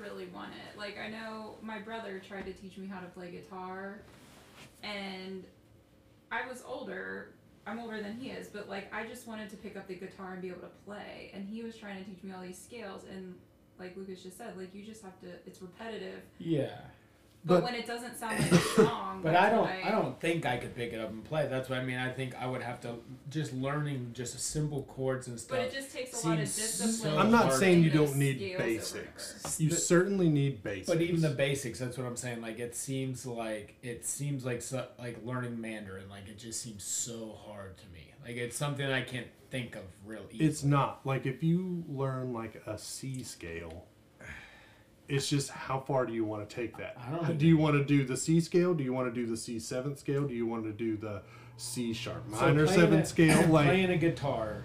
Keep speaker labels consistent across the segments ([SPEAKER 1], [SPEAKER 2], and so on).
[SPEAKER 1] really want it. Like I know my brother tried to teach me how to play guitar and I was older. I'm older than he is, but like I just wanted to pick up the guitar and be able to play and he was trying to teach me all these scales and like Lucas just said, like you just have to it's repetitive.
[SPEAKER 2] Yeah.
[SPEAKER 1] But,
[SPEAKER 2] But-
[SPEAKER 1] when it doesn't sound like a song,
[SPEAKER 2] But
[SPEAKER 1] that's
[SPEAKER 2] I don't
[SPEAKER 1] what
[SPEAKER 2] I don't think I could pick it up and play. That's what I mean. I think I would have to just learning just simple chords and stuff.
[SPEAKER 1] But it just takes a lot of
[SPEAKER 2] Seems
[SPEAKER 1] discipline.
[SPEAKER 2] so
[SPEAKER 1] to
[SPEAKER 2] I'm
[SPEAKER 3] not
[SPEAKER 1] learn
[SPEAKER 3] saying you
[SPEAKER 1] those
[SPEAKER 3] don't need
[SPEAKER 1] skills or
[SPEAKER 3] basics.
[SPEAKER 1] whatever.
[SPEAKER 3] You
[SPEAKER 2] But-
[SPEAKER 3] certainly need basics.
[SPEAKER 2] But even the basics, that's what I'm saying. Like it seems like it seems like so, like learning Mandarin. Like it just seems so hard to me. Like it's something I can't think of real easily.
[SPEAKER 3] It's not like if you learn like a C scale. It's just how far do you want to take that?
[SPEAKER 2] I don't-
[SPEAKER 3] do you want to do the C scale? Do you want to do the C seventh scale? Do you want to do the C sharp
[SPEAKER 2] So
[SPEAKER 3] minor
[SPEAKER 2] playing
[SPEAKER 3] seventh
[SPEAKER 2] a-
[SPEAKER 3] scale? Like
[SPEAKER 2] playing a guitar.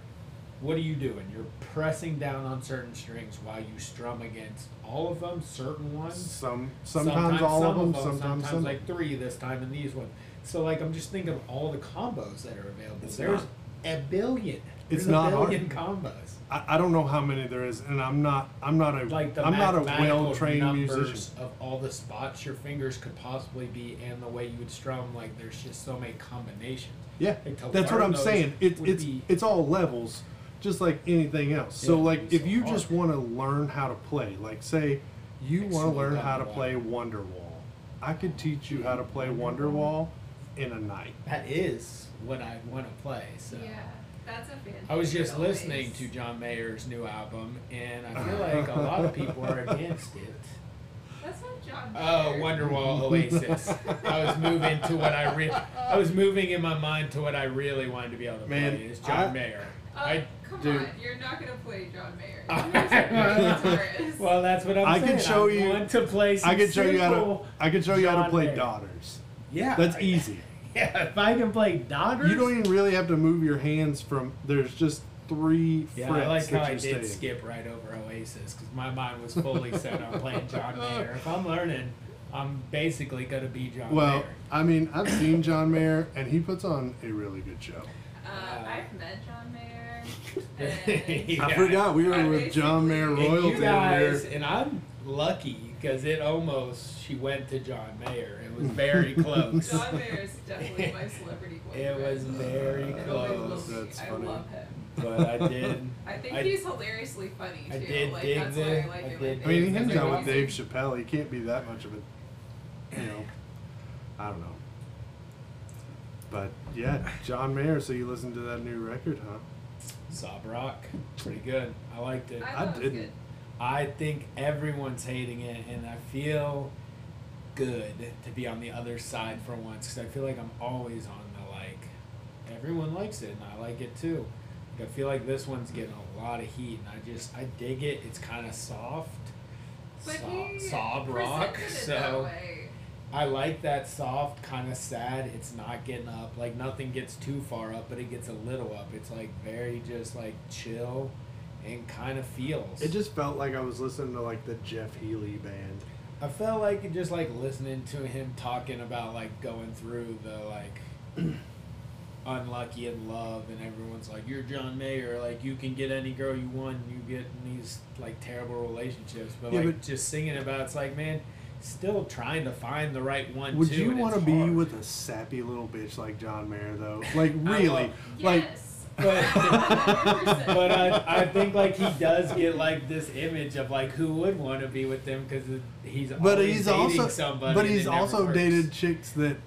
[SPEAKER 2] What are you doing? You're pressing down on certain strings while you strum against all of them, certain ones.
[SPEAKER 3] some sometimes, all
[SPEAKER 2] some
[SPEAKER 3] of them, sometimes, some.
[SPEAKER 2] like three this time and these ones. So like I'm just thinking of all the combos that are available.
[SPEAKER 3] It's
[SPEAKER 2] There's
[SPEAKER 3] not-
[SPEAKER 2] a billion.
[SPEAKER 3] It's
[SPEAKER 2] There's
[SPEAKER 3] not
[SPEAKER 2] a
[SPEAKER 3] hard.
[SPEAKER 2] billion combos.
[SPEAKER 3] I, I don't know how many there is, and I'm not I'm not a
[SPEAKER 2] like the
[SPEAKER 3] am not a
[SPEAKER 2] mathematical
[SPEAKER 3] well trained
[SPEAKER 2] numbers
[SPEAKER 3] musician.
[SPEAKER 2] of all the spots your fingers could possibly be and the way you would strum like there's just so many combinations
[SPEAKER 3] Yeah,
[SPEAKER 2] Like, to
[SPEAKER 3] that's what
[SPEAKER 2] learn
[SPEAKER 3] I'm
[SPEAKER 2] those
[SPEAKER 3] saying. It's
[SPEAKER 2] would
[SPEAKER 3] it's
[SPEAKER 2] be-
[SPEAKER 3] it's all levels, just like anything else. so
[SPEAKER 2] Yeah,
[SPEAKER 3] like
[SPEAKER 2] it's
[SPEAKER 3] if
[SPEAKER 2] so
[SPEAKER 3] you just
[SPEAKER 2] hard.
[SPEAKER 3] want to learn how to play, like say you
[SPEAKER 2] Like
[SPEAKER 3] want to
[SPEAKER 2] Snoop
[SPEAKER 3] learn how to
[SPEAKER 2] Dogg.
[SPEAKER 3] play Wonderwall, I could teach you how to play Wonderwall in a night.
[SPEAKER 2] that is what i want to play so
[SPEAKER 1] Yeah, that's a fantastic.
[SPEAKER 2] i was just
[SPEAKER 1] always.
[SPEAKER 2] listening to john mayer's new album and i feel like a lot of people are against it
[SPEAKER 1] That's not John.
[SPEAKER 2] Oh,
[SPEAKER 1] Mayer.
[SPEAKER 2] Wonderwall Oasis. I was moving to what I re- I was moving in my mind to what I really wanted to be able to
[SPEAKER 3] Man,
[SPEAKER 2] play is John
[SPEAKER 3] I-
[SPEAKER 2] Mayer.
[SPEAKER 1] Oh,
[SPEAKER 2] I
[SPEAKER 1] come
[SPEAKER 2] dude.
[SPEAKER 1] on, you're not gonna play John Mayer.
[SPEAKER 2] well, that's what I'm
[SPEAKER 3] I
[SPEAKER 2] saying.
[SPEAKER 3] can show
[SPEAKER 2] I
[SPEAKER 3] you-
[SPEAKER 2] Want to play some
[SPEAKER 3] I could show you how to
[SPEAKER 2] simple-
[SPEAKER 3] I could show you how to
[SPEAKER 2] John
[SPEAKER 3] play
[SPEAKER 2] Mayer.
[SPEAKER 3] daughters.
[SPEAKER 2] Yeah,
[SPEAKER 3] That's
[SPEAKER 2] I-
[SPEAKER 3] easy.
[SPEAKER 2] Yeah, if I can play Dodgers.
[SPEAKER 3] You don't even really have to move your hands from. There's just three
[SPEAKER 2] Yeah,
[SPEAKER 3] frets
[SPEAKER 2] I like
[SPEAKER 3] that
[SPEAKER 2] how I did
[SPEAKER 3] you stay. in.
[SPEAKER 2] skip right over Oasis because my mind was fully set on playing John Mayer. If I'm learning, I'm basically gonna be John
[SPEAKER 3] Well,
[SPEAKER 2] Mayer.
[SPEAKER 3] I mean, I've seen John Mayer, and he puts on a really good show.
[SPEAKER 1] Uh, I've met John Mayer.
[SPEAKER 2] Yeah.
[SPEAKER 1] And
[SPEAKER 3] I forgot we were
[SPEAKER 1] I
[SPEAKER 3] with John Mayer
[SPEAKER 1] basically-
[SPEAKER 2] And
[SPEAKER 3] royalty.
[SPEAKER 2] you
[SPEAKER 3] over
[SPEAKER 2] guys,
[SPEAKER 3] there.
[SPEAKER 2] and I'm lucky because it almost she went to John Mayer. It was very close.
[SPEAKER 1] John Mayer is definitely my celebrity
[SPEAKER 2] it
[SPEAKER 1] boyfriend.
[SPEAKER 2] was very
[SPEAKER 3] Uh,
[SPEAKER 1] I
[SPEAKER 2] close,
[SPEAKER 1] love,
[SPEAKER 3] Oh, that's
[SPEAKER 1] I
[SPEAKER 3] funny.
[SPEAKER 1] love him.
[SPEAKER 2] but I did.
[SPEAKER 1] I think
[SPEAKER 2] I-
[SPEAKER 1] he's hilariously funny too.
[SPEAKER 2] I did
[SPEAKER 1] like
[SPEAKER 2] dig
[SPEAKER 1] that's
[SPEAKER 2] the-
[SPEAKER 1] why I like
[SPEAKER 2] I
[SPEAKER 1] him.
[SPEAKER 2] did
[SPEAKER 3] I mean, he
[SPEAKER 2] dig
[SPEAKER 3] hangs
[SPEAKER 2] the-
[SPEAKER 3] out with Dave Chappelle. He can't be that much of a, you know, I don't know. But yeah, John Mayer. So you listened to that new record, huh?
[SPEAKER 2] Sob Rock, pretty good. I liked it.
[SPEAKER 1] I,
[SPEAKER 3] I
[SPEAKER 1] thought it was
[SPEAKER 3] didn't.
[SPEAKER 1] Good.
[SPEAKER 2] I think everyone's hating it, and I feel good to be on the other side for once because I feel like I'm always on the like. Everyone likes it, and I like it too. Like, I feel like this one's getting a lot of heat, and I just I dig it. It's kind of soft,
[SPEAKER 1] But
[SPEAKER 2] so-
[SPEAKER 1] he
[SPEAKER 2] sob
[SPEAKER 1] presented
[SPEAKER 2] rock.
[SPEAKER 1] it
[SPEAKER 2] So
[SPEAKER 1] that way.
[SPEAKER 2] I like that soft, kind of sad. It's not getting up. Like nothing gets too far up, but it gets a little up. It's like very just like chill, and kind of feels.
[SPEAKER 3] It just felt like I was listening to like the Jeff Healy band.
[SPEAKER 2] I felt like just like listening to him talking about like going through the like unlucky in love and everyone's like you're John Mayer like you can get any girl you want and you get in these like terrible relationships but
[SPEAKER 3] Yeah,
[SPEAKER 2] like
[SPEAKER 3] but-
[SPEAKER 2] just singing about it's like man still trying to find the right one
[SPEAKER 3] Would
[SPEAKER 2] too,
[SPEAKER 3] you
[SPEAKER 2] and
[SPEAKER 3] want to
[SPEAKER 2] it's
[SPEAKER 3] be
[SPEAKER 2] hard.
[SPEAKER 3] with a sappy little bitch like John Mayer though? Like
[SPEAKER 2] I
[SPEAKER 3] really?
[SPEAKER 2] love-
[SPEAKER 3] Like uh,
[SPEAKER 1] yes.
[SPEAKER 2] but- but I, I think like he does get like this image of like who would want to be with him because he's
[SPEAKER 3] But
[SPEAKER 2] always
[SPEAKER 3] he's
[SPEAKER 2] dating
[SPEAKER 3] also
[SPEAKER 2] somebody
[SPEAKER 3] but
[SPEAKER 2] and
[SPEAKER 3] he's
[SPEAKER 2] it never
[SPEAKER 3] also
[SPEAKER 2] works.
[SPEAKER 3] dated chicks that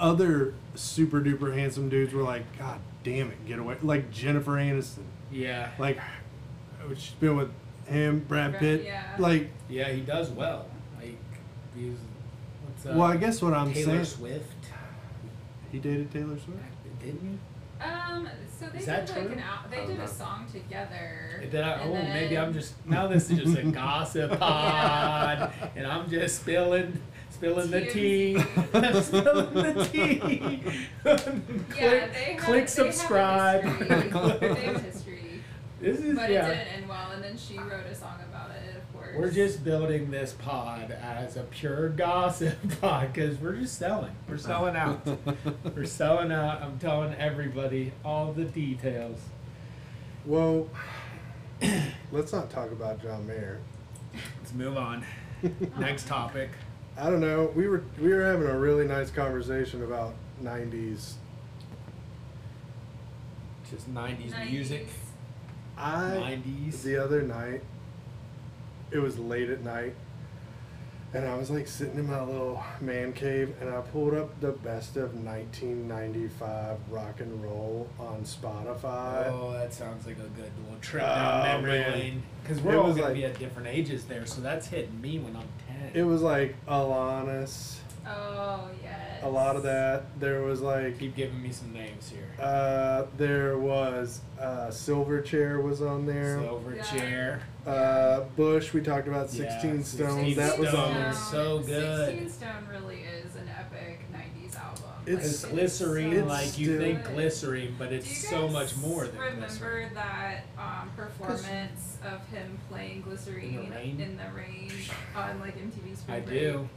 [SPEAKER 3] other super duper handsome dudes were like, God damn it, get away! Like Jennifer Aniston,
[SPEAKER 2] yeah
[SPEAKER 3] like she's been with him, Brad
[SPEAKER 1] Brad-
[SPEAKER 3] Pitt.
[SPEAKER 1] yeah.
[SPEAKER 3] Like,
[SPEAKER 2] Yeah, he does well. Like he's what's uh,
[SPEAKER 3] well, I guess what I'm
[SPEAKER 2] Taylor
[SPEAKER 3] saying,
[SPEAKER 2] Swift.
[SPEAKER 3] he dated Taylor Swift.
[SPEAKER 2] Didn't
[SPEAKER 1] Um, so they
[SPEAKER 2] Is that
[SPEAKER 1] did like
[SPEAKER 2] true?
[SPEAKER 1] an out,
[SPEAKER 3] I
[SPEAKER 1] they
[SPEAKER 3] don't
[SPEAKER 1] did
[SPEAKER 3] know.
[SPEAKER 1] a song together.
[SPEAKER 2] he? Did I,
[SPEAKER 1] Er, and
[SPEAKER 2] oh, maybe I'm
[SPEAKER 1] then-
[SPEAKER 2] just now. This is just a gossip pod, and I'm just spilling, spilling the tea,
[SPEAKER 1] Tea.
[SPEAKER 2] spilling the tea. click,
[SPEAKER 1] Yeah, they have, they have a
[SPEAKER 2] click subscribe.
[SPEAKER 1] history. they have a history,
[SPEAKER 2] this is
[SPEAKER 1] but it
[SPEAKER 2] yeah.
[SPEAKER 1] didn't end well. And then she wrote a song about it, of course.
[SPEAKER 2] We're just building this pod as a pure gossip pod because we're just selling. We're selling out. we're selling out. I'm telling everybody all the details.
[SPEAKER 3] Well, let's not talk about John Mayer.
[SPEAKER 2] Let's move on. Next topic.
[SPEAKER 3] I don't know. We were we were having a really nice conversation about '90s.
[SPEAKER 2] Just nineties music.
[SPEAKER 3] I
[SPEAKER 2] Nineties.
[SPEAKER 3] the other night. It was late at night, and I was like sitting in my little man cave, and I pulled up the best of 1995 rock and roll on Spotify.
[SPEAKER 2] Oh, that sounds like a good little trip
[SPEAKER 3] Oh,
[SPEAKER 2] down memory
[SPEAKER 3] man.
[SPEAKER 2] lane. Because
[SPEAKER 3] It
[SPEAKER 2] we're all
[SPEAKER 3] was
[SPEAKER 2] gonna
[SPEAKER 3] like-
[SPEAKER 2] be at different ages there, so that's hitting me when I'm ten.
[SPEAKER 3] It was like Alanis,
[SPEAKER 1] Oh yes.
[SPEAKER 3] a lot of that. There was like
[SPEAKER 2] Keep giving me some names here.
[SPEAKER 3] Uh, there was uh, Silverchair was on there.
[SPEAKER 2] Silver
[SPEAKER 1] Yeah.
[SPEAKER 2] chair.
[SPEAKER 3] Uh, Bush, we talked about
[SPEAKER 2] Yeah,
[SPEAKER 3] Sixteen Stone.
[SPEAKER 2] 16
[SPEAKER 3] that was on
[SPEAKER 2] Stone.
[SPEAKER 3] there.
[SPEAKER 2] So good.
[SPEAKER 1] Sixteen Stone really is an epic '90s album.
[SPEAKER 3] It's-
[SPEAKER 2] It's
[SPEAKER 1] so
[SPEAKER 2] glycerine,
[SPEAKER 3] it's
[SPEAKER 2] like you
[SPEAKER 3] still-
[SPEAKER 2] think glycerine, but
[SPEAKER 1] Do
[SPEAKER 2] it's
[SPEAKER 1] you
[SPEAKER 2] so
[SPEAKER 1] guys
[SPEAKER 2] much more than
[SPEAKER 1] remember
[SPEAKER 2] glycerine.
[SPEAKER 1] that um, performance of him playing glycerine
[SPEAKER 2] In the rain?
[SPEAKER 1] the rain on like MTV Spring
[SPEAKER 2] I
[SPEAKER 1] Break?
[SPEAKER 2] do.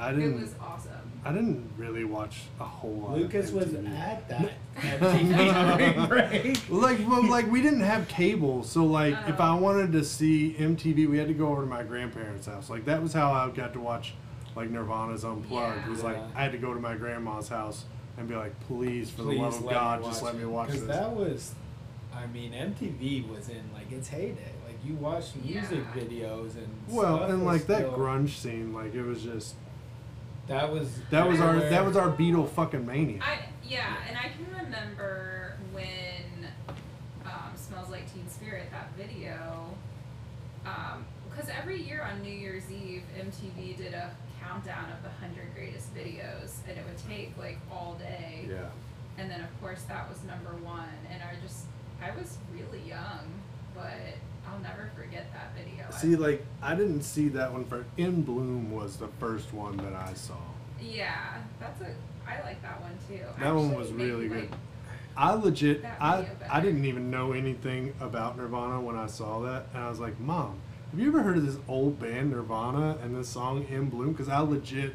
[SPEAKER 3] I
[SPEAKER 1] It
[SPEAKER 3] didn't.
[SPEAKER 1] was awesome.
[SPEAKER 3] I didn't really watch a whole lot. of
[SPEAKER 2] Lucas was
[SPEAKER 3] MTV.
[SPEAKER 2] at that MTV spring break.
[SPEAKER 3] Like, well, like we didn't have cable, so like if
[SPEAKER 1] Oh.
[SPEAKER 3] I wanted to see MTV, we had to go over to my grandparents' house. Like that was how I got to watch, like Nirvana's Unplugged.
[SPEAKER 1] Yeah.
[SPEAKER 3] Was like
[SPEAKER 2] Yeah.
[SPEAKER 3] I had to go to my grandma's house and be like, please, for the love of
[SPEAKER 2] let
[SPEAKER 3] God,
[SPEAKER 2] me
[SPEAKER 3] just
[SPEAKER 2] watch
[SPEAKER 3] let me
[SPEAKER 2] it.
[SPEAKER 3] watch this.
[SPEAKER 2] that was, I mean, MTV was in like its heyday. Like you watched music
[SPEAKER 1] Yeah.
[SPEAKER 2] videos and
[SPEAKER 3] well,
[SPEAKER 2] stuff
[SPEAKER 3] and
[SPEAKER 2] was
[SPEAKER 3] like that
[SPEAKER 2] still-
[SPEAKER 3] grunge scene, like it was just
[SPEAKER 2] That was
[SPEAKER 3] That was our
[SPEAKER 2] where-
[SPEAKER 3] that was our Beatle fucking mania.
[SPEAKER 1] I yeah, and I can remember when um, "Smells Like Teen Spirit" that video. Because every year on New Year's Eve, MTV did a countdown of the hundred greatest videos, and it would take like all day.
[SPEAKER 3] Yeah.
[SPEAKER 1] and then of course that was number one and i just i was really young but i'll never forget that video
[SPEAKER 3] See, like I didn't see that one for In Bloom was the first one that I saw.
[SPEAKER 1] yeah that's a i like that one too
[SPEAKER 3] That one
[SPEAKER 1] Actually,
[SPEAKER 3] was
[SPEAKER 1] maybe,
[SPEAKER 3] really
[SPEAKER 1] like,
[SPEAKER 3] good. I legit
[SPEAKER 1] That
[SPEAKER 3] I
[SPEAKER 1] video better.
[SPEAKER 3] I didn't even know anything about Nirvana when I saw that, and I was like, Mom, have you ever heard of this old band Nirvana and this song In Bloom? Because I legit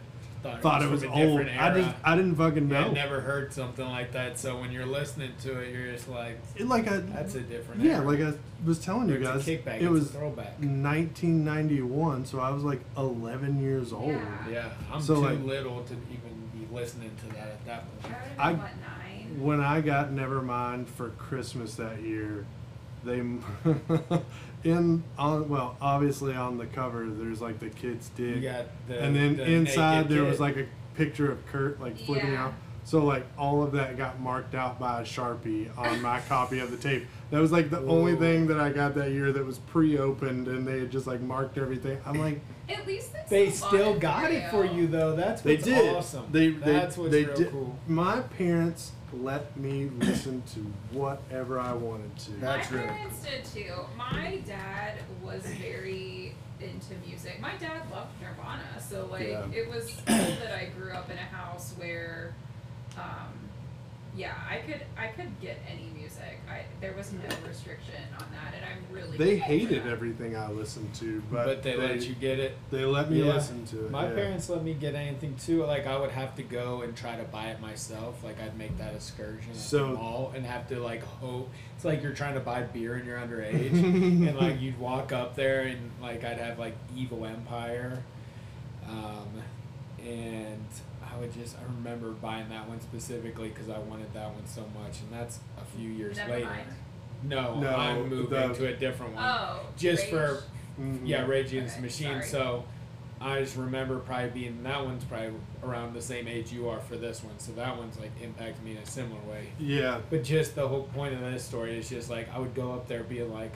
[SPEAKER 3] thought it was
[SPEAKER 2] from a
[SPEAKER 3] old.
[SPEAKER 2] different
[SPEAKER 3] I just
[SPEAKER 2] era.
[SPEAKER 3] I didn't fucking
[SPEAKER 2] Yeah,
[SPEAKER 3] know.
[SPEAKER 2] I never heard something like that. So when you're listening to it, you're just like,
[SPEAKER 3] It- like I
[SPEAKER 2] that's a different.
[SPEAKER 3] yeah,
[SPEAKER 2] era.
[SPEAKER 3] like I was telling you
[SPEAKER 2] it's
[SPEAKER 3] guys,
[SPEAKER 2] a kickback.
[SPEAKER 3] it
[SPEAKER 2] it's
[SPEAKER 3] was
[SPEAKER 2] a throwback.
[SPEAKER 3] 1991, so I was like 11 years old.
[SPEAKER 1] Yeah.
[SPEAKER 2] Yeah, I'm
[SPEAKER 3] So,
[SPEAKER 2] too
[SPEAKER 3] like-
[SPEAKER 2] little to even be listening to that at that
[SPEAKER 1] i would
[SPEAKER 2] point.
[SPEAKER 1] have been
[SPEAKER 3] I-
[SPEAKER 1] what nine
[SPEAKER 3] When I got Nevermind for Christmas that year, they in on well obviously on the cover there's like the kid's
[SPEAKER 2] You
[SPEAKER 3] dick,
[SPEAKER 2] got the
[SPEAKER 3] and then
[SPEAKER 2] the
[SPEAKER 3] inside
[SPEAKER 2] naked
[SPEAKER 3] there
[SPEAKER 2] kid.
[SPEAKER 3] was like a picture of Kurt like flipping
[SPEAKER 1] Yeah.
[SPEAKER 3] out. So like all of that got marked out by a sharpie on my copy of the tape. That was like the only
[SPEAKER 2] Ooh.
[SPEAKER 3] thing that I got that year that was pre-opened, and they had just like marked everything. I'm like,
[SPEAKER 1] at least they,
[SPEAKER 2] They
[SPEAKER 1] still,
[SPEAKER 2] still
[SPEAKER 1] bought
[SPEAKER 2] got it for you though. That's
[SPEAKER 3] They
[SPEAKER 2] what's
[SPEAKER 3] did.
[SPEAKER 2] awesome.
[SPEAKER 3] They, they
[SPEAKER 2] That's what's
[SPEAKER 3] they
[SPEAKER 2] real
[SPEAKER 3] did.
[SPEAKER 2] cool.
[SPEAKER 3] My parents let me listen to whatever I wanted to.
[SPEAKER 2] That's
[SPEAKER 1] my
[SPEAKER 2] really
[SPEAKER 1] parents did too my dad was very into music my dad loved nirvana so like
[SPEAKER 3] Yeah.
[SPEAKER 1] it was cool that i grew up in a house where um, yeah i could i could get any music i there was no restriction on that and i'm really
[SPEAKER 3] They
[SPEAKER 1] grateful for
[SPEAKER 3] hated
[SPEAKER 1] that.
[SPEAKER 3] everything I listened to, but,
[SPEAKER 2] But, they, let you get it.
[SPEAKER 3] They let me
[SPEAKER 2] Yeah.
[SPEAKER 3] listen to it.
[SPEAKER 2] My
[SPEAKER 3] yeah.
[SPEAKER 2] parents let me get anything too. Like I would have to go and try to buy it myself. Like I'd make that excursion at
[SPEAKER 3] So-
[SPEAKER 2] the mall and have to like hope. It's like you're trying to buy beer and you're underage,
[SPEAKER 3] Mm-hmm.
[SPEAKER 2] and like you'd walk up there and like I'd have like Evil Empire, um, and I would just I remember buying that one specifically because I wanted that one so much, and that's a few years
[SPEAKER 1] Never
[SPEAKER 2] later.
[SPEAKER 1] mind.
[SPEAKER 2] No,
[SPEAKER 3] No,
[SPEAKER 2] I'm moving
[SPEAKER 3] the-
[SPEAKER 2] to a different one.
[SPEAKER 1] oh
[SPEAKER 2] just
[SPEAKER 1] rage.
[SPEAKER 2] for
[SPEAKER 3] Mhm.
[SPEAKER 2] yeah, Rage Against
[SPEAKER 1] Okay,
[SPEAKER 2] the Machine.
[SPEAKER 1] sorry.
[SPEAKER 2] So I just remember probably being that one's probably around the same age you are for this one. So that one's like impacted me in a similar way.
[SPEAKER 3] Yeah.
[SPEAKER 2] But just the whole point of this story is just like I would go up there being like,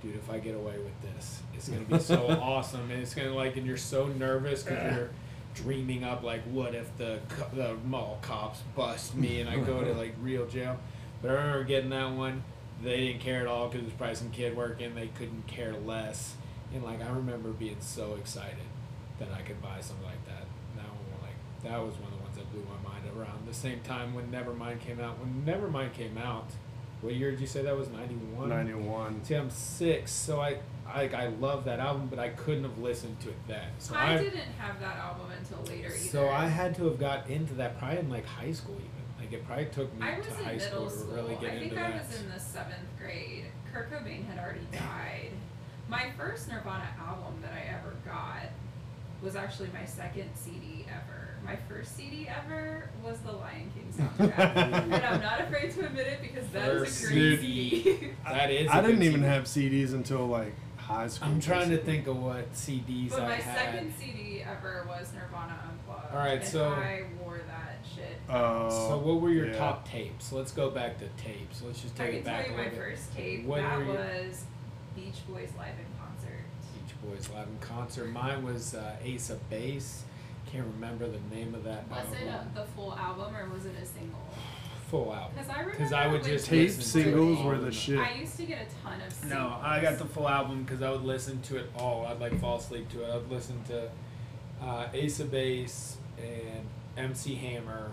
[SPEAKER 2] dude, if I get away with this, it's gonna be so awesome, and it's gonna like, and you're so nervous because you're dreaming up like, what if the co- the mall cops bust me and I go to like real jail? But I remember getting that one. They didn't care at all because it was probably some kid working. They couldn't care less, and like I remember being so excited that I could buy something like that. And That one, like that was one of the ones that blew my mind around the same time when Nevermind came out. When Nevermind came out, what year did you say that was? Ninety one.
[SPEAKER 3] 91.
[SPEAKER 2] See, I'm six, so I I, I love that album, but I couldn't have listened to it then. So
[SPEAKER 1] i
[SPEAKER 2] I,
[SPEAKER 1] didn't have that album until later either
[SPEAKER 2] so I had to have got into that probably in like high school even. Like it probably took me
[SPEAKER 1] I was
[SPEAKER 2] to
[SPEAKER 1] in
[SPEAKER 2] high
[SPEAKER 1] middle
[SPEAKER 2] school,
[SPEAKER 1] school.
[SPEAKER 2] to really
[SPEAKER 1] I
[SPEAKER 2] get
[SPEAKER 1] think
[SPEAKER 2] into
[SPEAKER 1] I
[SPEAKER 2] that.
[SPEAKER 1] was in the seventh grade. Kurt Cobain had already died. My first Nirvana album that I ever got was actually my second CD ever. My first CD ever was the Lion King soundtrack, and I'm not afraid to admit it because that is
[SPEAKER 2] First
[SPEAKER 1] a great
[SPEAKER 2] CD.
[SPEAKER 1] CD.
[SPEAKER 2] That is.
[SPEAKER 3] I
[SPEAKER 2] a
[SPEAKER 3] didn't
[SPEAKER 2] good
[SPEAKER 3] even
[SPEAKER 2] CD.
[SPEAKER 3] have CDs until like high school.
[SPEAKER 2] I'm trying to think of what CDs
[SPEAKER 1] but
[SPEAKER 2] I
[SPEAKER 1] my
[SPEAKER 2] had.
[SPEAKER 1] second CD ever was Nirvana Unplugged.
[SPEAKER 2] All right,
[SPEAKER 1] and
[SPEAKER 2] so-
[SPEAKER 1] I wore that shit.
[SPEAKER 3] Oh.
[SPEAKER 2] so what were your
[SPEAKER 3] yeah.
[SPEAKER 2] top tapes? Let's go back to tapes. Let's just
[SPEAKER 1] I
[SPEAKER 2] take
[SPEAKER 1] can
[SPEAKER 2] it
[SPEAKER 1] tell
[SPEAKER 2] back
[SPEAKER 1] you
[SPEAKER 2] a
[SPEAKER 1] my
[SPEAKER 2] little bit.
[SPEAKER 1] first tape.
[SPEAKER 2] What
[SPEAKER 1] that
[SPEAKER 2] were you-
[SPEAKER 1] was Beach Boys live in concert.
[SPEAKER 2] Beach Boys live in concert. Mine was uh, Ace of Base. Can't remember the name of that
[SPEAKER 1] Was it
[SPEAKER 2] album.
[SPEAKER 1] a, the full album or was it a single?
[SPEAKER 2] Full album.
[SPEAKER 1] Because I remember
[SPEAKER 2] Because I would
[SPEAKER 1] when
[SPEAKER 2] just
[SPEAKER 1] we
[SPEAKER 3] tape
[SPEAKER 2] tapes
[SPEAKER 1] listened to
[SPEAKER 3] singles
[SPEAKER 1] it,
[SPEAKER 3] were the shit.
[SPEAKER 1] I used to get a ton of singles.
[SPEAKER 2] No, I got the full album because I would listen to it all. I'd like fall asleep to it. I'd listen to uh, Ace of Base and MC Hammer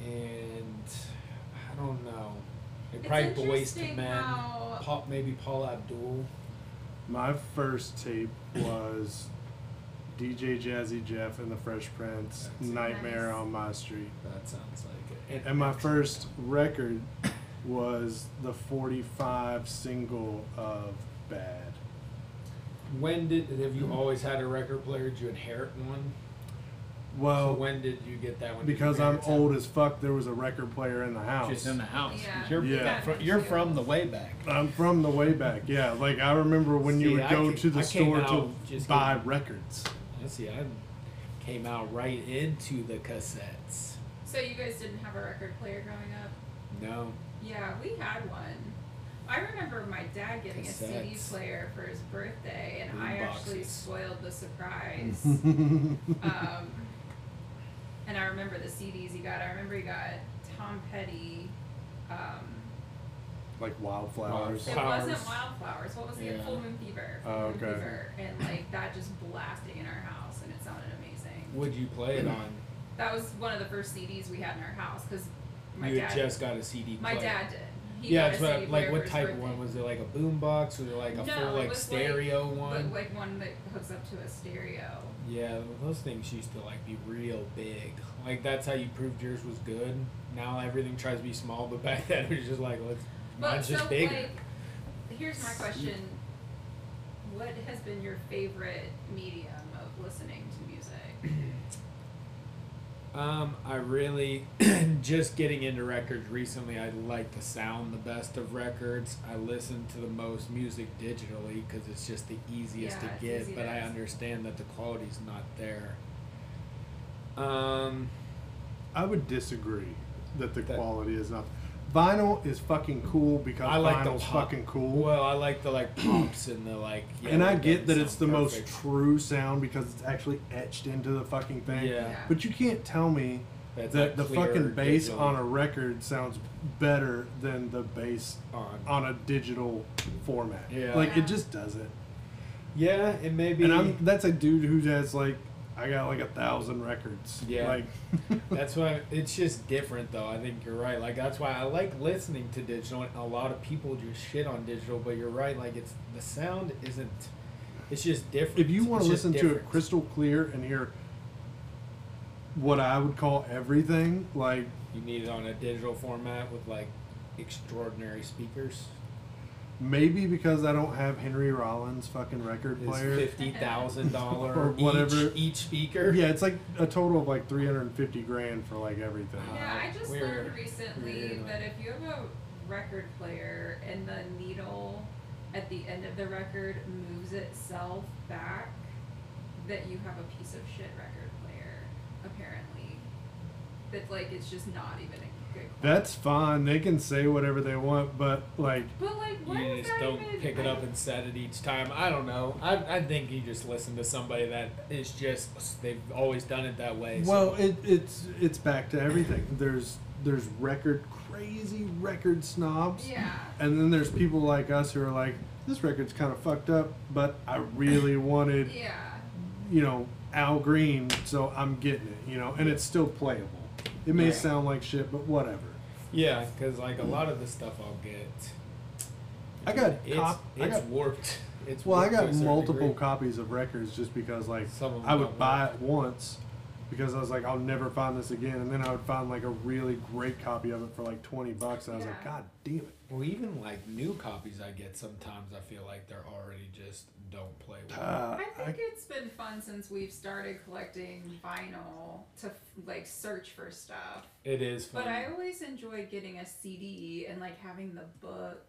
[SPEAKER 2] and I don't know. Like,
[SPEAKER 1] It's
[SPEAKER 2] probably Boys to
[SPEAKER 1] interesting
[SPEAKER 2] Men.
[SPEAKER 1] how-
[SPEAKER 2] Paul, maybe Paul Abdul.
[SPEAKER 3] My first tape was DJ Jazzy Jeff and the Fresh Prince,
[SPEAKER 2] That's
[SPEAKER 3] Nightmare
[SPEAKER 1] nice.
[SPEAKER 3] on My Street.
[SPEAKER 2] That sounds like it.
[SPEAKER 3] And my first record was the 45 single of Bad.
[SPEAKER 2] When did have you always had a record player? Did you inherit one? so
[SPEAKER 3] Well,
[SPEAKER 2] when did you get that one? Did
[SPEAKER 3] because
[SPEAKER 2] your
[SPEAKER 3] I'm
[SPEAKER 2] parents have
[SPEAKER 3] old as fuck, there was a record player in the house.
[SPEAKER 2] Just in the house.
[SPEAKER 1] Yeah.
[SPEAKER 2] You're,
[SPEAKER 3] Yeah.
[SPEAKER 2] From, you're from the way back.
[SPEAKER 3] I'm from the way back, yeah. Like I remember when
[SPEAKER 2] See,
[SPEAKER 3] you would
[SPEAKER 2] I
[SPEAKER 3] go
[SPEAKER 2] ca-
[SPEAKER 3] to the
[SPEAKER 2] I came
[SPEAKER 3] store to
[SPEAKER 2] out just
[SPEAKER 3] buy
[SPEAKER 2] getting-
[SPEAKER 3] records.
[SPEAKER 2] Let's see, I came out right into the cassettes.
[SPEAKER 1] So you guys didn't have a record player growing up?
[SPEAKER 2] No.
[SPEAKER 1] Yeah, we had one. I remember my dad getting a CD
[SPEAKER 2] Cassettes.
[SPEAKER 1] player for his birthday, and I
[SPEAKER 2] Boom
[SPEAKER 1] actually
[SPEAKER 2] boxes.
[SPEAKER 1] spoiled the surprise.
[SPEAKER 3] That's
[SPEAKER 1] um, and I remember the CDs he got. I remember he got Tom Petty. Um,
[SPEAKER 3] like wildflowers.
[SPEAKER 1] it
[SPEAKER 2] Flowers.
[SPEAKER 1] wasn't Wildflowers. What was it?
[SPEAKER 2] Yeah.
[SPEAKER 1] Full Moon Fever. Full
[SPEAKER 3] Oh,
[SPEAKER 1] Moon
[SPEAKER 3] okay.
[SPEAKER 1] Fever. And like that just blasting in our house, and it sounded amazing.
[SPEAKER 2] Would you play it on?
[SPEAKER 1] That was one of the first CDs we had in our house because my
[SPEAKER 2] you
[SPEAKER 1] dad.
[SPEAKER 2] had just got a CD
[SPEAKER 1] my
[SPEAKER 2] player.
[SPEAKER 1] dad did. He
[SPEAKER 2] yeah,
[SPEAKER 1] got
[SPEAKER 2] it's
[SPEAKER 1] a
[SPEAKER 2] what,
[SPEAKER 1] CD
[SPEAKER 2] like
[SPEAKER 1] player for
[SPEAKER 2] what
[SPEAKER 1] his
[SPEAKER 2] type of
[SPEAKER 1] birthday.
[SPEAKER 2] one was it? Like a boombox? Was it like a
[SPEAKER 1] No,
[SPEAKER 2] full
[SPEAKER 1] it
[SPEAKER 2] like
[SPEAKER 1] was
[SPEAKER 2] stereo
[SPEAKER 1] But
[SPEAKER 2] one?
[SPEAKER 1] like one that hooks up to a stereo.
[SPEAKER 2] yeah, those things used to like be real big. Like that's how you proved yours was good. Now everything tries to be small, but back then it was just like let's
[SPEAKER 1] But
[SPEAKER 2] mine's
[SPEAKER 1] so
[SPEAKER 2] just bigger.
[SPEAKER 1] like, here's my question: What has been your favorite medium of listening to music?
[SPEAKER 2] Um, I really just getting into records recently. I like the sound the best of records. I listen to the most music digitally because it's just the easiest
[SPEAKER 1] Yeah, it's
[SPEAKER 2] to get.
[SPEAKER 1] easy
[SPEAKER 2] But
[SPEAKER 1] to-
[SPEAKER 2] I understand that the quality's not there. Um,
[SPEAKER 3] I would disagree that the
[SPEAKER 2] That-
[SPEAKER 3] quality is not. Vinyl is fucking cool because
[SPEAKER 2] I like the
[SPEAKER 3] vinyl's
[SPEAKER 2] pop-
[SPEAKER 3] fucking cool.
[SPEAKER 2] well, I like the like pops and the like. yeah,
[SPEAKER 3] and I
[SPEAKER 2] it
[SPEAKER 3] get that
[SPEAKER 2] doesn't
[SPEAKER 3] it's the
[SPEAKER 2] sound
[SPEAKER 3] most
[SPEAKER 2] perfect.
[SPEAKER 3] true sound because it's actually etched into the fucking thing.
[SPEAKER 2] Yeah.
[SPEAKER 1] Yeah.
[SPEAKER 3] But you can't tell me
[SPEAKER 2] That's
[SPEAKER 3] that the
[SPEAKER 2] like clear
[SPEAKER 3] fucking bass
[SPEAKER 2] digital
[SPEAKER 3] on a record sounds better than the bass
[SPEAKER 2] on.
[SPEAKER 3] on a digital format.
[SPEAKER 2] Yeah.
[SPEAKER 3] Like
[SPEAKER 1] Yeah.
[SPEAKER 3] it just doesn't.
[SPEAKER 2] Yeah, and maybe
[SPEAKER 3] And I'm that's a dude who has like I got like a thousand records.
[SPEAKER 2] Yeah.
[SPEAKER 3] Like
[SPEAKER 2] That's why it's just different, though. I think you're right. Like that's why I like listening to digital. And a lot of people just shit on digital, but you're right. Like it's the sound isn't. It's just different.
[SPEAKER 3] if you want to
[SPEAKER 2] It's just
[SPEAKER 3] listen to it
[SPEAKER 2] different.
[SPEAKER 3] crystal clear and hear what I would call everything, like
[SPEAKER 2] you need it on a digital format with like extraordinary speakers.
[SPEAKER 3] maybe because I don't have Henry Rollins fucking record
[SPEAKER 2] It's
[SPEAKER 3] player.
[SPEAKER 2] fifty thousand
[SPEAKER 3] Or
[SPEAKER 2] dollar
[SPEAKER 3] whatever.
[SPEAKER 2] each, each speaker.
[SPEAKER 3] Yeah, it's like a total of like 350 grand for like everything.
[SPEAKER 1] yeah, I just learned
[SPEAKER 2] weird,
[SPEAKER 1] recently
[SPEAKER 2] weird.
[SPEAKER 1] that if you have a record player and the needle at the end of the record moves itself back, that you have a piece of shit record player. Apparently, that's like it's just not even a good.
[SPEAKER 3] That's fine. They can say whatever they want, but like
[SPEAKER 1] But like, what
[SPEAKER 2] You
[SPEAKER 1] is
[SPEAKER 2] just
[SPEAKER 1] that
[SPEAKER 2] don't
[SPEAKER 1] even?
[SPEAKER 2] pick it up and set it each time. I don't know. I, I think you just listen to somebody that is just they've always done it that way. so-
[SPEAKER 3] well, it, it's it's back to everything. There's there's record crazy record snobs,
[SPEAKER 1] Yeah.
[SPEAKER 3] and then there's people like us who are like this record's kind of fucked up, but I really wanted
[SPEAKER 1] Yeah.
[SPEAKER 3] you know Al Green, so I'm getting it, you know, and it's still playable. It may
[SPEAKER 2] Yeah.
[SPEAKER 3] sound like shit, but whatever.
[SPEAKER 2] Yeah, because like a lot of the stuff I'll get.
[SPEAKER 3] I got
[SPEAKER 2] It's,
[SPEAKER 3] cop- I
[SPEAKER 2] it's
[SPEAKER 3] got
[SPEAKER 2] warped. It's
[SPEAKER 3] Well, I
[SPEAKER 2] warped to a
[SPEAKER 3] got
[SPEAKER 2] certain
[SPEAKER 3] multiple
[SPEAKER 2] degree.
[SPEAKER 3] copies of records just because, like,
[SPEAKER 2] Some of 'em
[SPEAKER 3] I
[SPEAKER 2] don't
[SPEAKER 3] would buy it once, because I was like, I'll never find this again. And then I would find like a really great copy of it for like 20 bucks. And I was like,
[SPEAKER 4] Yeah.
[SPEAKER 3] God damn it.
[SPEAKER 2] Well, even like new copies I get sometimes, I feel like they're already just don't play well.
[SPEAKER 3] Uh,
[SPEAKER 4] I
[SPEAKER 3] I,
[SPEAKER 4] think it's been fun since we've started collecting vinyl to like search for stuff.
[SPEAKER 2] It is fun.
[SPEAKER 4] But I always enjoy getting a CD and like having the book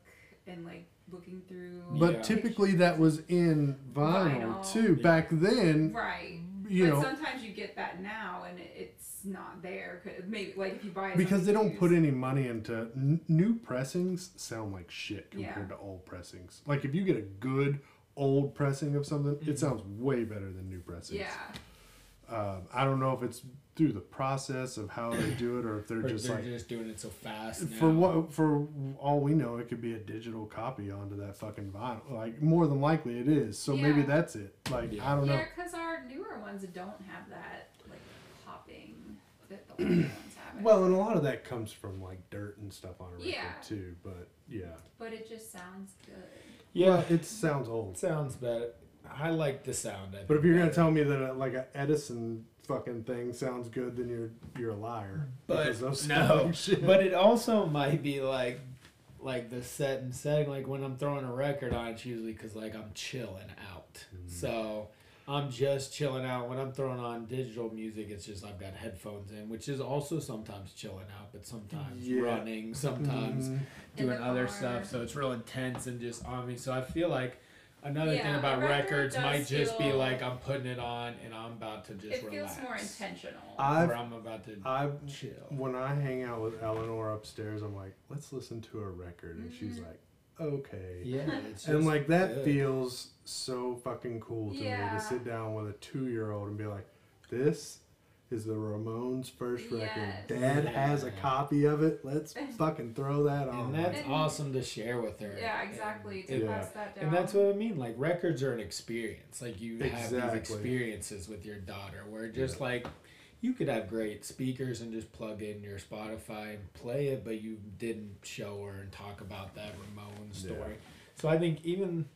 [SPEAKER 4] and like looking through.
[SPEAKER 3] but
[SPEAKER 2] Yeah.
[SPEAKER 3] typically that was in vinyl,
[SPEAKER 4] Vinyl.
[SPEAKER 3] too. Back then,
[SPEAKER 4] right.
[SPEAKER 3] you
[SPEAKER 4] but
[SPEAKER 3] know,
[SPEAKER 4] sometimes you get that now and it- it's not there. 'cause Maybe like if you buy it
[SPEAKER 3] because they don't put
[SPEAKER 4] it.
[SPEAKER 3] any money into n- new pressings, sound like shit compared
[SPEAKER 4] Yeah.
[SPEAKER 3] to old pressings. Like if you get a good old pressing of something,
[SPEAKER 2] Mhm.
[SPEAKER 3] it sounds way better than new pressings.
[SPEAKER 4] Mm-hmm. Yeah.
[SPEAKER 3] Um, I don't know if it's through the process of how they do it or if they're
[SPEAKER 2] Or
[SPEAKER 3] just
[SPEAKER 2] they're
[SPEAKER 3] like
[SPEAKER 2] just doing it so fast. Now.
[SPEAKER 3] For what? For all we know, it could be a digital copy onto that fucking vinyl. Like more than likely, it is. So maybe
[SPEAKER 4] Yeah.
[SPEAKER 3] that's it. Like
[SPEAKER 2] Yeah.
[SPEAKER 3] I don't know.
[SPEAKER 4] Yeah, because our newer ones don't have that like popping that the older ones have.
[SPEAKER 3] Well, and a lot of that comes from like dirt and stuff on a record
[SPEAKER 4] Yeah.
[SPEAKER 3] too. But yeah,
[SPEAKER 4] but it just sounds good.
[SPEAKER 2] Yeah,
[SPEAKER 3] it sounds
[SPEAKER 2] it
[SPEAKER 3] old.
[SPEAKER 2] sounds better. I like the sound. I
[SPEAKER 3] But
[SPEAKER 2] think,
[SPEAKER 3] if you're gonna
[SPEAKER 2] better.
[SPEAKER 3] tell me that a, like an Edison fucking thing sounds good, then you're you're a liar.
[SPEAKER 2] But
[SPEAKER 3] Because those
[SPEAKER 2] no,
[SPEAKER 3] sound shit.
[SPEAKER 2] but it also might be like, like the set and setting. Like when I'm throwing a record on, it's usually because like I'm chilling out.
[SPEAKER 3] Mm-hmm.
[SPEAKER 2] So I'm just chilling out. When I'm throwing on digital music, it's just I've got headphones in, which is also sometimes chilling out, but sometimes
[SPEAKER 3] Yeah.
[SPEAKER 2] running, sometimes
[SPEAKER 3] Mhm.
[SPEAKER 4] In
[SPEAKER 2] doing
[SPEAKER 4] the
[SPEAKER 2] other
[SPEAKER 4] car.
[SPEAKER 2] stuff. So it's real intense and just on me. So I feel like. Another thing
[SPEAKER 4] Yeah, a
[SPEAKER 2] about
[SPEAKER 4] record
[SPEAKER 2] records
[SPEAKER 4] does
[SPEAKER 2] might just be
[SPEAKER 4] feel-
[SPEAKER 2] like I'm putting it on and I'm about to
[SPEAKER 4] it
[SPEAKER 2] just relax.
[SPEAKER 4] feels more intentional.
[SPEAKER 2] Or
[SPEAKER 3] I've
[SPEAKER 2] I'm about to
[SPEAKER 3] I've
[SPEAKER 2] chill.
[SPEAKER 3] when I hang out with Eleanor upstairs, I'm like, let's listen to a record, and she's
[SPEAKER 4] Mhm.
[SPEAKER 3] like, okay.
[SPEAKER 2] Yeah, it's
[SPEAKER 3] and
[SPEAKER 2] just
[SPEAKER 3] like that
[SPEAKER 2] good.
[SPEAKER 3] feels so fucking cool to me
[SPEAKER 4] Yeah.
[SPEAKER 3] to sit down with a two year old and be like, this is the Ramones' first record.
[SPEAKER 4] Yes.
[SPEAKER 3] Dad has a
[SPEAKER 2] Yeah.
[SPEAKER 3] copy of it. Let's fucking throw that on.
[SPEAKER 2] and that's
[SPEAKER 4] And-
[SPEAKER 2] awesome to share with her.
[SPEAKER 4] yeah,
[SPEAKER 2] And-
[SPEAKER 4] exactly. To
[SPEAKER 2] And,
[SPEAKER 3] Yeah.
[SPEAKER 4] pass that down.
[SPEAKER 2] and that's what I mean. Like records are an experience. Like you have
[SPEAKER 3] Exactly.
[SPEAKER 2] these experiences with your daughter, where just like you could have great speakers and just plug in your Spotify and play it, but you didn't show her and talk about that Ramon story. So I think even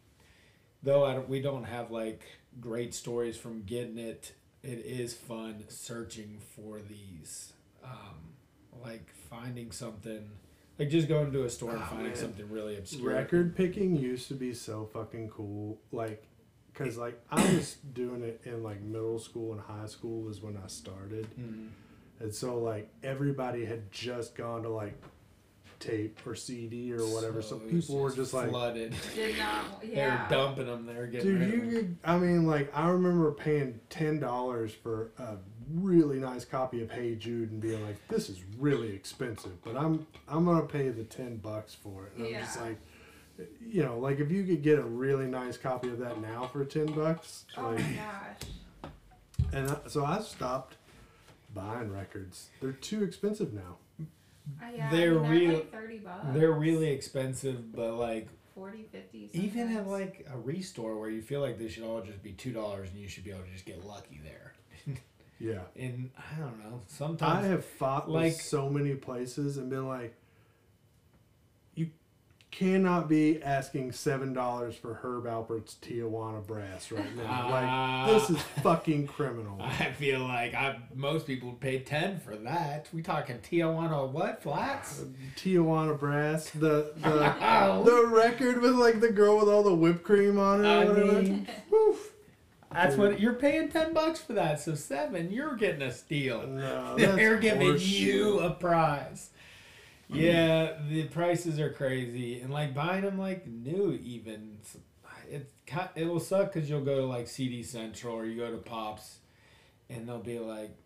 [SPEAKER 2] though I don't, we don't have like great stories from getting it, it is fun searching for these, um, like finding something, like just going to a store and
[SPEAKER 3] Oh,
[SPEAKER 2] finding
[SPEAKER 3] man.
[SPEAKER 2] something really obscure.
[SPEAKER 3] record picking used to be so fucking cool like because like i was doing it in like middle school and high school was when i started
[SPEAKER 2] Mhm.
[SPEAKER 3] and so like everybody had just gone to like tape or cd or whatever so,
[SPEAKER 2] it was
[SPEAKER 3] people were just like
[SPEAKER 2] flooded.
[SPEAKER 4] Did not.
[SPEAKER 2] They're
[SPEAKER 4] Yeah.
[SPEAKER 2] dumping them. They're getting
[SPEAKER 3] dude
[SPEAKER 2] rid
[SPEAKER 3] you
[SPEAKER 2] of 'em.
[SPEAKER 3] could i mean like i remember paying $10 for a really nice copy of hey jude and being like this is really expensive but i'm i'm gonna pay the 10 bucks for it and i'm just
[SPEAKER 4] Yeah.
[SPEAKER 3] like you know like if you could get a really nice copy of that now for 10 bucks
[SPEAKER 4] Oh
[SPEAKER 3] like
[SPEAKER 4] my gosh.
[SPEAKER 3] and I, so i stopped buying records they're too expensive now
[SPEAKER 4] I, yeah,
[SPEAKER 2] They're
[SPEAKER 4] I mean, they're
[SPEAKER 2] real-
[SPEAKER 4] Like Thirty bucks.
[SPEAKER 2] They're really expensive, but like
[SPEAKER 4] 40, 50
[SPEAKER 2] even at
[SPEAKER 4] sometimes.
[SPEAKER 2] like a restore where you feel like they should all just be two dollars and you should be able to just get lucky there.
[SPEAKER 3] yeah
[SPEAKER 2] And I don't know.
[SPEAKER 3] I
[SPEAKER 2] Sometimes
[SPEAKER 3] have fought
[SPEAKER 2] like-
[SPEAKER 3] with so many places and been like, you cannot be asking seven dollars for Herb Alpert's Tijuana Brass right now. like this is fucking criminal.
[SPEAKER 2] I feel like I most people would pay ten for that. We talking Tijuana what flats?
[SPEAKER 3] Tijuana Brass, the the
[SPEAKER 2] Oh,
[SPEAKER 3] the record with like the girl with all the whipped cream on it. or
[SPEAKER 2] I
[SPEAKER 3] whatever.
[SPEAKER 2] mean, woof. That's what you're paying ten bucks for that. So seven, you're getting a steal.
[SPEAKER 3] no,
[SPEAKER 2] They're
[SPEAKER 3] that's
[SPEAKER 2] giving
[SPEAKER 3] horseshit.
[SPEAKER 2] you a prize. Yeah, the prices are crazy, and like buying them like new even, it it will suck because you'll go to like CD Central or you go to Pops, and they'll be like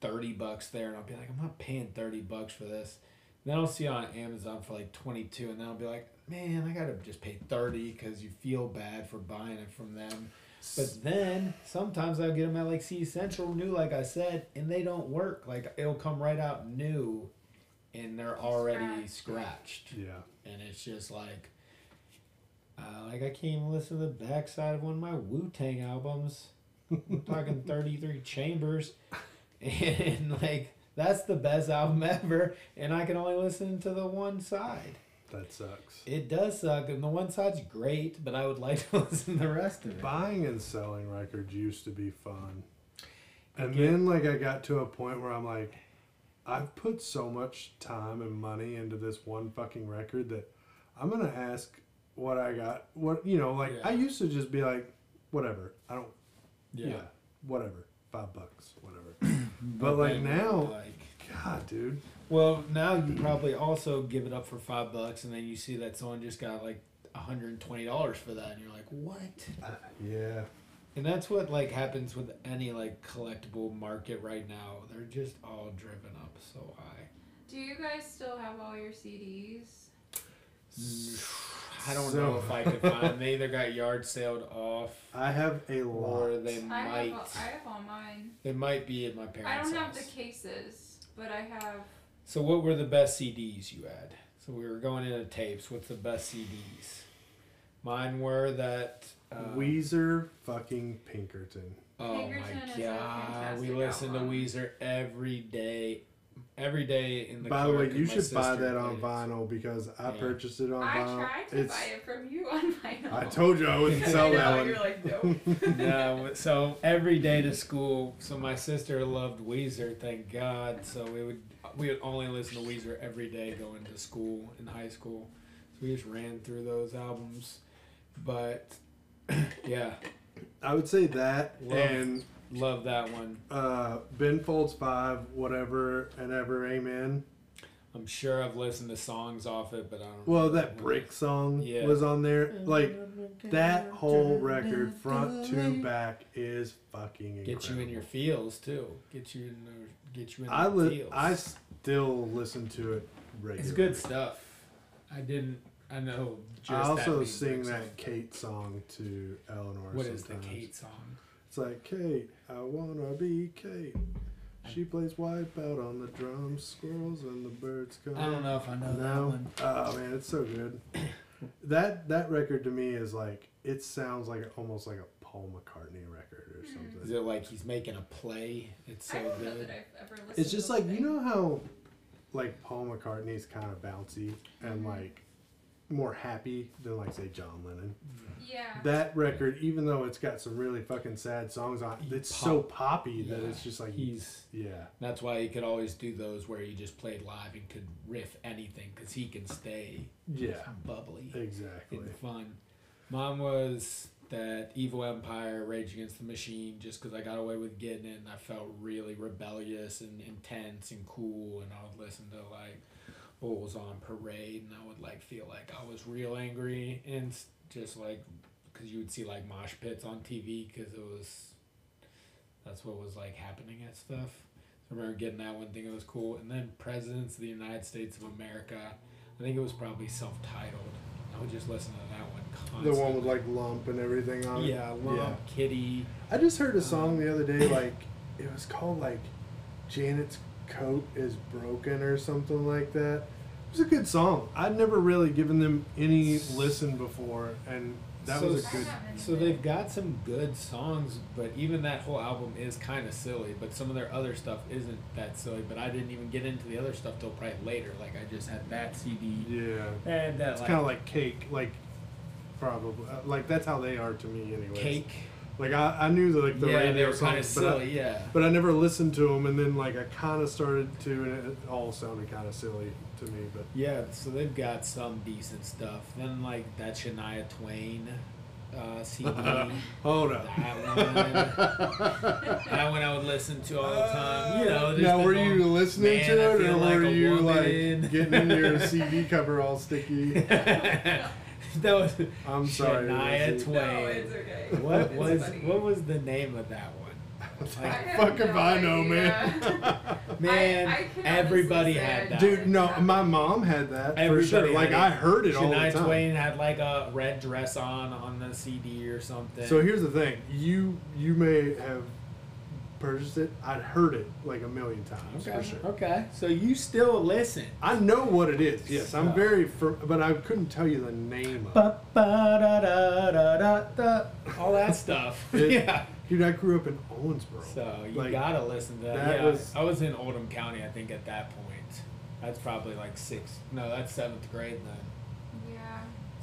[SPEAKER 2] thirty bucks there, and I'll be like, I'm not paying thirty bucks for this. And then I'll see it on Amazon for like twenty two, and then I'll be like, man, I gotta just pay thirty because you feel bad for buying it from them. But then sometimes I'll get them at like C Central new, like I said, and they don't work. Like it'll come right out new, and they're already scratched,
[SPEAKER 3] yeah.
[SPEAKER 2] and it's just like, uh, like I can't even listen to the backside of one of my Wu Tang albums. I'm talking thirty three chambers, and like that's the best album ever, and I can only listen to the one side.
[SPEAKER 3] That sucks.
[SPEAKER 2] It does suck, and the one side's great, but I would like to listen to the rest of it.
[SPEAKER 3] Buying and selling records used to be fun. And
[SPEAKER 2] get-
[SPEAKER 3] then like I got to a point where I'm like, I've put so much time and money into this one fucking record that I'm gonna ask what I got. What you know, like I
[SPEAKER 2] Yeah.
[SPEAKER 3] used to just be like, whatever. I don't. Yeah.
[SPEAKER 2] Yeah.
[SPEAKER 3] whatever. Five bucks, whatever. But, like,
[SPEAKER 2] then,
[SPEAKER 3] now-
[SPEAKER 2] like
[SPEAKER 3] God, dude.
[SPEAKER 2] Well, now you probably also give it up for five bucks, and then you see that someone just got like hundred and twenty dollars for that, and you're like, what?
[SPEAKER 3] Yeah.
[SPEAKER 2] And that's what like happens with any like collectible market right now. They're just all driven up so high.
[SPEAKER 4] Do you guys still have all your CDs?
[SPEAKER 2] I don't
[SPEAKER 3] So-
[SPEAKER 2] know if I could find. They either got yard saled off,
[SPEAKER 3] I have a lot.
[SPEAKER 2] or they
[SPEAKER 4] I
[SPEAKER 2] might
[SPEAKER 4] have all, I have all mine.
[SPEAKER 2] they might be at my parents'
[SPEAKER 4] I don't have
[SPEAKER 2] house.
[SPEAKER 4] the cases, but I have
[SPEAKER 2] so what were the best CDs you had? So we were going into tapes. What's the best CDs? Mine were that. Uh,
[SPEAKER 3] Weezer fucking Pinkerton.
[SPEAKER 2] Oh
[SPEAKER 4] Pinkerton is a
[SPEAKER 2] my god, we
[SPEAKER 4] fantastic
[SPEAKER 2] listen
[SPEAKER 4] album.
[SPEAKER 2] to Weezer every day, every day in the.
[SPEAKER 3] By the way,
[SPEAKER 2] car,
[SPEAKER 3] you
[SPEAKER 2] 'cause my
[SPEAKER 3] should buy
[SPEAKER 2] sister
[SPEAKER 3] that on
[SPEAKER 2] plays.
[SPEAKER 3] vinyl because I
[SPEAKER 2] Yeah.
[SPEAKER 3] purchased it on
[SPEAKER 4] I
[SPEAKER 3] vinyl.
[SPEAKER 4] tried to
[SPEAKER 3] Oh, it's,
[SPEAKER 4] buy it from you on vinyl.
[SPEAKER 3] I told you I wouldn't
[SPEAKER 4] Because
[SPEAKER 3] sell
[SPEAKER 4] I know,
[SPEAKER 3] that one.
[SPEAKER 4] You're like, nope.
[SPEAKER 2] no, so every day to school. So my sister loved Weezer, thank God. So we would we would only listen to Weezer every day going to school in high school. So we just ran through those albums, but yeah,
[SPEAKER 3] I would say that
[SPEAKER 2] Love.
[SPEAKER 3] and
[SPEAKER 2] love that one.
[SPEAKER 3] uh, Ben Folds Five, whatever and ever, amen.
[SPEAKER 2] I'm sure I've listened to songs off it, but I don't.
[SPEAKER 3] Well, that break song
[SPEAKER 2] Yeah.
[SPEAKER 3] was on there. Like that whole record, front to back, is fucking incredible.
[SPEAKER 2] Get you in your feels too. Get you in. The, get you in.
[SPEAKER 3] I
[SPEAKER 2] the
[SPEAKER 3] li-
[SPEAKER 2] feels.
[SPEAKER 3] I still listen to it regularly.
[SPEAKER 2] It's good stuff. I didn't. I know. Just
[SPEAKER 3] I also
[SPEAKER 2] that
[SPEAKER 3] sing
[SPEAKER 2] Bieber
[SPEAKER 3] that
[SPEAKER 2] song.
[SPEAKER 3] Kate song to Eleanor.
[SPEAKER 2] What
[SPEAKER 3] sometimes.
[SPEAKER 2] is the Kate song?
[SPEAKER 3] It's like Kate, I wanna be Kate. She plays Wipeout on the drums, squirrels and the birds come.
[SPEAKER 2] I don't know if I know that
[SPEAKER 3] No.
[SPEAKER 2] one.
[SPEAKER 3] Oh man, it's so good. That that record to me is like it sounds like almost like a Paul McCartney record or
[SPEAKER 2] Is
[SPEAKER 3] something.
[SPEAKER 2] it like he's making a play? It's
[SPEAKER 4] I
[SPEAKER 2] so
[SPEAKER 4] don't know that
[SPEAKER 2] good.
[SPEAKER 4] I've ever listened.
[SPEAKER 3] It's just
[SPEAKER 4] to
[SPEAKER 3] like
[SPEAKER 4] the
[SPEAKER 3] you
[SPEAKER 4] thing.
[SPEAKER 3] know how like Paul McCartney's kind of bouncy and like more happy than like say John Lennon.
[SPEAKER 4] Yeah.
[SPEAKER 3] That record, even though it's got some really fucking sad songs on,
[SPEAKER 2] He
[SPEAKER 3] it's
[SPEAKER 2] pop-
[SPEAKER 3] so poppy that
[SPEAKER 2] Yeah.
[SPEAKER 3] it's just like
[SPEAKER 2] He's.
[SPEAKER 3] yeah.
[SPEAKER 2] That's why he could always do those where he just played live and could riff anything because he can stay
[SPEAKER 3] Yeah,
[SPEAKER 2] bubbly
[SPEAKER 3] exactly.
[SPEAKER 2] and fun. Mine was that Evil Empire, Rage Against the Machine, just because I got away with getting it and I felt really rebellious and intense and cool. And I would listen to like what was on parade and I would like feel like I was real angry and s- just like because you would see like mosh pits on TV because it was that's what was like happening at stuff. I remember getting that one thing that was cool. And then Presidents of the United States of America, I think it was probably self titled. I would just listen to that one
[SPEAKER 3] The
[SPEAKER 2] constantly.
[SPEAKER 3] one with like lump and everything on it.
[SPEAKER 2] Yeah, Lump, Kitty.
[SPEAKER 3] I just heard a song the other day, like it was called like Janet's coat is broken or something like that. It was a good song. I'd never really given them any listen before, and that
[SPEAKER 2] So-
[SPEAKER 3] was a
[SPEAKER 4] I
[SPEAKER 3] good.
[SPEAKER 4] haven't
[SPEAKER 2] So they've got some good songs, but even that whole album is kind of silly. But some of their other stuff isn't that silly. But I didn't even get into the other stuff till probably later. Like I just had that CD
[SPEAKER 3] Yeah,
[SPEAKER 2] and that
[SPEAKER 3] it's
[SPEAKER 2] like,
[SPEAKER 3] kind of like cake, like probably uh, like that's how they are to me, anyways.
[SPEAKER 2] Cake.
[SPEAKER 3] Like I, I knew like the
[SPEAKER 2] yeah, they
[SPEAKER 3] radio
[SPEAKER 2] were kind of
[SPEAKER 3] songs, but I,
[SPEAKER 2] silly. yeah.
[SPEAKER 3] but I never listened to them, and then like I kind of started to, and it all sounded kind of silly to me. But
[SPEAKER 2] Yeah, so they've got some decent stuff. Then like that Shania Twain uh, CD. that
[SPEAKER 3] hold up.
[SPEAKER 2] one, that one I would listen to all the time. You know, just
[SPEAKER 3] Uh, now
[SPEAKER 2] the
[SPEAKER 3] were
[SPEAKER 2] whole,
[SPEAKER 3] you listening
[SPEAKER 2] "Man, I
[SPEAKER 3] to it,
[SPEAKER 2] feel
[SPEAKER 3] or
[SPEAKER 2] like
[SPEAKER 3] were
[SPEAKER 2] a
[SPEAKER 3] you
[SPEAKER 2] woman."
[SPEAKER 3] like getting in your CD cover all sticky?
[SPEAKER 2] that was
[SPEAKER 3] I'm sorry,
[SPEAKER 2] Shania
[SPEAKER 3] Lindsay.
[SPEAKER 2] Twain.
[SPEAKER 4] No, it's okay.
[SPEAKER 2] What
[SPEAKER 4] It's
[SPEAKER 2] was
[SPEAKER 4] funny.
[SPEAKER 2] what was the name of that one?
[SPEAKER 3] I
[SPEAKER 2] Like,
[SPEAKER 4] have
[SPEAKER 3] fuck if
[SPEAKER 4] no
[SPEAKER 3] I know, man.
[SPEAKER 4] idea.
[SPEAKER 2] Man,
[SPEAKER 4] I can honestly
[SPEAKER 2] everybody
[SPEAKER 4] say
[SPEAKER 2] had
[SPEAKER 4] I
[SPEAKER 2] that.
[SPEAKER 3] Dude, no, my mom had that
[SPEAKER 2] Everybody
[SPEAKER 3] for sure.
[SPEAKER 2] had
[SPEAKER 3] Like
[SPEAKER 2] it.
[SPEAKER 3] I heard it all the
[SPEAKER 2] Shania
[SPEAKER 3] time.
[SPEAKER 2] Twain had like a red dress on on the CD or something.
[SPEAKER 3] So here's the thing: you you may have purchased it. I'd heard it like a million times
[SPEAKER 2] okay,
[SPEAKER 3] for sure.
[SPEAKER 2] okay. So you still listen.
[SPEAKER 3] I know what it is. Yes, I'm
[SPEAKER 2] Yeah.
[SPEAKER 3] very, fr- but I couldn't tell you the name of it.
[SPEAKER 2] Ba, ba, da, da, da, da, da. All that stuff.
[SPEAKER 3] It-
[SPEAKER 2] yeah.
[SPEAKER 3] Dude, I grew up in Owensboro.
[SPEAKER 2] So you
[SPEAKER 3] Like,
[SPEAKER 2] gotta listen to that.
[SPEAKER 3] that
[SPEAKER 2] yeah,
[SPEAKER 3] was-
[SPEAKER 2] I was in Oldham County, I think, at that point. That's probably like sixth. No, that's seventh grade then.
[SPEAKER 4] Yeah.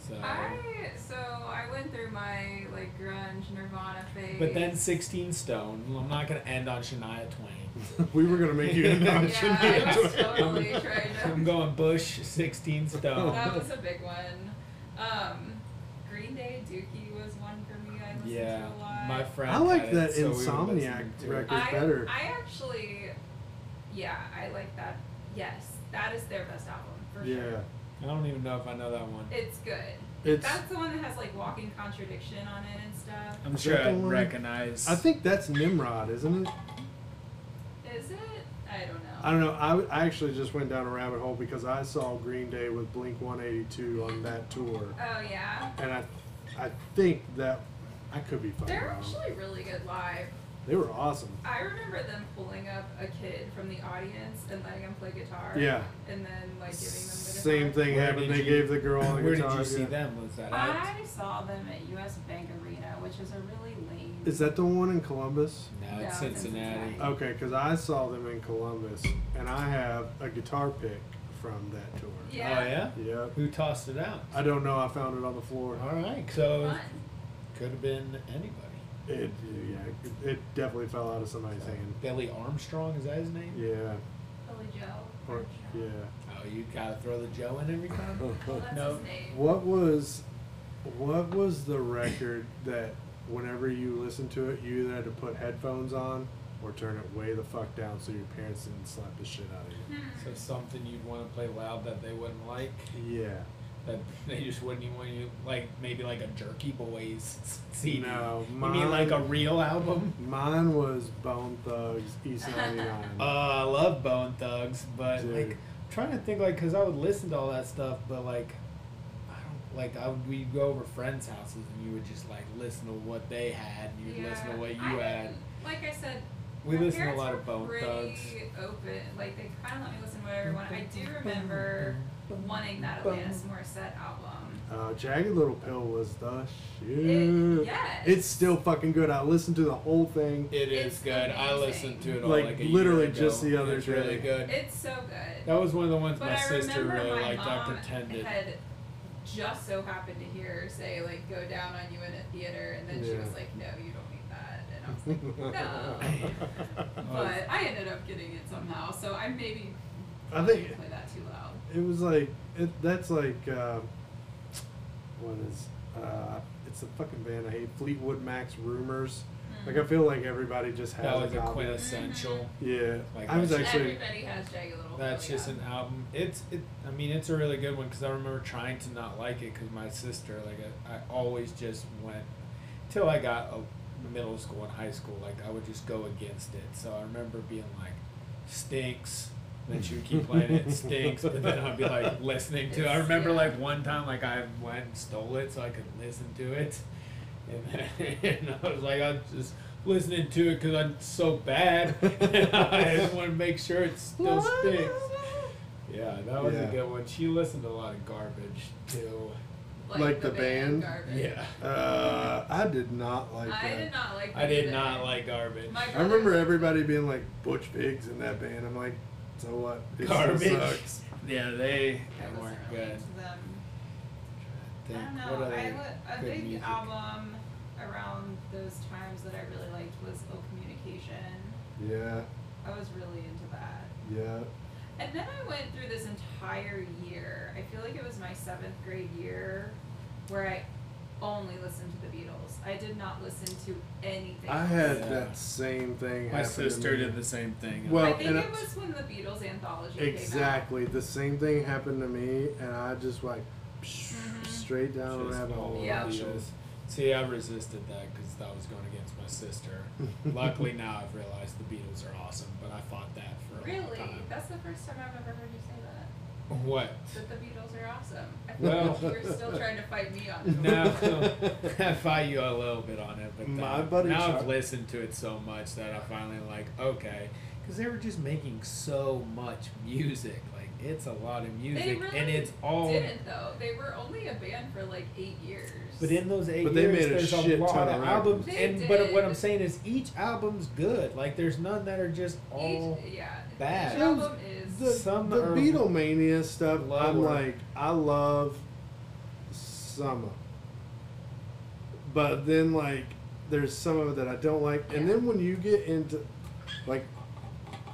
[SPEAKER 2] So
[SPEAKER 4] I
[SPEAKER 1] so I went through my like grunge Nirvana phase.
[SPEAKER 2] But then 16 Stone. I'm not going to end on Shania Twain.
[SPEAKER 3] we were gonna make you an option.
[SPEAKER 1] yeah, I was totally trying to.
[SPEAKER 2] I'm going Bush, 16 Stone.
[SPEAKER 1] That was a big one. Um, Green Day Dookie was one for me. I listened
[SPEAKER 2] yeah.
[SPEAKER 1] to a lot.
[SPEAKER 2] My friend.
[SPEAKER 3] I like
[SPEAKER 2] had it,
[SPEAKER 3] that
[SPEAKER 2] so we would listen
[SPEAKER 3] Insomniac
[SPEAKER 2] to it.
[SPEAKER 3] record.
[SPEAKER 1] I,
[SPEAKER 3] It's better.
[SPEAKER 1] I actually, yeah, I like that. Yes, that is their best album for
[SPEAKER 3] yeah,
[SPEAKER 1] sure.
[SPEAKER 2] I don't even know if I know that one.
[SPEAKER 1] It's good.
[SPEAKER 3] it's.
[SPEAKER 1] That's the one that has like walking contradiction on it and stuff.
[SPEAKER 2] I'm
[SPEAKER 3] Is
[SPEAKER 2] sure
[SPEAKER 3] that the
[SPEAKER 2] I'd
[SPEAKER 3] one?
[SPEAKER 2] recognize.
[SPEAKER 3] I think that's Nimrod, isn't it?
[SPEAKER 1] Is it? I don't know.
[SPEAKER 3] I don't know. I, w- I actually just went down a rabbit hole because I saw Green Day with Blink 182 on that tour,
[SPEAKER 1] oh yeah,
[SPEAKER 3] and I, I think that I could be fucking
[SPEAKER 1] they're
[SPEAKER 3] wrong.
[SPEAKER 1] actually really good live.
[SPEAKER 3] They were awesome.
[SPEAKER 1] I remember them pulling up a kid from the audience and letting him play guitar.
[SPEAKER 3] Yeah.
[SPEAKER 1] And then like giving them the guitar.
[SPEAKER 3] Same thing
[SPEAKER 2] Where
[SPEAKER 3] happened.
[SPEAKER 2] did
[SPEAKER 3] They
[SPEAKER 2] you-
[SPEAKER 3] gave the girl on the
[SPEAKER 2] Where did
[SPEAKER 3] guitar.
[SPEAKER 2] you see
[SPEAKER 3] yeah.
[SPEAKER 2] them? Was that at?
[SPEAKER 5] I saw them at US Bank Arena, which is a really lame.
[SPEAKER 3] Is that the one in Columbus?
[SPEAKER 2] No,
[SPEAKER 5] No,
[SPEAKER 2] it's Cincinnati.
[SPEAKER 5] Cincinnati.
[SPEAKER 3] Okay, because I saw them in Columbus, and I have a guitar pick from that tour.
[SPEAKER 1] Yeah.
[SPEAKER 2] Oh yeah.
[SPEAKER 3] Yep.
[SPEAKER 2] Who tossed it out?
[SPEAKER 3] I don't know. I found it on the floor.
[SPEAKER 2] All right. So
[SPEAKER 1] Fun.
[SPEAKER 2] could have been anybody.
[SPEAKER 3] It yeah. It, it definitely fell out of somebody's hand.
[SPEAKER 2] Billy Armstrong is that his name?
[SPEAKER 3] Yeah.
[SPEAKER 1] Billy Joe.
[SPEAKER 3] Or, yeah.
[SPEAKER 2] Oh, you gotta throw the Joe in every time.
[SPEAKER 1] Well, that's
[SPEAKER 2] No.
[SPEAKER 1] his name.
[SPEAKER 3] What was, what was the record that whenever you listened to it, you either had to put headphones on or turn it way the fuck down so your parents didn't slap the shit out of you?
[SPEAKER 2] so something you'd want to play loud that they wouldn't like.
[SPEAKER 3] Yeah.
[SPEAKER 2] That they just wouldn't even want you like maybe like a Jerky Boys s- CD.
[SPEAKER 3] No,
[SPEAKER 2] you mean like a
[SPEAKER 3] mine-
[SPEAKER 2] real album?
[SPEAKER 3] Mine was Bone Thugs East 99.
[SPEAKER 2] Uh, I love Bone Thugs, but
[SPEAKER 3] Dude.
[SPEAKER 2] like I'm trying to think like 'cause I would listen to all that stuff, but like I don't like I would we'd go over friends' houses and you would just like listen to what they had and you'd
[SPEAKER 1] yeah.
[SPEAKER 2] listen to what you
[SPEAKER 1] I
[SPEAKER 2] had.
[SPEAKER 1] didn't- Like I said,
[SPEAKER 2] We
[SPEAKER 1] my
[SPEAKER 2] listen to a
[SPEAKER 1] parents
[SPEAKER 2] lot
[SPEAKER 1] were
[SPEAKER 2] of Bone
[SPEAKER 1] pretty
[SPEAKER 2] Thugs.
[SPEAKER 1] open. Like they kind of let me listen to whatever one. I do remember wanting that Alanis Morissette album.
[SPEAKER 3] Uh, Jagged Little Pill was the shit.
[SPEAKER 1] It, yes.
[SPEAKER 3] It's still fucking good. I listened to the whole thing.
[SPEAKER 2] It is
[SPEAKER 1] It's
[SPEAKER 2] good. I listened to it all
[SPEAKER 3] Like,
[SPEAKER 2] like, a year
[SPEAKER 3] literally
[SPEAKER 2] ago.
[SPEAKER 3] just the other
[SPEAKER 2] It's really
[SPEAKER 3] day.
[SPEAKER 2] good.
[SPEAKER 1] It's so good.
[SPEAKER 2] that was one of the ones
[SPEAKER 1] but
[SPEAKER 2] my
[SPEAKER 1] I
[SPEAKER 2] sister
[SPEAKER 1] remember
[SPEAKER 2] really
[SPEAKER 1] my
[SPEAKER 2] liked.
[SPEAKER 1] mom
[SPEAKER 2] I pretended.
[SPEAKER 1] had just so happened to hear her say like go down on you in a theater, and then she
[SPEAKER 3] Yeah.
[SPEAKER 1] was like, no, you don't need that, and I was like. No. But I ended up getting it somehow, so I maybe
[SPEAKER 3] I think
[SPEAKER 1] play that too loud.
[SPEAKER 3] it was like it, that's like uh, what is uh, it's a fucking band I hate Fleetwood Mac's Rumors.
[SPEAKER 1] Hmm.
[SPEAKER 3] Like I feel like everybody just has
[SPEAKER 2] that was
[SPEAKER 3] a
[SPEAKER 2] a
[SPEAKER 1] Mm-hmm.
[SPEAKER 3] copy.
[SPEAKER 2] quintessential.
[SPEAKER 3] Yeah,
[SPEAKER 2] Like
[SPEAKER 3] I was
[SPEAKER 2] that's-
[SPEAKER 3] actually
[SPEAKER 1] Everybody has Jagged Little
[SPEAKER 2] That's
[SPEAKER 1] Pill,
[SPEAKER 2] just
[SPEAKER 1] Oh, yeah.
[SPEAKER 2] an album. It's it. I mean, it's a really good one because I remember trying to not like it because my sister like I, I always just went till I got a middle school and high school. Like I would just go against it. So I remember being like, stinks. And then she would keep playing it, stinks. But then I'd be like listening to. it. I
[SPEAKER 1] It's-
[SPEAKER 2] remember
[SPEAKER 1] yeah.
[SPEAKER 2] like one time like I went and stole it so I could listen to it, and, then, and I was like I'm just. Listening to it because I'm so bad. I just want to make sure it still stinks. Yeah, that was
[SPEAKER 3] Yeah.
[SPEAKER 2] a good one. She listened to a lot of garbage too.
[SPEAKER 3] like the band?
[SPEAKER 1] Garbage.
[SPEAKER 2] Yeah.
[SPEAKER 3] uh, I did not like
[SPEAKER 1] I
[SPEAKER 3] that.
[SPEAKER 1] did not like.
[SPEAKER 2] I
[SPEAKER 1] the
[SPEAKER 2] did
[SPEAKER 1] band.
[SPEAKER 2] not like garbage.
[SPEAKER 1] My
[SPEAKER 3] I remember everybody being like Butch Biggs in that band. I'm like, so what? It still
[SPEAKER 2] Garbage.
[SPEAKER 3] sucks.
[SPEAKER 1] I
[SPEAKER 2] Yeah, they, they
[SPEAKER 1] wasn't
[SPEAKER 2] weren't
[SPEAKER 1] really
[SPEAKER 2] good.
[SPEAKER 1] into them.
[SPEAKER 2] Think,
[SPEAKER 5] I don't know.
[SPEAKER 2] what other
[SPEAKER 5] I li- a
[SPEAKER 2] good
[SPEAKER 5] big
[SPEAKER 2] music?
[SPEAKER 5] album around those times that I really liked was Ill Communication.
[SPEAKER 3] Yeah,
[SPEAKER 5] I was really into that.
[SPEAKER 3] yeah.
[SPEAKER 1] And then I went through this entire year. I feel like it was my seventh grade year where I only listened to the Beatles. I did not listen to anything.
[SPEAKER 3] I
[SPEAKER 1] else.
[SPEAKER 3] had
[SPEAKER 2] Yeah.
[SPEAKER 3] that same thing.
[SPEAKER 2] My
[SPEAKER 3] happen to
[SPEAKER 2] sister
[SPEAKER 3] me.
[SPEAKER 2] did the same thing.
[SPEAKER 3] Well,
[SPEAKER 1] I think
[SPEAKER 3] and
[SPEAKER 1] it
[SPEAKER 3] I-
[SPEAKER 1] was when the Beatles anthology
[SPEAKER 3] Exactly. The same thing happened to me, and I just like psh,
[SPEAKER 1] Mhm.
[SPEAKER 3] straight down
[SPEAKER 2] Just
[SPEAKER 3] a rabbit
[SPEAKER 2] all
[SPEAKER 3] hole.
[SPEAKER 1] Yeah.
[SPEAKER 3] of
[SPEAKER 2] the
[SPEAKER 3] that
[SPEAKER 2] Beatles. See, I resisted that because that was going against my sister.
[SPEAKER 3] shit.
[SPEAKER 2] Luckily, now I've realized the Beatles are awesome, but I fought that for a
[SPEAKER 1] came out.
[SPEAKER 2] long
[SPEAKER 1] Really?
[SPEAKER 2] time.
[SPEAKER 1] That's the first time I've ever heard you say that.
[SPEAKER 2] What?
[SPEAKER 1] That the Beatles are awesome. I feel
[SPEAKER 2] Well-
[SPEAKER 1] like you're still trying to fight me on it.
[SPEAKER 2] No, I fight you a little bit on it, but
[SPEAKER 3] My
[SPEAKER 2] uh,
[SPEAKER 3] buddy
[SPEAKER 2] now
[SPEAKER 3] Chuck-
[SPEAKER 2] I've listened to it so much that I finally like okay, because they were just making so much music. Like it's a lot of music, and
[SPEAKER 1] really
[SPEAKER 2] it's all.
[SPEAKER 1] Didn't though. They were only a band for like eight years.
[SPEAKER 2] But in those eight
[SPEAKER 3] But they
[SPEAKER 2] years,
[SPEAKER 3] made a
[SPEAKER 2] there's
[SPEAKER 3] shit
[SPEAKER 2] a lot
[SPEAKER 3] ton
[SPEAKER 2] of
[SPEAKER 3] of
[SPEAKER 2] albums,
[SPEAKER 1] records.
[SPEAKER 2] and
[SPEAKER 1] They
[SPEAKER 2] but what I'm
[SPEAKER 1] did.
[SPEAKER 2] saying is each album's good. Like there's none that are just all.
[SPEAKER 1] each, yeah,
[SPEAKER 2] bad.
[SPEAKER 1] Each album is
[SPEAKER 3] The,
[SPEAKER 2] Some
[SPEAKER 3] the
[SPEAKER 2] are
[SPEAKER 3] Beatlemania stuff. I'm
[SPEAKER 2] lower.
[SPEAKER 3] like, I love some of. but then like there's some of it that I don't like, and
[SPEAKER 4] Yeah.
[SPEAKER 3] then when you get into like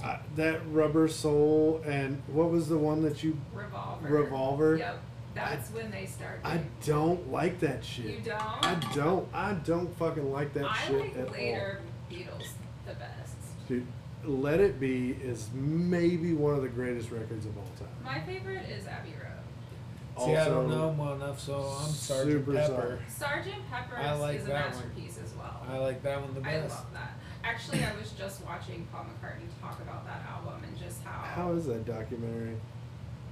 [SPEAKER 3] I, that rubber soul and what was the one that you
[SPEAKER 1] Revolver.
[SPEAKER 3] revolver?
[SPEAKER 1] Yep. That's when they start.
[SPEAKER 3] I don't like that shit.
[SPEAKER 1] you don't.
[SPEAKER 3] I don't. I don't fucking like that
[SPEAKER 1] I
[SPEAKER 3] shit at
[SPEAKER 1] like
[SPEAKER 3] all.
[SPEAKER 1] later Beatles the best.
[SPEAKER 3] Dude, Let It Be is maybe one of the greatest records of all time.
[SPEAKER 1] My favorite is Abbey Road.
[SPEAKER 2] See, I
[SPEAKER 3] Also,
[SPEAKER 2] don't know him well enough, so I'm Sergeant
[SPEAKER 3] super
[SPEAKER 2] Pepper.
[SPEAKER 1] Sergeant Pepper's
[SPEAKER 2] I like
[SPEAKER 1] is a
[SPEAKER 2] that one.
[SPEAKER 1] masterpiece as well.
[SPEAKER 2] I like that one the
[SPEAKER 1] I
[SPEAKER 2] best.
[SPEAKER 1] love that. Actually, I was just watching Paul McCartney talk about that album and just how.
[SPEAKER 3] How is that documentary?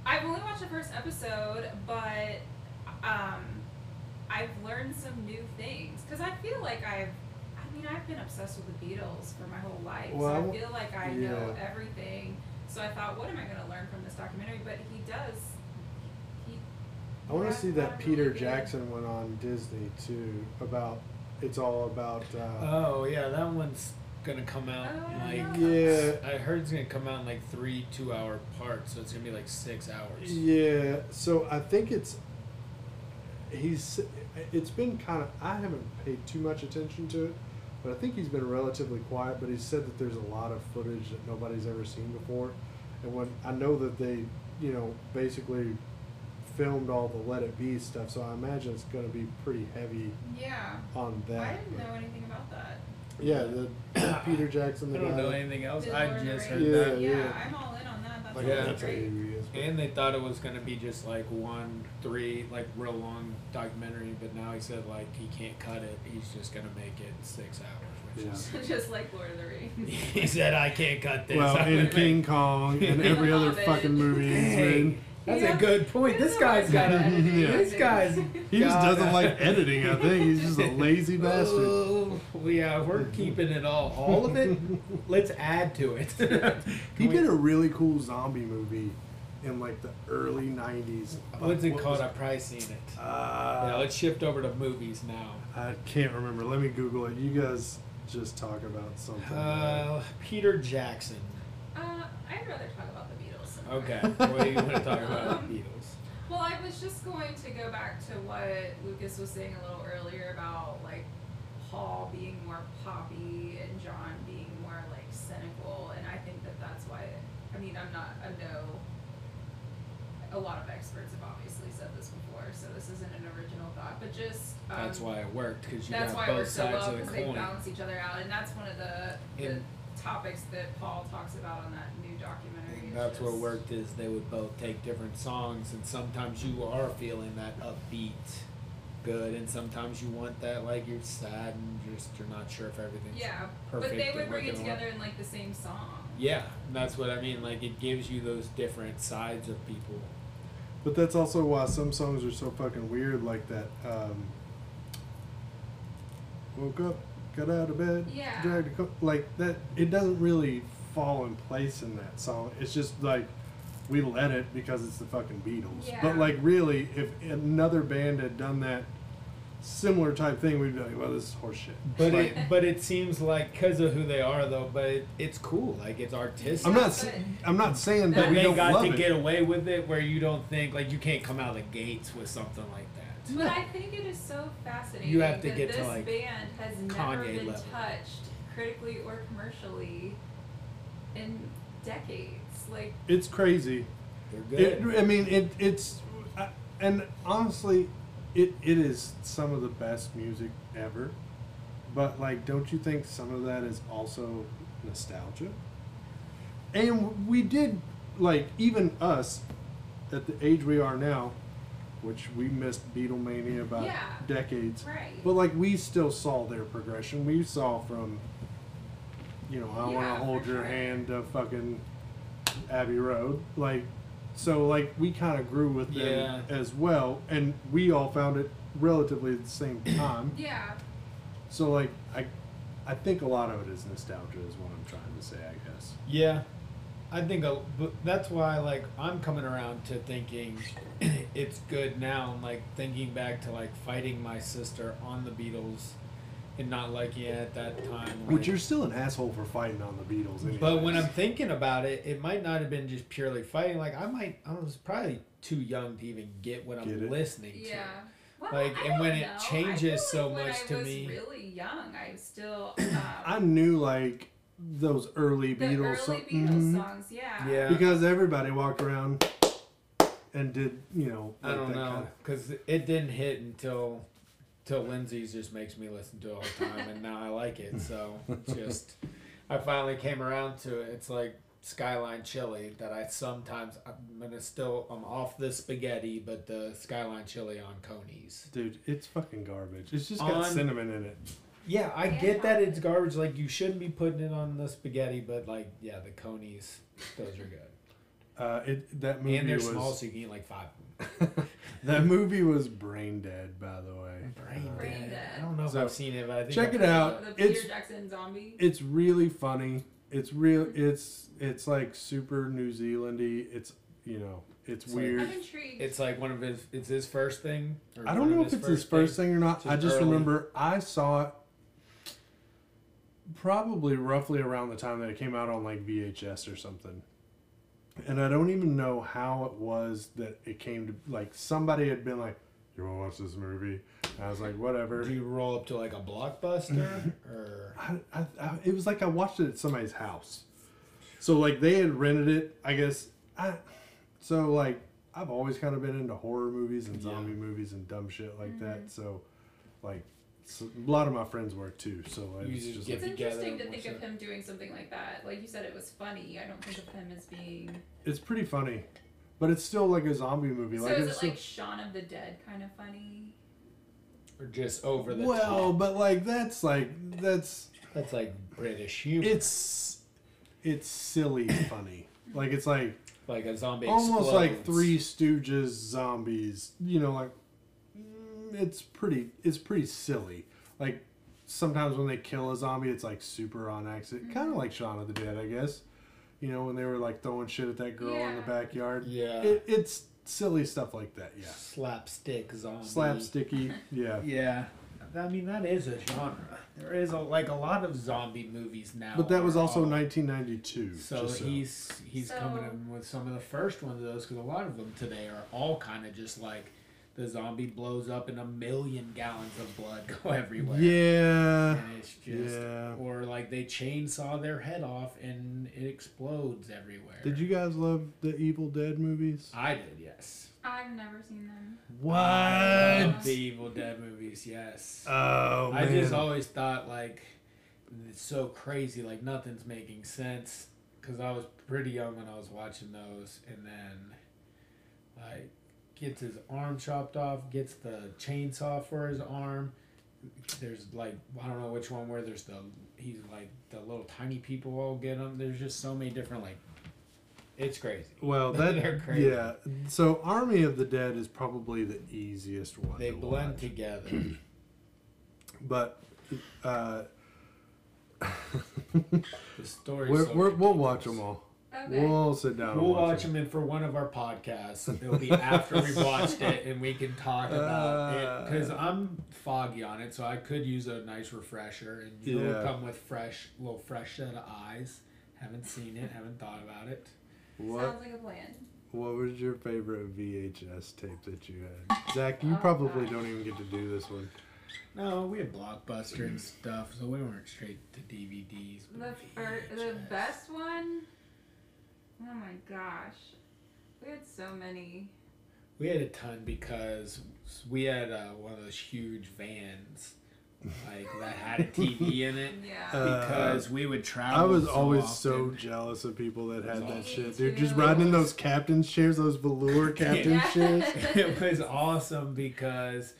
[SPEAKER 1] I've only watched the first episode, but um, I've learned some new things because I feel like I've. I mean, I've been obsessed with the Beatles for my whole life, so
[SPEAKER 3] Well,
[SPEAKER 1] I feel like I know
[SPEAKER 3] yeah.
[SPEAKER 1] everything. So I thought, what am I going to learn from this documentary? But he does. He.
[SPEAKER 3] I want
[SPEAKER 1] Yeah,
[SPEAKER 3] to see that
[SPEAKER 1] I
[SPEAKER 3] Peter
[SPEAKER 1] really do.
[SPEAKER 3] Jackson one on Disney too about it's all about uh,
[SPEAKER 2] Oh yeah, that one's gonna come out
[SPEAKER 1] Oh,
[SPEAKER 2] like
[SPEAKER 3] yeah.
[SPEAKER 2] I heard it's gonna come out in like three two-hour parts, so it's gonna be like six hours.
[SPEAKER 3] yeah. So I think it's he's it's been kind of I haven't paid too much attention to it, but I think he's been relatively quiet. But he said that there's a lot of footage that nobody's ever seen before, and when I know that they you know basically filmed all the Let It Be stuff, so I imagine it's going to be pretty heavy
[SPEAKER 1] Yeah.
[SPEAKER 3] on that.
[SPEAKER 1] I didn't
[SPEAKER 3] but-
[SPEAKER 1] know anything about that.
[SPEAKER 3] Yeah, the Peter Jackson,
[SPEAKER 2] I
[SPEAKER 3] the
[SPEAKER 2] don't
[SPEAKER 3] guy
[SPEAKER 2] know
[SPEAKER 3] that-
[SPEAKER 2] anything else.
[SPEAKER 1] Did
[SPEAKER 2] I
[SPEAKER 1] Lord Ray-
[SPEAKER 2] just heard
[SPEAKER 3] Yeah.
[SPEAKER 2] that.
[SPEAKER 1] yeah,
[SPEAKER 3] yeah.
[SPEAKER 1] I'm all in on that. That's
[SPEAKER 3] Like,
[SPEAKER 2] Yeah.
[SPEAKER 3] I
[SPEAKER 1] all
[SPEAKER 3] don't know
[SPEAKER 1] great.
[SPEAKER 3] who he is, but-
[SPEAKER 2] And they thought it was gonna be just like one, three, like real long documentary, but now he said like he can't cut it. He's just gonna make it six hours, which
[SPEAKER 3] Yeah.
[SPEAKER 2] is.
[SPEAKER 1] just like Lord of the Rings.
[SPEAKER 2] he said I can't cut this.
[SPEAKER 3] well,
[SPEAKER 2] I'm
[SPEAKER 3] in
[SPEAKER 2] gonna
[SPEAKER 3] King
[SPEAKER 2] make-
[SPEAKER 3] Kong and
[SPEAKER 2] The
[SPEAKER 3] every other
[SPEAKER 1] Hobbit.
[SPEAKER 3] fucking movie he's
[SPEAKER 2] Dang,
[SPEAKER 3] been.
[SPEAKER 2] that's
[SPEAKER 1] Yeah.
[SPEAKER 2] a good point. Oh, This
[SPEAKER 1] Yeah.
[SPEAKER 2] guy's got a.
[SPEAKER 3] Yeah.
[SPEAKER 2] This guy's.
[SPEAKER 1] Uh,
[SPEAKER 3] He just
[SPEAKER 2] got
[SPEAKER 3] doesn't
[SPEAKER 2] a-
[SPEAKER 3] like editing, I think. He's just a lazy bastard.
[SPEAKER 2] Oh, yeah, we're keeping it all. All of it? Let's add to it.
[SPEAKER 3] He
[SPEAKER 2] Can we-
[SPEAKER 3] did a really cool zombie movie in like the early 90s.
[SPEAKER 2] What's it
[SPEAKER 3] What
[SPEAKER 2] called?
[SPEAKER 3] was-
[SPEAKER 2] I've probably seen it. yeah,
[SPEAKER 3] Uh,
[SPEAKER 2] let's shift over to movies now.
[SPEAKER 3] I can't remember. Let me Google it. You guys just talk about something.
[SPEAKER 2] Uh, Peter Jackson.
[SPEAKER 1] Uh, I'd rather talk about the Beatles. sometime.
[SPEAKER 2] Okay, what do you want to talk about? The Beatles.
[SPEAKER 1] Well, I was just going to go back to what Lucas was saying a little earlier about like Paul being more poppy and John being more like cynical, and I think that that's why. I mean, I'm not a no. A lot of experts have obviously said this before, so this isn't an original thought, but just um,
[SPEAKER 2] That's why it worked because you
[SPEAKER 1] that's
[SPEAKER 2] got
[SPEAKER 1] why
[SPEAKER 2] both
[SPEAKER 1] we're so
[SPEAKER 2] sides
[SPEAKER 1] well
[SPEAKER 2] of
[SPEAKER 1] because
[SPEAKER 2] the
[SPEAKER 1] they
[SPEAKER 2] coin.
[SPEAKER 1] balance each other out, and that's one of the, the
[SPEAKER 2] And-
[SPEAKER 1] topics that Paul talks about on that new documentary.
[SPEAKER 2] And
[SPEAKER 1] is
[SPEAKER 2] that's what
[SPEAKER 1] just-
[SPEAKER 2] worked is they would both take different songs, and sometimes you are feeling that upbeat, good, and sometimes you want that like you're sad and just you're not sure if everything's
[SPEAKER 1] Yeah, but
[SPEAKER 2] perfect.
[SPEAKER 1] they
[SPEAKER 2] and
[SPEAKER 1] would bring
[SPEAKER 2] working
[SPEAKER 1] it
[SPEAKER 2] well.
[SPEAKER 1] together in like the same song.
[SPEAKER 2] Yeah, that's what I mean. Like it gives you those different sides of people.
[SPEAKER 3] But that's also why some songs are so fucking weird, like that. Um, woke up, got out of bed,
[SPEAKER 1] Yeah.
[SPEAKER 3] dragged a co- like that. It doesn't really fall in place in that song. It's just like we let it because it's the fucking Beatles.
[SPEAKER 1] Yeah.
[SPEAKER 3] But like really, if another band had done that similar type thing, we'd be like, well, this is horseshit.
[SPEAKER 2] But
[SPEAKER 3] Like,
[SPEAKER 2] it but it seems like because of who they are though. But it, it's cool. Like it's artistic.
[SPEAKER 3] I'm not. s-
[SPEAKER 1] But-
[SPEAKER 3] I'm not saying that
[SPEAKER 2] But
[SPEAKER 3] we
[SPEAKER 2] they
[SPEAKER 3] don't
[SPEAKER 2] got
[SPEAKER 3] love
[SPEAKER 2] to
[SPEAKER 3] it.
[SPEAKER 2] get away with it where you don't think like you can't come out of the gates with something like that.
[SPEAKER 1] But I think it is so fascinating
[SPEAKER 2] You have to
[SPEAKER 1] that
[SPEAKER 2] get to,
[SPEAKER 1] this
[SPEAKER 2] like,
[SPEAKER 1] band has never
[SPEAKER 2] Kanye
[SPEAKER 1] been
[SPEAKER 2] level.
[SPEAKER 1] touched critically or commercially in decades. Like
[SPEAKER 3] it's crazy.
[SPEAKER 2] They're
[SPEAKER 3] It,
[SPEAKER 2] good.
[SPEAKER 3] I mean, it, it's, I- and honestly, it, it is some of the best music ever. But like, don't you think some of that is also nostalgia? And we did, like, even us, at the age we are now, which we missed Beatlemania by
[SPEAKER 1] Yeah.
[SPEAKER 3] decades.
[SPEAKER 1] right.
[SPEAKER 3] But like, we still saw their progression. We saw from, you know, I
[SPEAKER 1] Yeah,
[SPEAKER 3] want
[SPEAKER 1] for
[SPEAKER 3] to hold your
[SPEAKER 1] sure.
[SPEAKER 3] hand to fucking Abbey Road. Like, so like we kind of grew with them
[SPEAKER 2] Yeah.
[SPEAKER 3] as well, and we all found it relatively at the same time.
[SPEAKER 1] yeah.
[SPEAKER 3] So like, I, I think a lot of it is nostalgia, is what I'm trying to say, I guess.
[SPEAKER 2] Yeah, I think a, but that's why like I'm coming around to thinking it's good now. and like thinking back to like fighting my sister on the Beatles and not liking it at that time.
[SPEAKER 3] Which
[SPEAKER 2] like-
[SPEAKER 3] you're still an asshole for fighting on the Beatles. Anyways.
[SPEAKER 2] But when I'm thinking about it, it might not have been just purely fighting. Like I might, I was probably too young to even get what
[SPEAKER 3] Get
[SPEAKER 2] I'm
[SPEAKER 3] it.
[SPEAKER 2] listening to.
[SPEAKER 1] Yeah. Well,
[SPEAKER 2] Like,
[SPEAKER 1] I
[SPEAKER 2] and when
[SPEAKER 1] don't
[SPEAKER 2] it
[SPEAKER 1] know. I
[SPEAKER 2] changes
[SPEAKER 1] feel
[SPEAKER 2] so
[SPEAKER 1] like when
[SPEAKER 2] much
[SPEAKER 1] I
[SPEAKER 2] to
[SPEAKER 1] was
[SPEAKER 2] me-
[SPEAKER 1] Really young, I still. Um,
[SPEAKER 3] I knew like those early
[SPEAKER 1] the
[SPEAKER 3] Beatles,
[SPEAKER 1] early
[SPEAKER 3] so-
[SPEAKER 1] Beatles
[SPEAKER 3] Mhm.
[SPEAKER 1] songs, yeah.
[SPEAKER 2] mm-hmm. Yeah.
[SPEAKER 3] because everybody walked around and did you know
[SPEAKER 2] I
[SPEAKER 3] like
[SPEAKER 2] don't
[SPEAKER 3] that
[SPEAKER 2] know
[SPEAKER 3] kinda-
[SPEAKER 2] because it didn't hit until till Lindsay's just makes me listen to it all the time, and now I like it. So it's just I finally came around to it. It's like Skyline Chili that I sometimes I'm gonna still I'm off the spaghetti, but the Skyline Chili on conies.
[SPEAKER 3] dude it's fucking garbage it's just got
[SPEAKER 2] On-
[SPEAKER 3] cinnamon in it
[SPEAKER 2] Yeah, I
[SPEAKER 1] Yeah.
[SPEAKER 2] get that it's garbage. Like you shouldn't be putting it on the spaghetti, but like yeah, the conies those are good,
[SPEAKER 3] uh, it that
[SPEAKER 2] and
[SPEAKER 3] movie
[SPEAKER 2] they're
[SPEAKER 3] was
[SPEAKER 2] small, so you can eat like five. of
[SPEAKER 3] that movie was brain dead by the way
[SPEAKER 2] them. Brain
[SPEAKER 3] Uh,
[SPEAKER 1] Brain
[SPEAKER 2] dead.
[SPEAKER 1] dead.
[SPEAKER 2] I don't know if
[SPEAKER 3] So,
[SPEAKER 2] I've seen it, but I think
[SPEAKER 3] check
[SPEAKER 2] I've-
[SPEAKER 3] it out
[SPEAKER 1] The Peter
[SPEAKER 3] it's
[SPEAKER 1] Jackson zombie.
[SPEAKER 3] it's really funny it's real it's it's like super new zealandy it's you know it's,
[SPEAKER 2] It's like-
[SPEAKER 3] weird
[SPEAKER 1] I'm intrigued.
[SPEAKER 2] It's like one of his. It's his first thing. or
[SPEAKER 3] I
[SPEAKER 2] one
[SPEAKER 3] don't
[SPEAKER 2] of
[SPEAKER 3] know if it's his first thing, or not.
[SPEAKER 2] It's
[SPEAKER 3] I
[SPEAKER 2] his
[SPEAKER 3] just
[SPEAKER 2] early-
[SPEAKER 3] remember I saw it probably roughly around the time that it came out on like VHS or something. And I don't even know how it was that it came to like somebody had been like, "You want to watch this movie?" And I was like, "Whatever."
[SPEAKER 2] Do you roll up to like a blockbuster or?
[SPEAKER 3] I, I, I, it was like I watched it at somebody's house. So like they had rented it, I guess. I so like I've always kind of been into horror movies and
[SPEAKER 2] Yeah.
[SPEAKER 3] zombie movies and dumb shit like
[SPEAKER 1] Mm-hmm.
[SPEAKER 3] that. So like so, a lot of my friends were too. So
[SPEAKER 2] You
[SPEAKER 3] it's
[SPEAKER 2] just
[SPEAKER 3] just
[SPEAKER 2] get
[SPEAKER 3] like,
[SPEAKER 1] it's
[SPEAKER 2] together
[SPEAKER 1] interesting to
[SPEAKER 2] and
[SPEAKER 1] think
[SPEAKER 2] watch
[SPEAKER 1] of
[SPEAKER 2] it.
[SPEAKER 1] him doing something like that. Like you said, it was funny. I don't think of him as being.
[SPEAKER 3] it's pretty funny, but it's still like a zombie movie.
[SPEAKER 1] So
[SPEAKER 3] like
[SPEAKER 1] is
[SPEAKER 3] it's
[SPEAKER 1] it like Shaun of the Dead kind of funny?
[SPEAKER 2] Or just over the
[SPEAKER 3] well,
[SPEAKER 2] top.
[SPEAKER 3] but like that's like that's
[SPEAKER 2] That's like British humor.
[SPEAKER 3] it's it's silly funny. Like it's like
[SPEAKER 2] like a zombie.
[SPEAKER 3] almost like
[SPEAKER 2] explodes.
[SPEAKER 3] Three Stooges zombies. You know, like mm, it's pretty it's pretty silly. Like sometimes when they kill a zombie, it's like super on accident, kind of like Shaun of the Dead, I guess. You know, when they were like throwing shit at that girl in the
[SPEAKER 1] Yeah.
[SPEAKER 3] backyard.
[SPEAKER 2] Yeah.
[SPEAKER 3] It, it's silly stuff like that. Yeah,
[SPEAKER 2] Slapstick zombie.
[SPEAKER 3] slapsticky. Yeah.
[SPEAKER 2] Yeah. I mean that is a genre. There is a, like a lot of zombie movies now.
[SPEAKER 3] But that was
[SPEAKER 2] are
[SPEAKER 3] also
[SPEAKER 2] all-
[SPEAKER 3] 1992.
[SPEAKER 2] So
[SPEAKER 3] just
[SPEAKER 2] he's he's
[SPEAKER 1] So-
[SPEAKER 2] coming in with some of the first ones of those because a lot of them today are all kind of just like the zombie blows up and a million gallons of blood go everywhere.
[SPEAKER 3] yeah.
[SPEAKER 2] And it's just
[SPEAKER 3] Yeah.
[SPEAKER 2] or like they chainsaw their head off and it explodes everywhere.
[SPEAKER 3] Did you guys love the Evil Dead movies?
[SPEAKER 2] I did, yes.
[SPEAKER 1] I've never seen them.
[SPEAKER 2] I love
[SPEAKER 1] What?
[SPEAKER 2] The Evil Dead movies, yes.
[SPEAKER 3] Oh
[SPEAKER 2] I just always thought like it's so crazy, like nothing's making sense. Cause I was pretty young when I was watching those, and then like gets his arm chopped off, gets the chainsaw for his arm. There's like I don't know which one where there's the he's like the little tiny people all get him. There's just so many different like it's crazy.
[SPEAKER 3] Well, that
[SPEAKER 2] They're crazy.
[SPEAKER 3] yeah. So Army of the Dead is probably the easiest one.
[SPEAKER 2] They
[SPEAKER 3] to
[SPEAKER 2] blend
[SPEAKER 3] watch.
[SPEAKER 2] together.
[SPEAKER 3] but uh,
[SPEAKER 2] The story.
[SPEAKER 3] we're, we're, we'll watch them all.
[SPEAKER 1] Okay.
[SPEAKER 3] We'll sit down.
[SPEAKER 2] We'll
[SPEAKER 3] and watch,
[SPEAKER 2] watch them in for one of our podcasts. It'll be after we've watched it and we can talk about it. Because
[SPEAKER 3] Uh.
[SPEAKER 2] I'm foggy on it, so I could use a nice refresher. And you'll
[SPEAKER 3] Yeah.
[SPEAKER 2] come with fresh, little fresh set of eyes. Haven't seen it, haven't thought about it.
[SPEAKER 3] What
[SPEAKER 1] Sounds like a plan.
[SPEAKER 3] What was your favorite VHS tape that you had, Zach?
[SPEAKER 1] Oh,
[SPEAKER 3] You probably don't even get to do this one.
[SPEAKER 2] No, we had Blockbuster and stuff, so we weren't straight to DVDs.
[SPEAKER 1] The
[SPEAKER 2] but
[SPEAKER 1] fir- the
[SPEAKER 2] VHS.
[SPEAKER 1] best one. Oh my gosh, we had so many.
[SPEAKER 2] We had a ton because we had uh, one of those huge vans, like that had a TV in it.
[SPEAKER 1] Yeah.
[SPEAKER 3] Uh,
[SPEAKER 2] Because we would travel.
[SPEAKER 3] I was
[SPEAKER 2] so
[SPEAKER 3] always so
[SPEAKER 2] often.
[SPEAKER 3] jealous of people that had that
[SPEAKER 2] awesome.
[SPEAKER 3] shit, dude. Just
[SPEAKER 1] Me
[SPEAKER 3] riding in
[SPEAKER 1] too.
[SPEAKER 3] those captain's chairs, those velour captain's
[SPEAKER 1] Yeah.
[SPEAKER 3] chairs.
[SPEAKER 2] it was awesome because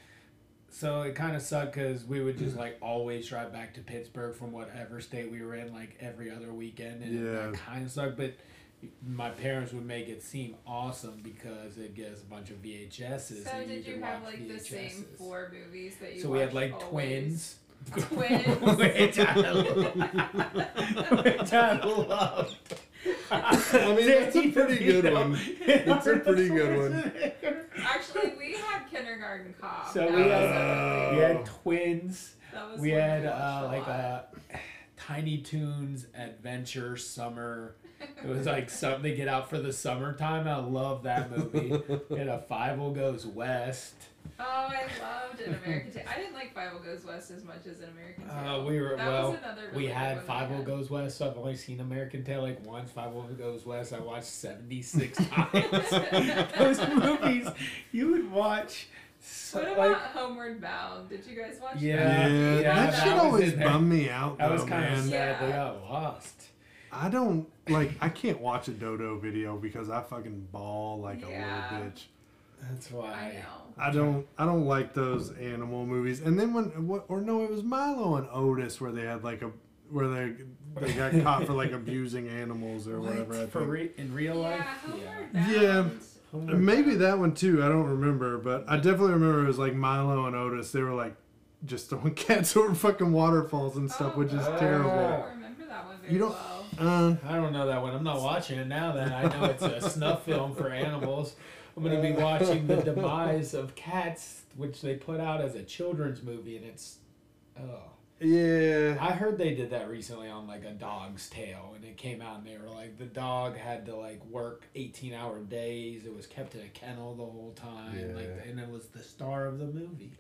[SPEAKER 2] so it kind of sucked because we would just like always drive back to Pittsburgh from whatever state we were in like every other weekend and that
[SPEAKER 3] Yeah.
[SPEAKER 2] kind of sucked but my parents would make it seem awesome because it gives a bunch of VHSs
[SPEAKER 1] so
[SPEAKER 2] and
[SPEAKER 1] did
[SPEAKER 2] could
[SPEAKER 1] you have
[SPEAKER 2] watch
[SPEAKER 1] like the same
[SPEAKER 2] VHSs.
[SPEAKER 1] four movies that you?
[SPEAKER 2] so we had
[SPEAKER 1] watched
[SPEAKER 2] like
[SPEAKER 1] always?
[SPEAKER 2] twins
[SPEAKER 1] Twins.
[SPEAKER 2] which I loved which I loved I
[SPEAKER 3] mean, that's a pretty good one. That's a pretty good
[SPEAKER 2] one
[SPEAKER 1] Actually, we had Kindergarten Cop.
[SPEAKER 2] So
[SPEAKER 1] that
[SPEAKER 2] we
[SPEAKER 1] was
[SPEAKER 2] had-
[SPEAKER 1] a
[SPEAKER 2] We had twins.
[SPEAKER 1] That was
[SPEAKER 2] We
[SPEAKER 1] one
[SPEAKER 2] had
[SPEAKER 1] watched
[SPEAKER 2] uh,
[SPEAKER 1] a
[SPEAKER 2] like
[SPEAKER 1] lot.
[SPEAKER 2] a Tiny Toons Adventure Summer. It was like something to get out for the summertime. I love that movie. we had a Five Will Goes West.
[SPEAKER 1] Oh, I loved An American Tale. I didn't like Five Will Goes West as much as An American Tale.
[SPEAKER 2] Uh, we were
[SPEAKER 1] that
[SPEAKER 2] well.
[SPEAKER 1] was another really
[SPEAKER 2] We
[SPEAKER 1] good
[SPEAKER 2] had
[SPEAKER 1] one
[SPEAKER 2] Five
[SPEAKER 1] we
[SPEAKER 2] O
[SPEAKER 1] had.
[SPEAKER 2] Goes West. So I've only seen American Tail like once. Five O Goes West. I watched seventy six times. Those movies you would watch. So,
[SPEAKER 1] What about
[SPEAKER 2] like,
[SPEAKER 1] Homeward Bound? Did you guys watch
[SPEAKER 2] Yeah.
[SPEAKER 1] that?
[SPEAKER 3] Yeah,
[SPEAKER 2] yeah,
[SPEAKER 3] that,
[SPEAKER 1] that
[SPEAKER 3] shit
[SPEAKER 2] was
[SPEAKER 3] always
[SPEAKER 2] in there.
[SPEAKER 3] bummed me out. Though,
[SPEAKER 2] I was kind
[SPEAKER 3] Oh, man.
[SPEAKER 2] of sad they
[SPEAKER 1] Yeah.
[SPEAKER 2] got lost.
[SPEAKER 3] I don't like. I can't watch a Dodo video because I fucking bawl like
[SPEAKER 1] Yeah.
[SPEAKER 3] a little bitch.
[SPEAKER 2] That's why.
[SPEAKER 1] I know.
[SPEAKER 3] I don't. I don't like those animal movies. And then when, what, or no, it was Milo and Otis where they had like a where they they got caught for like abusing animals or whatever. I
[SPEAKER 2] What? For
[SPEAKER 3] think.
[SPEAKER 2] re- in real life.
[SPEAKER 1] Yeah, Homeward
[SPEAKER 3] Yeah.
[SPEAKER 1] Bound.
[SPEAKER 2] Homeward
[SPEAKER 3] Maybe that one too. I don't remember, but I definitely remember it was like Milo and Otis. They were like just throwing cats over fucking waterfalls and stuff,
[SPEAKER 1] Oh,
[SPEAKER 3] which is
[SPEAKER 1] wow. I
[SPEAKER 3] terrible.
[SPEAKER 1] don't remember that one very
[SPEAKER 3] You don't-
[SPEAKER 1] well.
[SPEAKER 3] Uh,
[SPEAKER 2] I don't know that one. I'm not watching it now that I know it's a snuff film for animals. I'm going to be watching The Demise of Cats, which they put out as a children's movie, and it's. Oh.
[SPEAKER 3] yeah.
[SPEAKER 2] I heard they did that recently on like a dog's tail, and it came out, and they were like, the dog had to like work 18 hour days. It was kept in a kennel the whole time. Like,
[SPEAKER 3] Yeah.
[SPEAKER 2] and it was the star of the movie.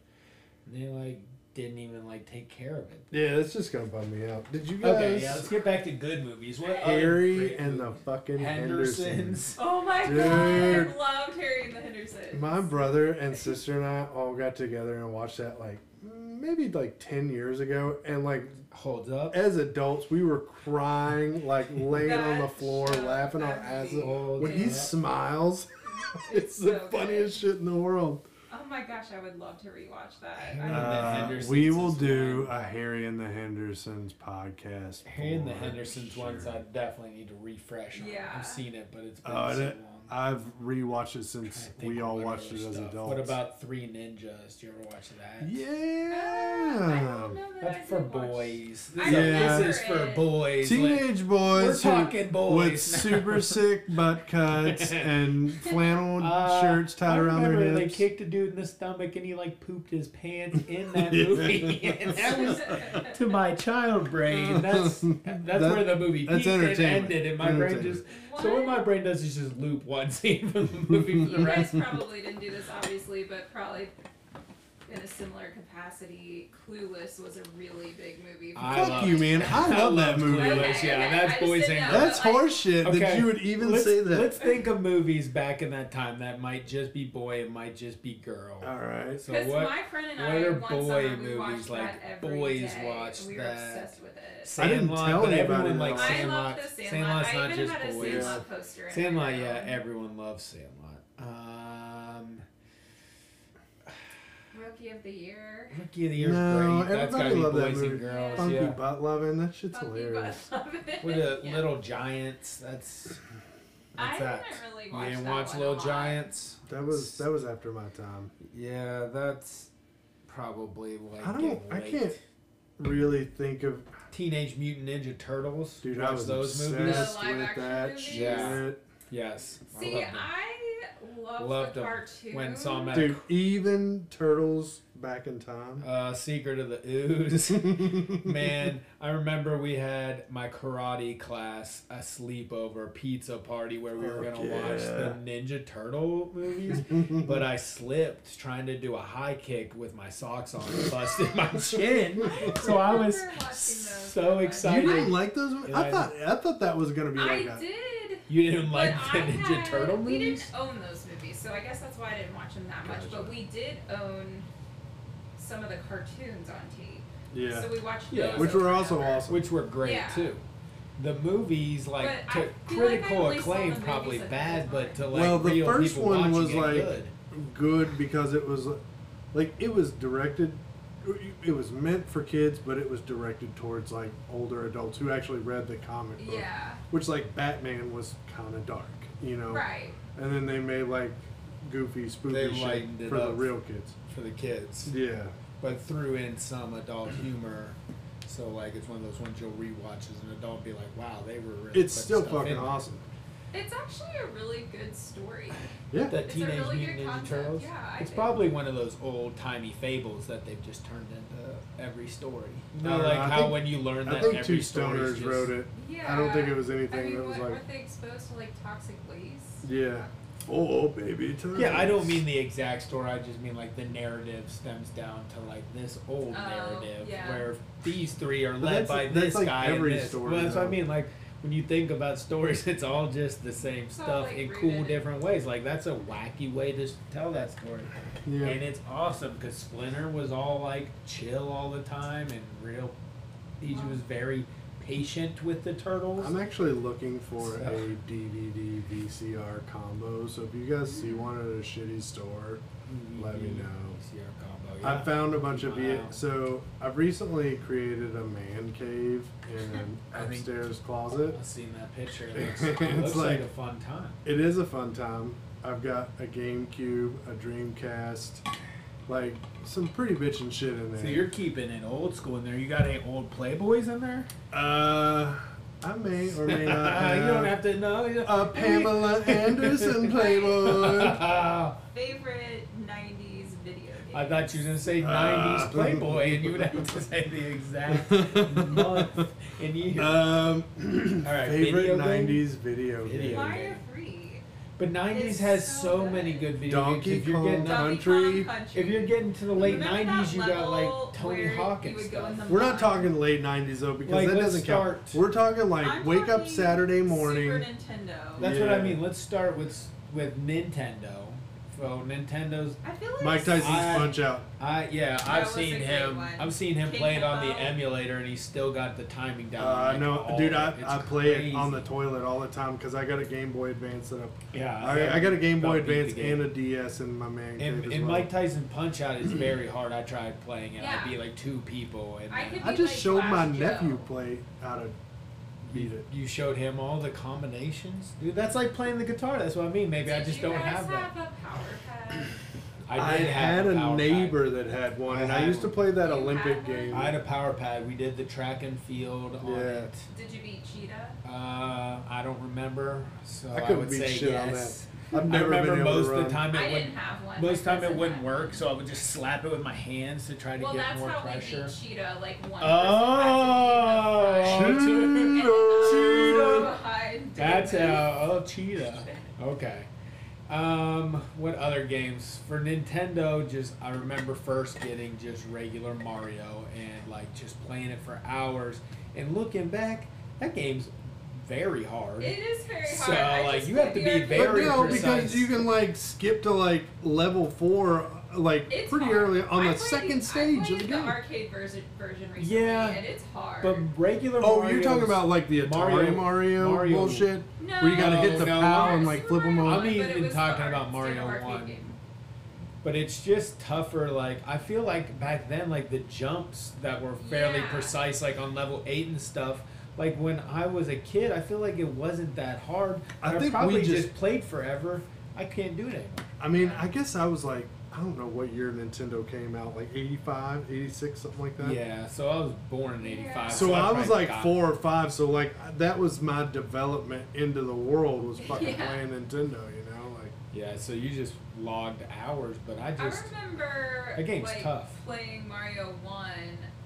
[SPEAKER 2] And they like didn't even like take care of it.
[SPEAKER 3] Yeah, that's just gonna bum me out. Did you guys?
[SPEAKER 2] Okay, yeah, let's get back to good movies. What other
[SPEAKER 3] Harry
[SPEAKER 2] great
[SPEAKER 3] and the
[SPEAKER 2] movies?
[SPEAKER 3] fucking Hendersons.
[SPEAKER 2] Hendersons.
[SPEAKER 1] Oh my
[SPEAKER 3] Dude.
[SPEAKER 1] god, I loved Harry and the Hendersons.
[SPEAKER 3] My brother and sister and I all got together and watched that like maybe like 10 years ago and like
[SPEAKER 2] Holds up.
[SPEAKER 3] as adults we were crying like laying on the
[SPEAKER 1] That
[SPEAKER 3] floor
[SPEAKER 1] show,
[SPEAKER 3] laughing our
[SPEAKER 1] that
[SPEAKER 3] asses
[SPEAKER 1] movie.
[SPEAKER 3] off. when he
[SPEAKER 2] Yeah.
[SPEAKER 3] smiles it's
[SPEAKER 1] so
[SPEAKER 3] the funniest shit in the world
[SPEAKER 1] Oh my gosh, I would love to rewatch that.
[SPEAKER 2] Harry
[SPEAKER 1] I
[SPEAKER 2] and the
[SPEAKER 1] mean,
[SPEAKER 3] Uh,
[SPEAKER 2] Hendersons
[SPEAKER 3] we will
[SPEAKER 2] is
[SPEAKER 3] do
[SPEAKER 2] one.
[SPEAKER 3] a harry and the hendersons podcast
[SPEAKER 2] Harry and the
[SPEAKER 3] for
[SPEAKER 2] Hendersons
[SPEAKER 3] sure.
[SPEAKER 2] ones I definitely need to refresh on.
[SPEAKER 1] Yeah.
[SPEAKER 2] I've seen it, but it's been
[SPEAKER 3] Oh, I
[SPEAKER 2] so
[SPEAKER 3] didn't-
[SPEAKER 2] long.
[SPEAKER 3] i've rewatched it
[SPEAKER 2] I'm trying to
[SPEAKER 3] since
[SPEAKER 2] think
[SPEAKER 3] we
[SPEAKER 2] of
[SPEAKER 3] all
[SPEAKER 2] what
[SPEAKER 3] watched
[SPEAKER 2] other
[SPEAKER 3] it as
[SPEAKER 2] stuff.
[SPEAKER 3] adults
[SPEAKER 2] What about Three Ninjas? Do you ever watch that?
[SPEAKER 1] I
[SPEAKER 2] Ah,
[SPEAKER 3] yeah
[SPEAKER 1] don't know that I
[SPEAKER 2] That's for
[SPEAKER 1] did watch-
[SPEAKER 2] boys. This,
[SPEAKER 1] I
[SPEAKER 2] is- this is
[SPEAKER 1] remember
[SPEAKER 2] for
[SPEAKER 1] it.
[SPEAKER 2] boys. like,
[SPEAKER 3] teenage
[SPEAKER 2] we're
[SPEAKER 3] boys who-
[SPEAKER 2] talking boys.
[SPEAKER 3] with
[SPEAKER 2] now.
[SPEAKER 3] super sick butt cuts and flannel
[SPEAKER 2] Uh,
[SPEAKER 3] shirts tied
[SPEAKER 2] I
[SPEAKER 3] around their
[SPEAKER 2] remember
[SPEAKER 3] hips.
[SPEAKER 2] They kicked a dude in the stomach and he like pooped his pants in that
[SPEAKER 3] Yeah.
[SPEAKER 2] movie. and that was to my child brain. That's that's
[SPEAKER 3] That-
[SPEAKER 2] where the movie
[SPEAKER 3] that's
[SPEAKER 2] peaked and
[SPEAKER 3] entertainment.
[SPEAKER 2] ended, and my brain
[SPEAKER 3] Entertainment.
[SPEAKER 2] just so what my brain does is just loop one scene from the movie for the
[SPEAKER 1] you guys
[SPEAKER 2] rest.
[SPEAKER 1] probably didn't do this, obviously, but probably in a similar capacity. Clueless was a really big movie. for
[SPEAKER 2] I
[SPEAKER 1] me.
[SPEAKER 3] Fuck
[SPEAKER 2] love-
[SPEAKER 3] you, man. I love that
[SPEAKER 2] loved
[SPEAKER 3] movie.
[SPEAKER 2] Clueless,
[SPEAKER 1] Okay,
[SPEAKER 2] yeah,
[SPEAKER 1] okay,
[SPEAKER 2] that's
[SPEAKER 1] I just
[SPEAKER 2] boys
[SPEAKER 1] didn't
[SPEAKER 2] ain't
[SPEAKER 1] know.
[SPEAKER 3] That's
[SPEAKER 1] But, like,
[SPEAKER 3] horseshit that
[SPEAKER 2] Okay,
[SPEAKER 3] you would even
[SPEAKER 2] let's,
[SPEAKER 3] say that.
[SPEAKER 2] Let's think of movies back in that time that might just be boy, it might just be girl.
[SPEAKER 3] All right.
[SPEAKER 2] So
[SPEAKER 1] Because
[SPEAKER 2] what?
[SPEAKER 1] my friend and
[SPEAKER 2] what
[SPEAKER 1] I,
[SPEAKER 2] are
[SPEAKER 1] one summer,
[SPEAKER 2] boy
[SPEAKER 1] we
[SPEAKER 2] movies
[SPEAKER 1] watched
[SPEAKER 2] like?
[SPEAKER 1] that every
[SPEAKER 2] Boys
[SPEAKER 1] day,
[SPEAKER 2] watched
[SPEAKER 1] and we were
[SPEAKER 2] that.
[SPEAKER 1] obsessed with it.
[SPEAKER 3] I didn't
[SPEAKER 2] Sandlot,
[SPEAKER 3] tell
[SPEAKER 2] but
[SPEAKER 3] anybody
[SPEAKER 2] everyone
[SPEAKER 3] that.
[SPEAKER 2] likes
[SPEAKER 3] I
[SPEAKER 2] Sandlot.
[SPEAKER 1] I love the Sandlot.
[SPEAKER 2] Sandlot's
[SPEAKER 1] I
[SPEAKER 2] not
[SPEAKER 1] even
[SPEAKER 2] just
[SPEAKER 1] had a
[SPEAKER 2] boys.
[SPEAKER 1] Sandlot poster. in my
[SPEAKER 2] Sandlot,
[SPEAKER 1] room.
[SPEAKER 2] yeah, everyone loves Sandlot. Um,
[SPEAKER 1] Rookie of the year.
[SPEAKER 2] Rookie of the Year's
[SPEAKER 3] No,
[SPEAKER 2] great. That's
[SPEAKER 3] everybody
[SPEAKER 2] gotta be
[SPEAKER 3] loved that
[SPEAKER 2] boys and
[SPEAKER 3] movie.
[SPEAKER 2] girls.
[SPEAKER 3] Funky
[SPEAKER 2] yeah.
[SPEAKER 3] butt loving. That shit's
[SPEAKER 1] Funky
[SPEAKER 3] hilarious.
[SPEAKER 1] Bus of it.
[SPEAKER 2] With the
[SPEAKER 1] Yeah.
[SPEAKER 2] Little Giants. That's.
[SPEAKER 1] I
[SPEAKER 2] What's that?
[SPEAKER 1] haven't really
[SPEAKER 2] You
[SPEAKER 1] watched
[SPEAKER 2] didn't
[SPEAKER 1] that
[SPEAKER 2] watch
[SPEAKER 1] one a
[SPEAKER 2] Little
[SPEAKER 1] lot.
[SPEAKER 2] Giants?
[SPEAKER 3] That was that was after my time.
[SPEAKER 2] Yeah, that's probably like.
[SPEAKER 3] I don't-
[SPEAKER 2] getting
[SPEAKER 3] I
[SPEAKER 2] late.
[SPEAKER 3] can't- Really think of
[SPEAKER 2] Teenage Mutant Ninja Turtles.
[SPEAKER 3] dude.
[SPEAKER 2] Watch
[SPEAKER 3] I was
[SPEAKER 2] those
[SPEAKER 3] obsessed
[SPEAKER 2] movies.
[SPEAKER 1] The live
[SPEAKER 3] with
[SPEAKER 1] action
[SPEAKER 3] that
[SPEAKER 1] movies?
[SPEAKER 3] shit.
[SPEAKER 2] Yeah. Yes.
[SPEAKER 1] See,
[SPEAKER 2] love them.
[SPEAKER 1] I loved,
[SPEAKER 2] Loved
[SPEAKER 1] the
[SPEAKER 2] them.
[SPEAKER 1] cartoon.
[SPEAKER 2] When saw 'em at
[SPEAKER 3] Dude, even turtles back in time.
[SPEAKER 2] Uh, Secret of the Ooze. Uh, Man, I remember we had my karate class, a sleepover pizza party where we were
[SPEAKER 3] Fuck
[SPEAKER 2] gonna watch the Ninja Turtle movies, but I slipped trying to do a high kick with my socks on and busted my chin. So I was
[SPEAKER 1] remember watching those
[SPEAKER 2] so
[SPEAKER 1] much.
[SPEAKER 3] you
[SPEAKER 2] excited.
[SPEAKER 3] didn't like those? movies?
[SPEAKER 2] Yeah,
[SPEAKER 3] I
[SPEAKER 2] I
[SPEAKER 3] thought I thought that was gonna be like
[SPEAKER 1] I
[SPEAKER 3] a
[SPEAKER 1] did.
[SPEAKER 2] You didn't
[SPEAKER 1] but
[SPEAKER 2] like the
[SPEAKER 1] I
[SPEAKER 2] Ninja
[SPEAKER 1] had,
[SPEAKER 2] Turtle
[SPEAKER 1] We
[SPEAKER 2] movies?
[SPEAKER 1] didn't own those movies, so I guess that's why I didn't watch them that much.
[SPEAKER 3] Gotcha.
[SPEAKER 1] But we did own some of the cartoons on tape.
[SPEAKER 3] yeah,
[SPEAKER 1] So we watched
[SPEAKER 2] Yeah.
[SPEAKER 1] those.
[SPEAKER 3] which were
[SPEAKER 1] over and
[SPEAKER 3] also
[SPEAKER 1] over.
[SPEAKER 3] awesome.
[SPEAKER 2] Which were great
[SPEAKER 1] Yeah.
[SPEAKER 2] too. The movies like
[SPEAKER 1] But I
[SPEAKER 2] to
[SPEAKER 1] feel like I
[SPEAKER 2] critical
[SPEAKER 1] only saw the
[SPEAKER 2] acclaim
[SPEAKER 1] movies
[SPEAKER 2] probably
[SPEAKER 1] at the
[SPEAKER 2] bad, but
[SPEAKER 1] time.
[SPEAKER 2] to like
[SPEAKER 3] Well, the
[SPEAKER 2] real
[SPEAKER 3] first
[SPEAKER 2] people
[SPEAKER 3] one
[SPEAKER 2] watching
[SPEAKER 3] was,
[SPEAKER 2] it,
[SPEAKER 3] like,
[SPEAKER 2] good.
[SPEAKER 3] good because it was like it was directed it was meant for kids but it was directed towards like older adults who actually read the comic book
[SPEAKER 1] Yeah.
[SPEAKER 3] which like batman was kind of dark you know
[SPEAKER 1] Right.
[SPEAKER 3] and then they made like goofy spooky
[SPEAKER 2] They
[SPEAKER 3] shit
[SPEAKER 2] lightened it
[SPEAKER 3] for the
[SPEAKER 2] up.
[SPEAKER 3] real kids
[SPEAKER 2] for the kids.
[SPEAKER 3] yeah
[SPEAKER 2] but threw in some adult humor. So like it's one of those ones you'll rewatch as an adult, and be like, wow, they were. Really
[SPEAKER 3] it's
[SPEAKER 2] putting
[SPEAKER 3] still
[SPEAKER 2] stuff
[SPEAKER 3] fucking
[SPEAKER 2] in there."
[SPEAKER 3] awesome
[SPEAKER 1] It's actually a really good story.
[SPEAKER 3] yeah
[SPEAKER 2] The
[SPEAKER 1] It's a
[SPEAKER 2] Teenage
[SPEAKER 1] really
[SPEAKER 2] Mutant
[SPEAKER 1] good
[SPEAKER 2] Ninja
[SPEAKER 1] concept,
[SPEAKER 2] Turtles.
[SPEAKER 1] yeah, I
[SPEAKER 2] it's
[SPEAKER 1] think.
[SPEAKER 2] probably one of those old timey fables that they've just turned into every story. You
[SPEAKER 3] I
[SPEAKER 2] know,
[SPEAKER 3] don't
[SPEAKER 2] like
[SPEAKER 3] know, Uh, I
[SPEAKER 2] how
[SPEAKER 3] think-
[SPEAKER 2] when you learn that
[SPEAKER 3] i think two
[SPEAKER 2] every story is
[SPEAKER 3] stoners
[SPEAKER 2] just,
[SPEAKER 3] wrote it
[SPEAKER 1] Yeah.
[SPEAKER 3] i don't think it was anything
[SPEAKER 1] I mean,
[SPEAKER 3] that was
[SPEAKER 1] what,
[SPEAKER 3] like
[SPEAKER 1] weren't they exposed to like toxic waste?
[SPEAKER 3] yeah full baby times.
[SPEAKER 2] Yeah, I don't mean the exact story. I just mean like the narrative stems down to like this old
[SPEAKER 1] Oh,
[SPEAKER 2] narrative
[SPEAKER 1] yeah.
[SPEAKER 2] where these three are
[SPEAKER 3] But
[SPEAKER 2] led
[SPEAKER 3] that's-
[SPEAKER 2] by
[SPEAKER 3] that's
[SPEAKER 2] this
[SPEAKER 3] like
[SPEAKER 2] guy. and
[SPEAKER 3] every
[SPEAKER 2] this.
[SPEAKER 3] story,
[SPEAKER 2] Well, that's what I
[SPEAKER 3] though.
[SPEAKER 2] mean. Like when you think about stories, it's all just the same
[SPEAKER 1] It's all,
[SPEAKER 2] stuff
[SPEAKER 1] like,
[SPEAKER 2] in cool
[SPEAKER 1] rooted.
[SPEAKER 2] different ways. Like that's a wacky way to s- tell that story,
[SPEAKER 3] Yeah.
[SPEAKER 2] and it's awesome because Splinter was all like chill all the time and real. He was very patient with the turtles.
[SPEAKER 3] I'm actually looking for
[SPEAKER 2] So-
[SPEAKER 3] a DVD VCR combo. So if you guys
[SPEAKER 2] Mm.
[SPEAKER 3] see one at a shitty store,
[SPEAKER 2] Mm-hmm.
[SPEAKER 3] Let me know.
[SPEAKER 2] VCR combo,
[SPEAKER 3] I
[SPEAKER 2] yeah.
[SPEAKER 3] found a bunch of V.
[SPEAKER 2] Wow.
[SPEAKER 3] So I've recently created a man cave in an
[SPEAKER 2] I think-
[SPEAKER 3] upstairs closet.
[SPEAKER 2] I've seen that picture. It looks, it
[SPEAKER 3] It's
[SPEAKER 2] looks like,
[SPEAKER 3] like-
[SPEAKER 2] a fun time.
[SPEAKER 3] It is a fun time. I've got a GameCube, a Dreamcast, like some pretty bitchin' shit in there.
[SPEAKER 2] So you're keeping it old school in there. You got any old Playboys in there?
[SPEAKER 3] uh, I may or may not. Have
[SPEAKER 2] you don't have to know. You-
[SPEAKER 3] A Pamela Anderson Playboy.
[SPEAKER 1] Favorite 90s video game.
[SPEAKER 2] I thought you were gonna say
[SPEAKER 3] Uh.
[SPEAKER 2] '90s Playboy, and you would have to say the exact month and year.
[SPEAKER 3] Um,
[SPEAKER 2] All right,
[SPEAKER 3] favorite
[SPEAKER 2] video game?
[SPEAKER 3] '90s video game.
[SPEAKER 2] Video game.
[SPEAKER 1] Mario 3.
[SPEAKER 2] but '90s
[SPEAKER 1] It's
[SPEAKER 2] has so,
[SPEAKER 1] so good.
[SPEAKER 2] many good video
[SPEAKER 3] Donkey
[SPEAKER 2] games. If you're,
[SPEAKER 3] Kong
[SPEAKER 2] getting,
[SPEAKER 1] Donkey
[SPEAKER 3] Country.
[SPEAKER 1] Kong Country.
[SPEAKER 2] if you're getting to the late
[SPEAKER 1] Remember that
[SPEAKER 2] '90s, you
[SPEAKER 1] level
[SPEAKER 2] got like Tony
[SPEAKER 1] where
[SPEAKER 2] Hawk
[SPEAKER 1] you
[SPEAKER 2] and
[SPEAKER 1] would go
[SPEAKER 2] stuff.
[SPEAKER 1] in the-
[SPEAKER 3] We're not talking late '90s though, because
[SPEAKER 2] Like,
[SPEAKER 3] that
[SPEAKER 2] let's
[SPEAKER 3] doesn't count.
[SPEAKER 2] start-
[SPEAKER 3] We're talking like
[SPEAKER 1] I'm
[SPEAKER 3] wake up
[SPEAKER 1] talking
[SPEAKER 3] Saturday
[SPEAKER 1] Super
[SPEAKER 3] morning.
[SPEAKER 1] Nintendo.
[SPEAKER 2] That's what I
[SPEAKER 3] Yeah.
[SPEAKER 2] mean. Let's start with s- with Nintendo. So Nintendo's
[SPEAKER 1] I feel like
[SPEAKER 3] Mike Tyson's
[SPEAKER 2] I-
[SPEAKER 3] Punch Out.
[SPEAKER 2] I yeah, I've
[SPEAKER 1] was a
[SPEAKER 2] seen
[SPEAKER 1] great
[SPEAKER 2] him.
[SPEAKER 1] one.
[SPEAKER 2] I've seen him
[SPEAKER 1] King
[SPEAKER 2] play it on the
[SPEAKER 1] Kong.
[SPEAKER 2] emulator, and he's still got the timing down.
[SPEAKER 3] Uh,
[SPEAKER 2] like,
[SPEAKER 3] no,
[SPEAKER 2] all
[SPEAKER 3] dude,
[SPEAKER 2] of
[SPEAKER 3] I,
[SPEAKER 2] it.
[SPEAKER 3] I
[SPEAKER 2] It's
[SPEAKER 3] play it on the
[SPEAKER 2] crazy.
[SPEAKER 3] toilet all the time because I got a Game Boy Advance set up.
[SPEAKER 2] Yeah,
[SPEAKER 3] I, I got a Game Boy
[SPEAKER 2] Don't beat the
[SPEAKER 3] Advance
[SPEAKER 2] game.
[SPEAKER 3] and a DS in my man cave
[SPEAKER 2] And,
[SPEAKER 3] as
[SPEAKER 2] and
[SPEAKER 3] well.
[SPEAKER 2] Mike Tyson Punch Out is very hard. I tried playing it.
[SPEAKER 1] Yeah.
[SPEAKER 2] I'd be like two people, and
[SPEAKER 1] I
[SPEAKER 2] uh,
[SPEAKER 1] could-
[SPEAKER 3] I just
[SPEAKER 1] like
[SPEAKER 3] showed my
[SPEAKER 1] Flash Joe.
[SPEAKER 3] nephew play how to beat it.
[SPEAKER 2] you showed him all the combinations, dude. That's like playing the guitar. That's what I mean. Maybe
[SPEAKER 1] Did
[SPEAKER 2] I just
[SPEAKER 1] you
[SPEAKER 2] don't
[SPEAKER 1] guys
[SPEAKER 2] have, that.
[SPEAKER 1] a power pad?
[SPEAKER 2] I did have
[SPEAKER 3] had
[SPEAKER 2] the power pad.
[SPEAKER 3] a neighbor that had one,
[SPEAKER 2] I
[SPEAKER 3] and I
[SPEAKER 2] had
[SPEAKER 3] used to
[SPEAKER 2] one.
[SPEAKER 3] play that
[SPEAKER 1] You
[SPEAKER 3] Olympic
[SPEAKER 1] had one?
[SPEAKER 3] game.
[SPEAKER 2] I had a power pad. We did the track and field on
[SPEAKER 3] Yeah.
[SPEAKER 2] it.
[SPEAKER 1] Did you beat Cheetah?
[SPEAKER 2] Uh, I don't remember, so
[SPEAKER 3] I
[SPEAKER 2] I,
[SPEAKER 3] couldn't
[SPEAKER 2] would
[SPEAKER 3] beat
[SPEAKER 2] say
[SPEAKER 3] shit on
[SPEAKER 2] yes. I
[SPEAKER 3] I've never
[SPEAKER 2] remember
[SPEAKER 3] been able
[SPEAKER 2] most
[SPEAKER 3] to
[SPEAKER 2] of
[SPEAKER 3] run.
[SPEAKER 2] the time
[SPEAKER 1] I
[SPEAKER 2] it
[SPEAKER 1] didn't
[SPEAKER 2] wouldn't.
[SPEAKER 1] have one.
[SPEAKER 2] Most of the
[SPEAKER 1] My
[SPEAKER 2] time it
[SPEAKER 1] cousin
[SPEAKER 2] wouldn't
[SPEAKER 1] had
[SPEAKER 2] work,
[SPEAKER 1] one.
[SPEAKER 2] so I would just slap it with my hands to try to
[SPEAKER 1] well,
[SPEAKER 2] get
[SPEAKER 1] that's
[SPEAKER 2] more
[SPEAKER 1] how we
[SPEAKER 2] pressure.
[SPEAKER 1] beat Cheetah. Like one
[SPEAKER 2] Oh,
[SPEAKER 1] person had to be the front, and the other
[SPEAKER 2] Cheetah.
[SPEAKER 1] person behind
[SPEAKER 2] Oh! That's
[SPEAKER 1] David.
[SPEAKER 2] how. Oh, cheetah. Okay. Um, what other games for Nintendo? Just I remember first getting just regular Mario and like just playing it for hours. And looking back, that game's very hard.
[SPEAKER 1] It is very hard.
[SPEAKER 2] So,
[SPEAKER 1] I
[SPEAKER 2] like,
[SPEAKER 1] just
[SPEAKER 2] you have
[SPEAKER 1] played
[SPEAKER 2] to
[SPEAKER 1] the
[SPEAKER 2] be
[SPEAKER 1] arcade.
[SPEAKER 3] But
[SPEAKER 2] very
[SPEAKER 3] no,
[SPEAKER 2] precise.
[SPEAKER 3] because you can like skip to like level four, like
[SPEAKER 1] It's
[SPEAKER 3] pretty
[SPEAKER 1] hard.
[SPEAKER 3] early on
[SPEAKER 1] I
[SPEAKER 3] the
[SPEAKER 1] played
[SPEAKER 3] second
[SPEAKER 1] I
[SPEAKER 3] stage of
[SPEAKER 1] played
[SPEAKER 3] the game.
[SPEAKER 1] arcade version, version recently,
[SPEAKER 2] Yeah,
[SPEAKER 1] and it's hard.
[SPEAKER 2] but regular
[SPEAKER 3] oh,
[SPEAKER 2] Mario.
[SPEAKER 3] you're talking about like the Atari
[SPEAKER 2] Mario-
[SPEAKER 3] Mario,
[SPEAKER 2] Mario-
[SPEAKER 3] bullshit,
[SPEAKER 1] no,
[SPEAKER 3] where you gotta hit the
[SPEAKER 2] No, no.
[SPEAKER 3] PAL
[SPEAKER 1] Mario-
[SPEAKER 3] and like flip them
[SPEAKER 1] Mario
[SPEAKER 2] I'm
[SPEAKER 3] over.
[SPEAKER 1] One, but
[SPEAKER 2] even
[SPEAKER 1] it was
[SPEAKER 2] talking
[SPEAKER 1] the
[SPEAKER 2] about
[SPEAKER 1] arcade
[SPEAKER 2] Mario
[SPEAKER 1] arcade
[SPEAKER 2] One.
[SPEAKER 1] game.
[SPEAKER 2] But it's just tougher. Like I feel like back then, like the jumps that were fairly
[SPEAKER 1] Yeah.
[SPEAKER 2] precise, like on level eight and stuff. Like when I was a kid, I feel like it wasn't that hard.
[SPEAKER 3] I
[SPEAKER 2] I,
[SPEAKER 3] think we
[SPEAKER 2] probably
[SPEAKER 3] just-
[SPEAKER 2] played forever. I can't do it anymore.
[SPEAKER 3] I mean, I guess I was like, I don't know what year Nintendo came out, like 85, 86, something like that.
[SPEAKER 2] Yeah, so I was born in '85.
[SPEAKER 1] Yeah.
[SPEAKER 3] So I was
[SPEAKER 2] probably
[SPEAKER 3] like
[SPEAKER 2] got-
[SPEAKER 3] four or five, so like that was my development into the world was fucking
[SPEAKER 1] Yeah.
[SPEAKER 3] playing Nintendo, you know, like
[SPEAKER 2] Yeah, so you just logged hours, but I just
[SPEAKER 1] I remember
[SPEAKER 2] That game's
[SPEAKER 1] like,
[SPEAKER 2] tough.
[SPEAKER 1] playing Mario One,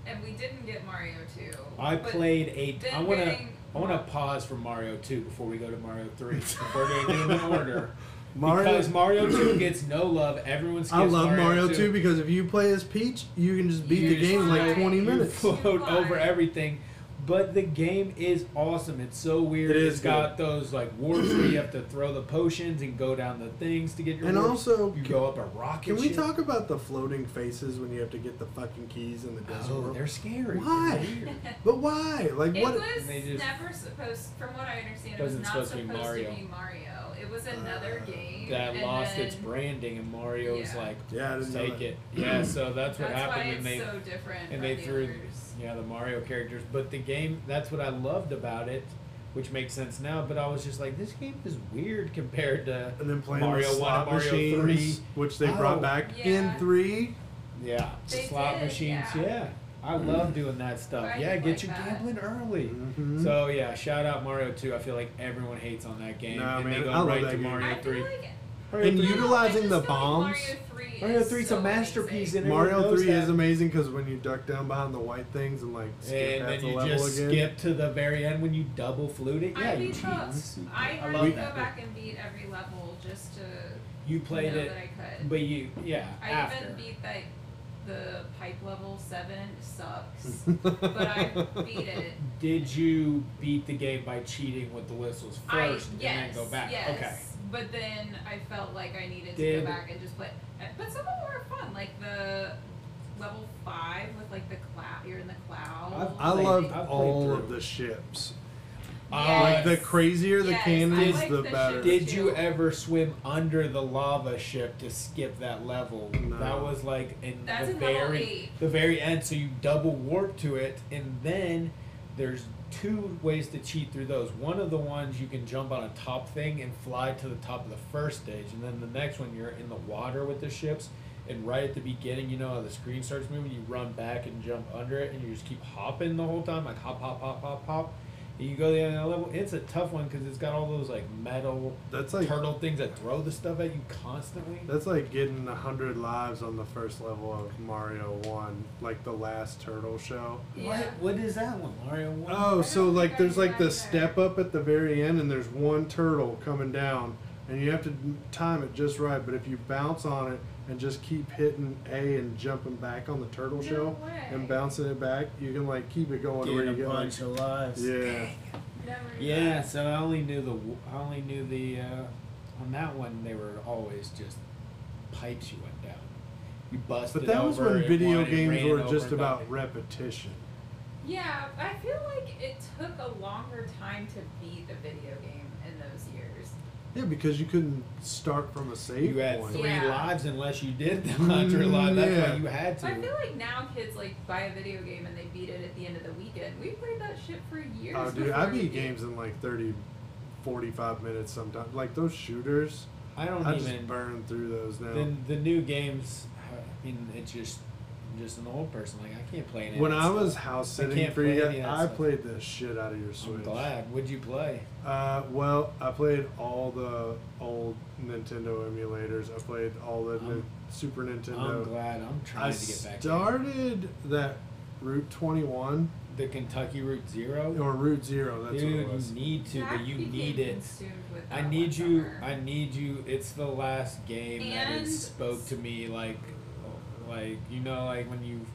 [SPEAKER 1] and we didn't get Mario Two.
[SPEAKER 2] I,
[SPEAKER 1] but
[SPEAKER 2] played eight.
[SPEAKER 1] then
[SPEAKER 2] I wanna
[SPEAKER 1] getting-
[SPEAKER 2] I wanna pause for Mario two before we go to Mario three. We're gonna do them in order.
[SPEAKER 3] Mario.
[SPEAKER 2] because Mario two gets no love. Everyone skips
[SPEAKER 3] I love Mario,
[SPEAKER 2] Mario
[SPEAKER 3] 2 because if you play as Peach, you can just beat
[SPEAKER 1] You
[SPEAKER 3] the
[SPEAKER 1] just
[SPEAKER 3] game in
[SPEAKER 1] fly.
[SPEAKER 3] like 20
[SPEAKER 1] You
[SPEAKER 3] minutes.
[SPEAKER 2] You float
[SPEAKER 1] Why?
[SPEAKER 2] over everything. But the game is awesome. It's so weird.
[SPEAKER 3] It is
[SPEAKER 2] has got those like warps where you have to throw the potions and go down the things to get your
[SPEAKER 3] And
[SPEAKER 2] warps.
[SPEAKER 3] also,
[SPEAKER 2] you
[SPEAKER 3] can,
[SPEAKER 2] go up a rocket.
[SPEAKER 3] can we
[SPEAKER 2] ship.
[SPEAKER 3] talk about the floating faces when you have to get the fucking keys in the desert
[SPEAKER 2] Oh,
[SPEAKER 3] world?
[SPEAKER 2] they're scary.
[SPEAKER 3] Why?
[SPEAKER 2] They're weird.
[SPEAKER 3] But why? Like
[SPEAKER 1] It
[SPEAKER 3] what?
[SPEAKER 1] was
[SPEAKER 2] they just-
[SPEAKER 1] never supposed, from what I understand, it was
[SPEAKER 2] Wasn't
[SPEAKER 1] not
[SPEAKER 2] supposed
[SPEAKER 1] supposed,
[SPEAKER 2] to be
[SPEAKER 1] to, be
[SPEAKER 2] Mario.
[SPEAKER 1] Mario. It was another
[SPEAKER 3] Uh,
[SPEAKER 1] game
[SPEAKER 2] That
[SPEAKER 1] and
[SPEAKER 2] lost
[SPEAKER 1] then
[SPEAKER 2] its branding, and Mario's
[SPEAKER 1] Yeah.
[SPEAKER 2] like,
[SPEAKER 3] Yeah, I didn't know
[SPEAKER 2] take
[SPEAKER 3] that.
[SPEAKER 2] it. Yeah, so
[SPEAKER 1] That's
[SPEAKER 2] that's what happened.
[SPEAKER 1] why it's
[SPEAKER 2] and they
[SPEAKER 1] so different.
[SPEAKER 2] and
[SPEAKER 1] from
[SPEAKER 2] they
[SPEAKER 1] the
[SPEAKER 2] threw-
[SPEAKER 1] others.
[SPEAKER 2] Yeah, the Mario characters. But the game, that's what I loved about it, which makes sense now. But I was just like, this game is weird compared to.
[SPEAKER 3] and then playing
[SPEAKER 2] Mario 1,
[SPEAKER 3] the slot
[SPEAKER 2] Mario
[SPEAKER 3] machines,
[SPEAKER 2] 3.
[SPEAKER 3] which they
[SPEAKER 2] Oh.
[SPEAKER 3] brought back
[SPEAKER 1] Yeah.
[SPEAKER 3] in three.
[SPEAKER 2] Yeah.
[SPEAKER 1] They
[SPEAKER 2] slot
[SPEAKER 1] did,
[SPEAKER 2] machines. Yeah.
[SPEAKER 1] yeah.
[SPEAKER 2] I love doing that stuff.
[SPEAKER 1] I
[SPEAKER 2] yeah,
[SPEAKER 1] did
[SPEAKER 2] get
[SPEAKER 1] like
[SPEAKER 2] your
[SPEAKER 1] that.
[SPEAKER 2] gambling early.
[SPEAKER 3] Mhm.
[SPEAKER 2] So yeah, shout out Mario 2. I feel like everyone hates on that game.
[SPEAKER 3] Nah,
[SPEAKER 2] and
[SPEAKER 3] man,
[SPEAKER 2] they go
[SPEAKER 3] I love
[SPEAKER 2] right
[SPEAKER 3] that
[SPEAKER 2] to
[SPEAKER 3] game.
[SPEAKER 2] Mario
[SPEAKER 1] I
[SPEAKER 2] 3.
[SPEAKER 1] feel like
[SPEAKER 2] Mario
[SPEAKER 3] And
[SPEAKER 2] three-
[SPEAKER 1] No, no, I
[SPEAKER 3] utilizing
[SPEAKER 1] just feel
[SPEAKER 3] the
[SPEAKER 1] like
[SPEAKER 3] bombs.
[SPEAKER 1] Mario 3
[SPEAKER 2] Mario
[SPEAKER 1] is
[SPEAKER 2] 3 's
[SPEAKER 1] so
[SPEAKER 2] a masterpiece
[SPEAKER 1] amazing.
[SPEAKER 2] and
[SPEAKER 3] Mario
[SPEAKER 2] everyone knows
[SPEAKER 3] Three is
[SPEAKER 2] that.
[SPEAKER 3] amazing because when you duck down behind the white things and like skip
[SPEAKER 2] and
[SPEAKER 3] at
[SPEAKER 2] then
[SPEAKER 3] the
[SPEAKER 2] you
[SPEAKER 3] level
[SPEAKER 2] just
[SPEAKER 3] again.
[SPEAKER 2] skip to the very end when you double flute it. Yeah,
[SPEAKER 1] I
[SPEAKER 2] you
[SPEAKER 1] beat
[SPEAKER 2] cheat.
[SPEAKER 1] those. I
[SPEAKER 2] I
[SPEAKER 1] had
[SPEAKER 2] love
[SPEAKER 1] to
[SPEAKER 2] that.
[SPEAKER 1] go back and beat every level just to
[SPEAKER 2] You played
[SPEAKER 1] know
[SPEAKER 2] it,
[SPEAKER 1] that I could.
[SPEAKER 2] but you yeah
[SPEAKER 1] I
[SPEAKER 2] after.
[SPEAKER 1] even beat like the pipe level seven sucks, but I beat it.
[SPEAKER 2] Did you beat the game by cheating with the whistles
[SPEAKER 1] I
[SPEAKER 2] first
[SPEAKER 1] yes,
[SPEAKER 2] and then go back?
[SPEAKER 1] yes.
[SPEAKER 2] Okay.
[SPEAKER 1] But then I felt like I needed to
[SPEAKER 2] Did-
[SPEAKER 1] go back and just play. eh, But some of them were fun, like the level five with like the cloud. You're in the cloud.
[SPEAKER 2] I've-
[SPEAKER 3] I
[SPEAKER 2] I've
[SPEAKER 3] loved
[SPEAKER 2] played
[SPEAKER 3] all
[SPEAKER 2] through.
[SPEAKER 3] of the ships.
[SPEAKER 2] Uh,
[SPEAKER 3] Like the
[SPEAKER 1] Yes.
[SPEAKER 3] crazier the
[SPEAKER 1] Yes, I
[SPEAKER 3] cannons,
[SPEAKER 1] like
[SPEAKER 3] the
[SPEAKER 1] the
[SPEAKER 3] better.
[SPEAKER 1] ships.
[SPEAKER 2] Did
[SPEAKER 1] too.
[SPEAKER 2] you ever swim under the lava ship to skip that level?
[SPEAKER 3] No.
[SPEAKER 2] That was like in
[SPEAKER 1] That's
[SPEAKER 2] the
[SPEAKER 1] in level
[SPEAKER 2] very
[SPEAKER 1] eight.
[SPEAKER 2] the very end, so you double warp to it, and then there's two ways to cheat through those. One of the ones you can jump on a top thing and fly to the top of the first stage, and then the next one you're in the water with the ships. And right at the beginning, you know how the screen starts moving, you run back and jump under it, and you just keep hopping the whole time, like hop, hop, hop, hop, hop. And you go the other level. It's a tough one because it's got all those like metal
[SPEAKER 3] That's like
[SPEAKER 2] turtle things that throw the stuff at you constantly.
[SPEAKER 3] that's like getting hundred lives on the first level of Mario One, like the last turtle shell.
[SPEAKER 1] Yeah.
[SPEAKER 2] What? What is that one, Mario? What-
[SPEAKER 3] Oh,
[SPEAKER 1] I
[SPEAKER 3] so
[SPEAKER 1] don't
[SPEAKER 3] like
[SPEAKER 1] think
[SPEAKER 3] there's
[SPEAKER 1] I
[SPEAKER 3] like the
[SPEAKER 1] like that.
[SPEAKER 3] step up at the very end, and there's one turtle coming down, and you have to time it just right. But if you bounce on it and just keep hitting A and jumping back on the turtle
[SPEAKER 1] No
[SPEAKER 3] shell
[SPEAKER 1] way.
[SPEAKER 3] and bouncing it back, you can like keep it going where you get like
[SPEAKER 2] of lives.
[SPEAKER 3] yeah.
[SPEAKER 1] Never knew
[SPEAKER 2] Yeah.
[SPEAKER 1] that.
[SPEAKER 2] So I only knew the w- I only knew the uh, on that one they were always just pipes you went down. You busted.
[SPEAKER 3] But that was
[SPEAKER 2] over
[SPEAKER 3] when
[SPEAKER 2] and
[SPEAKER 3] video
[SPEAKER 2] one, it
[SPEAKER 3] games
[SPEAKER 2] ran
[SPEAKER 3] were
[SPEAKER 2] over
[SPEAKER 3] just
[SPEAKER 2] and
[SPEAKER 3] about
[SPEAKER 2] nothing.
[SPEAKER 3] repetition.
[SPEAKER 1] Yeah, I feel like it took a longer time to beat the video game in those years.
[SPEAKER 3] Yeah, because you couldn't start from a save
[SPEAKER 2] You had
[SPEAKER 3] point.
[SPEAKER 2] three
[SPEAKER 1] Yeah.
[SPEAKER 2] lives unless you did the hundred
[SPEAKER 3] Mm,
[SPEAKER 2] lives. That's
[SPEAKER 3] yeah.
[SPEAKER 2] why you had to.
[SPEAKER 1] So I feel like now kids like buy a video game and they beat it at the end of the weekend. We played that shit for years.
[SPEAKER 3] Oh, dude,
[SPEAKER 1] before
[SPEAKER 3] I
[SPEAKER 1] we
[SPEAKER 3] beat
[SPEAKER 1] did.
[SPEAKER 3] games in like 30, 45 minutes sometimes. Like those shooters,
[SPEAKER 2] I don't
[SPEAKER 3] I
[SPEAKER 2] even.
[SPEAKER 3] just burn through those now.
[SPEAKER 2] the, the new games. I mean, it's just I'm just an old person. Like I can't play it.
[SPEAKER 3] when I was house sitting
[SPEAKER 2] can't
[SPEAKER 3] for
[SPEAKER 2] play
[SPEAKER 3] you,
[SPEAKER 2] any of that
[SPEAKER 3] I
[SPEAKER 2] stuff.
[SPEAKER 3] played the shit out of your
[SPEAKER 2] I'm
[SPEAKER 3] Switch.
[SPEAKER 2] glad. What'd you play?
[SPEAKER 3] Uh, well, I played all the old Nintendo emulators. I played all the
[SPEAKER 2] I'm-
[SPEAKER 3] Nin- Super
[SPEAKER 2] I'm
[SPEAKER 3] Nintendo.
[SPEAKER 2] glad. I'm
[SPEAKER 3] I
[SPEAKER 2] trying to get back. in.
[SPEAKER 3] started that Route 21
[SPEAKER 2] the Kentucky Route Zero.
[SPEAKER 3] or Route Zero. That's
[SPEAKER 2] Dude,
[SPEAKER 3] what it
[SPEAKER 2] you
[SPEAKER 3] was.
[SPEAKER 2] need to,
[SPEAKER 1] Zach
[SPEAKER 2] but you
[SPEAKER 1] became
[SPEAKER 2] need it.
[SPEAKER 1] consumed with
[SPEAKER 2] I
[SPEAKER 1] that
[SPEAKER 2] need
[SPEAKER 1] one
[SPEAKER 2] you.
[SPEAKER 1] summer.
[SPEAKER 2] I need you. It's the last game that
[SPEAKER 1] And-
[SPEAKER 2] has spoke to me like, like you know, like when you've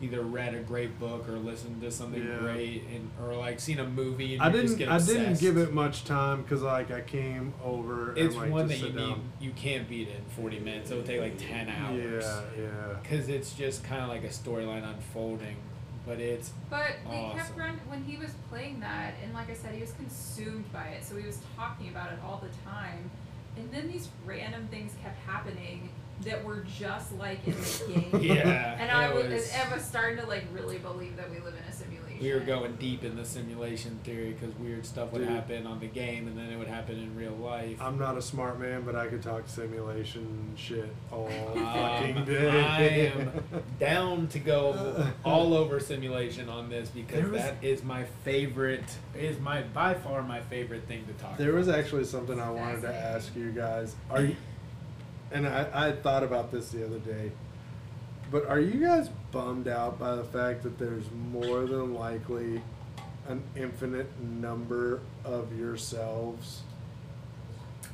[SPEAKER 2] either read a great book or listened to something
[SPEAKER 3] Yeah.
[SPEAKER 2] great, and or like seen a movie. And
[SPEAKER 3] I
[SPEAKER 2] you just
[SPEAKER 3] didn't.
[SPEAKER 2] get
[SPEAKER 3] I didn't give
[SPEAKER 2] obsessed.
[SPEAKER 3] it much time because like I came over.
[SPEAKER 2] It's
[SPEAKER 3] and, like,
[SPEAKER 2] one that
[SPEAKER 3] just
[SPEAKER 2] you
[SPEAKER 3] sit
[SPEAKER 2] need.
[SPEAKER 3] down.
[SPEAKER 2] You can't beat it in forty minutes. It would take like ten hours.
[SPEAKER 3] Yeah, yeah.
[SPEAKER 2] Because it's just kind of like a storyline unfolding, but it's
[SPEAKER 1] But we kept
[SPEAKER 2] Awesome.
[SPEAKER 1] run when he was playing that, and like I said, he was consumed by it, so he was talking about it all the time. And then these random things kept happening that were just like in the game.
[SPEAKER 2] yeah.
[SPEAKER 1] And I
[SPEAKER 2] it
[SPEAKER 1] was, and I was starting to like really believe that we live in a simulation.
[SPEAKER 2] we were going deep in the simulation theory because weird stuff would
[SPEAKER 3] Dude.
[SPEAKER 2] happen on the game, and then it would happen in real life.
[SPEAKER 3] I'm not a smart man, but I could talk simulation shit all
[SPEAKER 2] Um,
[SPEAKER 3] fucking
[SPEAKER 2] I
[SPEAKER 3] day.
[SPEAKER 2] am down to go all over simulation on this because
[SPEAKER 3] There was-
[SPEAKER 2] that is my favorite. Is my by far my favorite thing to talk.
[SPEAKER 3] There
[SPEAKER 2] about.
[SPEAKER 3] was actually something I wanted to
[SPEAKER 1] Fascinating.
[SPEAKER 3] ask you guys. Are you, and I, I had thought about this the other day, but are you guys bummed out by the fact that there's more than likely an infinite number of yourselves?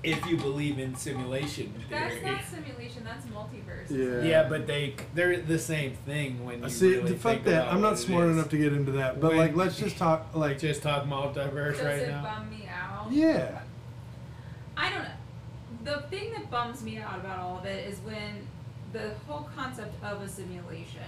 [SPEAKER 2] if you believe in simulation
[SPEAKER 1] That's
[SPEAKER 2] theory.
[SPEAKER 1] not simulation. That's multiverse.
[SPEAKER 3] Yeah.
[SPEAKER 2] Yeah, but they they're the same thing when you
[SPEAKER 3] I see,
[SPEAKER 2] really
[SPEAKER 3] fuck
[SPEAKER 2] think
[SPEAKER 3] that.
[SPEAKER 2] about
[SPEAKER 3] I'm
[SPEAKER 2] what
[SPEAKER 3] not
[SPEAKER 2] it
[SPEAKER 3] smart
[SPEAKER 2] is.
[SPEAKER 3] enough to get into that. But
[SPEAKER 2] When-
[SPEAKER 3] like, let's just talk. Like,
[SPEAKER 2] just talk multiverse
[SPEAKER 1] Does
[SPEAKER 2] right
[SPEAKER 1] it
[SPEAKER 2] now.
[SPEAKER 1] bum me out?
[SPEAKER 3] yeah,
[SPEAKER 1] I don't know. The thing that bums me out about all of it is when the whole concept of a simulation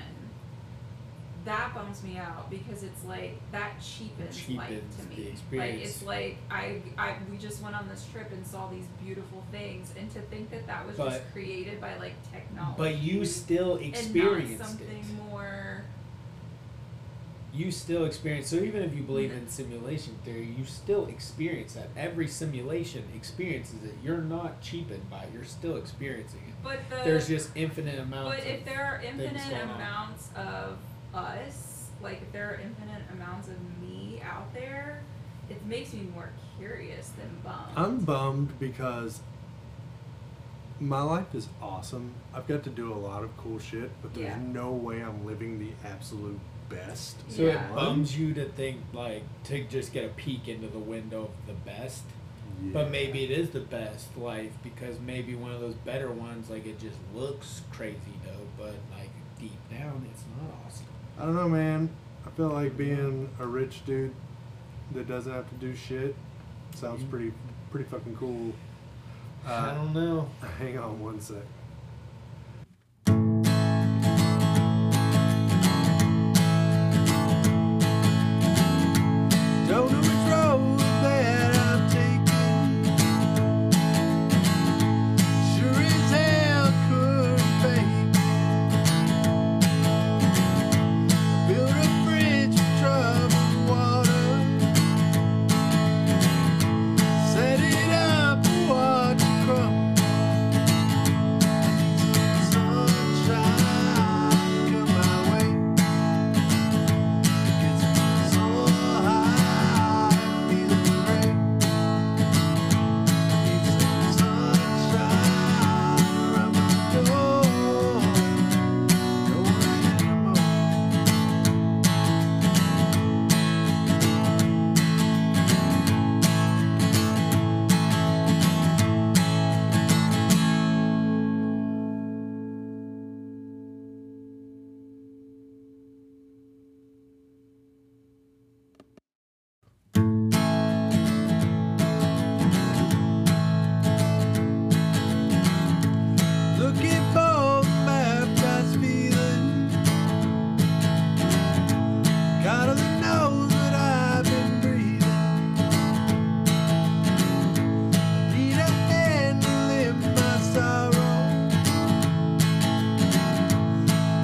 [SPEAKER 1] that bums me out because it's like that cheapens, life
[SPEAKER 2] Cheapens
[SPEAKER 1] to
[SPEAKER 2] the
[SPEAKER 1] me. Like
[SPEAKER 2] experience.
[SPEAKER 1] it's like I, I we just went on this trip and saw these beautiful things and to think that that was just
[SPEAKER 2] But-
[SPEAKER 1] created by like technology.
[SPEAKER 2] But you still
[SPEAKER 1] and not
[SPEAKER 2] experienced
[SPEAKER 1] something
[SPEAKER 2] it.
[SPEAKER 1] more.
[SPEAKER 2] You still experience. So even if you believe in simulation theory, you still experience that. Every simulation experiences it. You're not cheapened by it. You're still experiencing it.
[SPEAKER 1] But the
[SPEAKER 2] There's just infinite amounts.
[SPEAKER 1] But if
[SPEAKER 2] of-
[SPEAKER 1] there are infinite
[SPEAKER 2] going on.
[SPEAKER 1] amounts of us, like if there are infinite amounts of me out there, it makes me more curious than bummed.
[SPEAKER 3] I'm bummed because my life is awesome. I've got to do a lot of cool shit, but there's
[SPEAKER 1] Yeah.
[SPEAKER 3] no way I'm living the absolute best.
[SPEAKER 2] So
[SPEAKER 1] Yeah.
[SPEAKER 2] it bums you to think like to just get a peek into the window of the best,
[SPEAKER 3] Yeah.
[SPEAKER 2] but maybe it is the best life because maybe one of those better ones like it just looks crazy dope, but like deep down it's not awesome.
[SPEAKER 3] I don't know, man. I feel like being a rich dude that doesn't have to do shit sounds
[SPEAKER 2] Mhm.
[SPEAKER 3] pretty pretty fucking cool.
[SPEAKER 2] I
[SPEAKER 3] Uh,
[SPEAKER 2] don't know.
[SPEAKER 3] hang on one sec. Don't know which road that I'm taking. Sure as hell couldn't fake it. Built a bridge for troubled water. Set it up and watch it crumble. Sunshine come my way. It's so high, feeling great. Need some sunshine around my door. No anymore. Looking for my best feeling. God only knows what I've been breathing. Need a hand to lift my sorrow.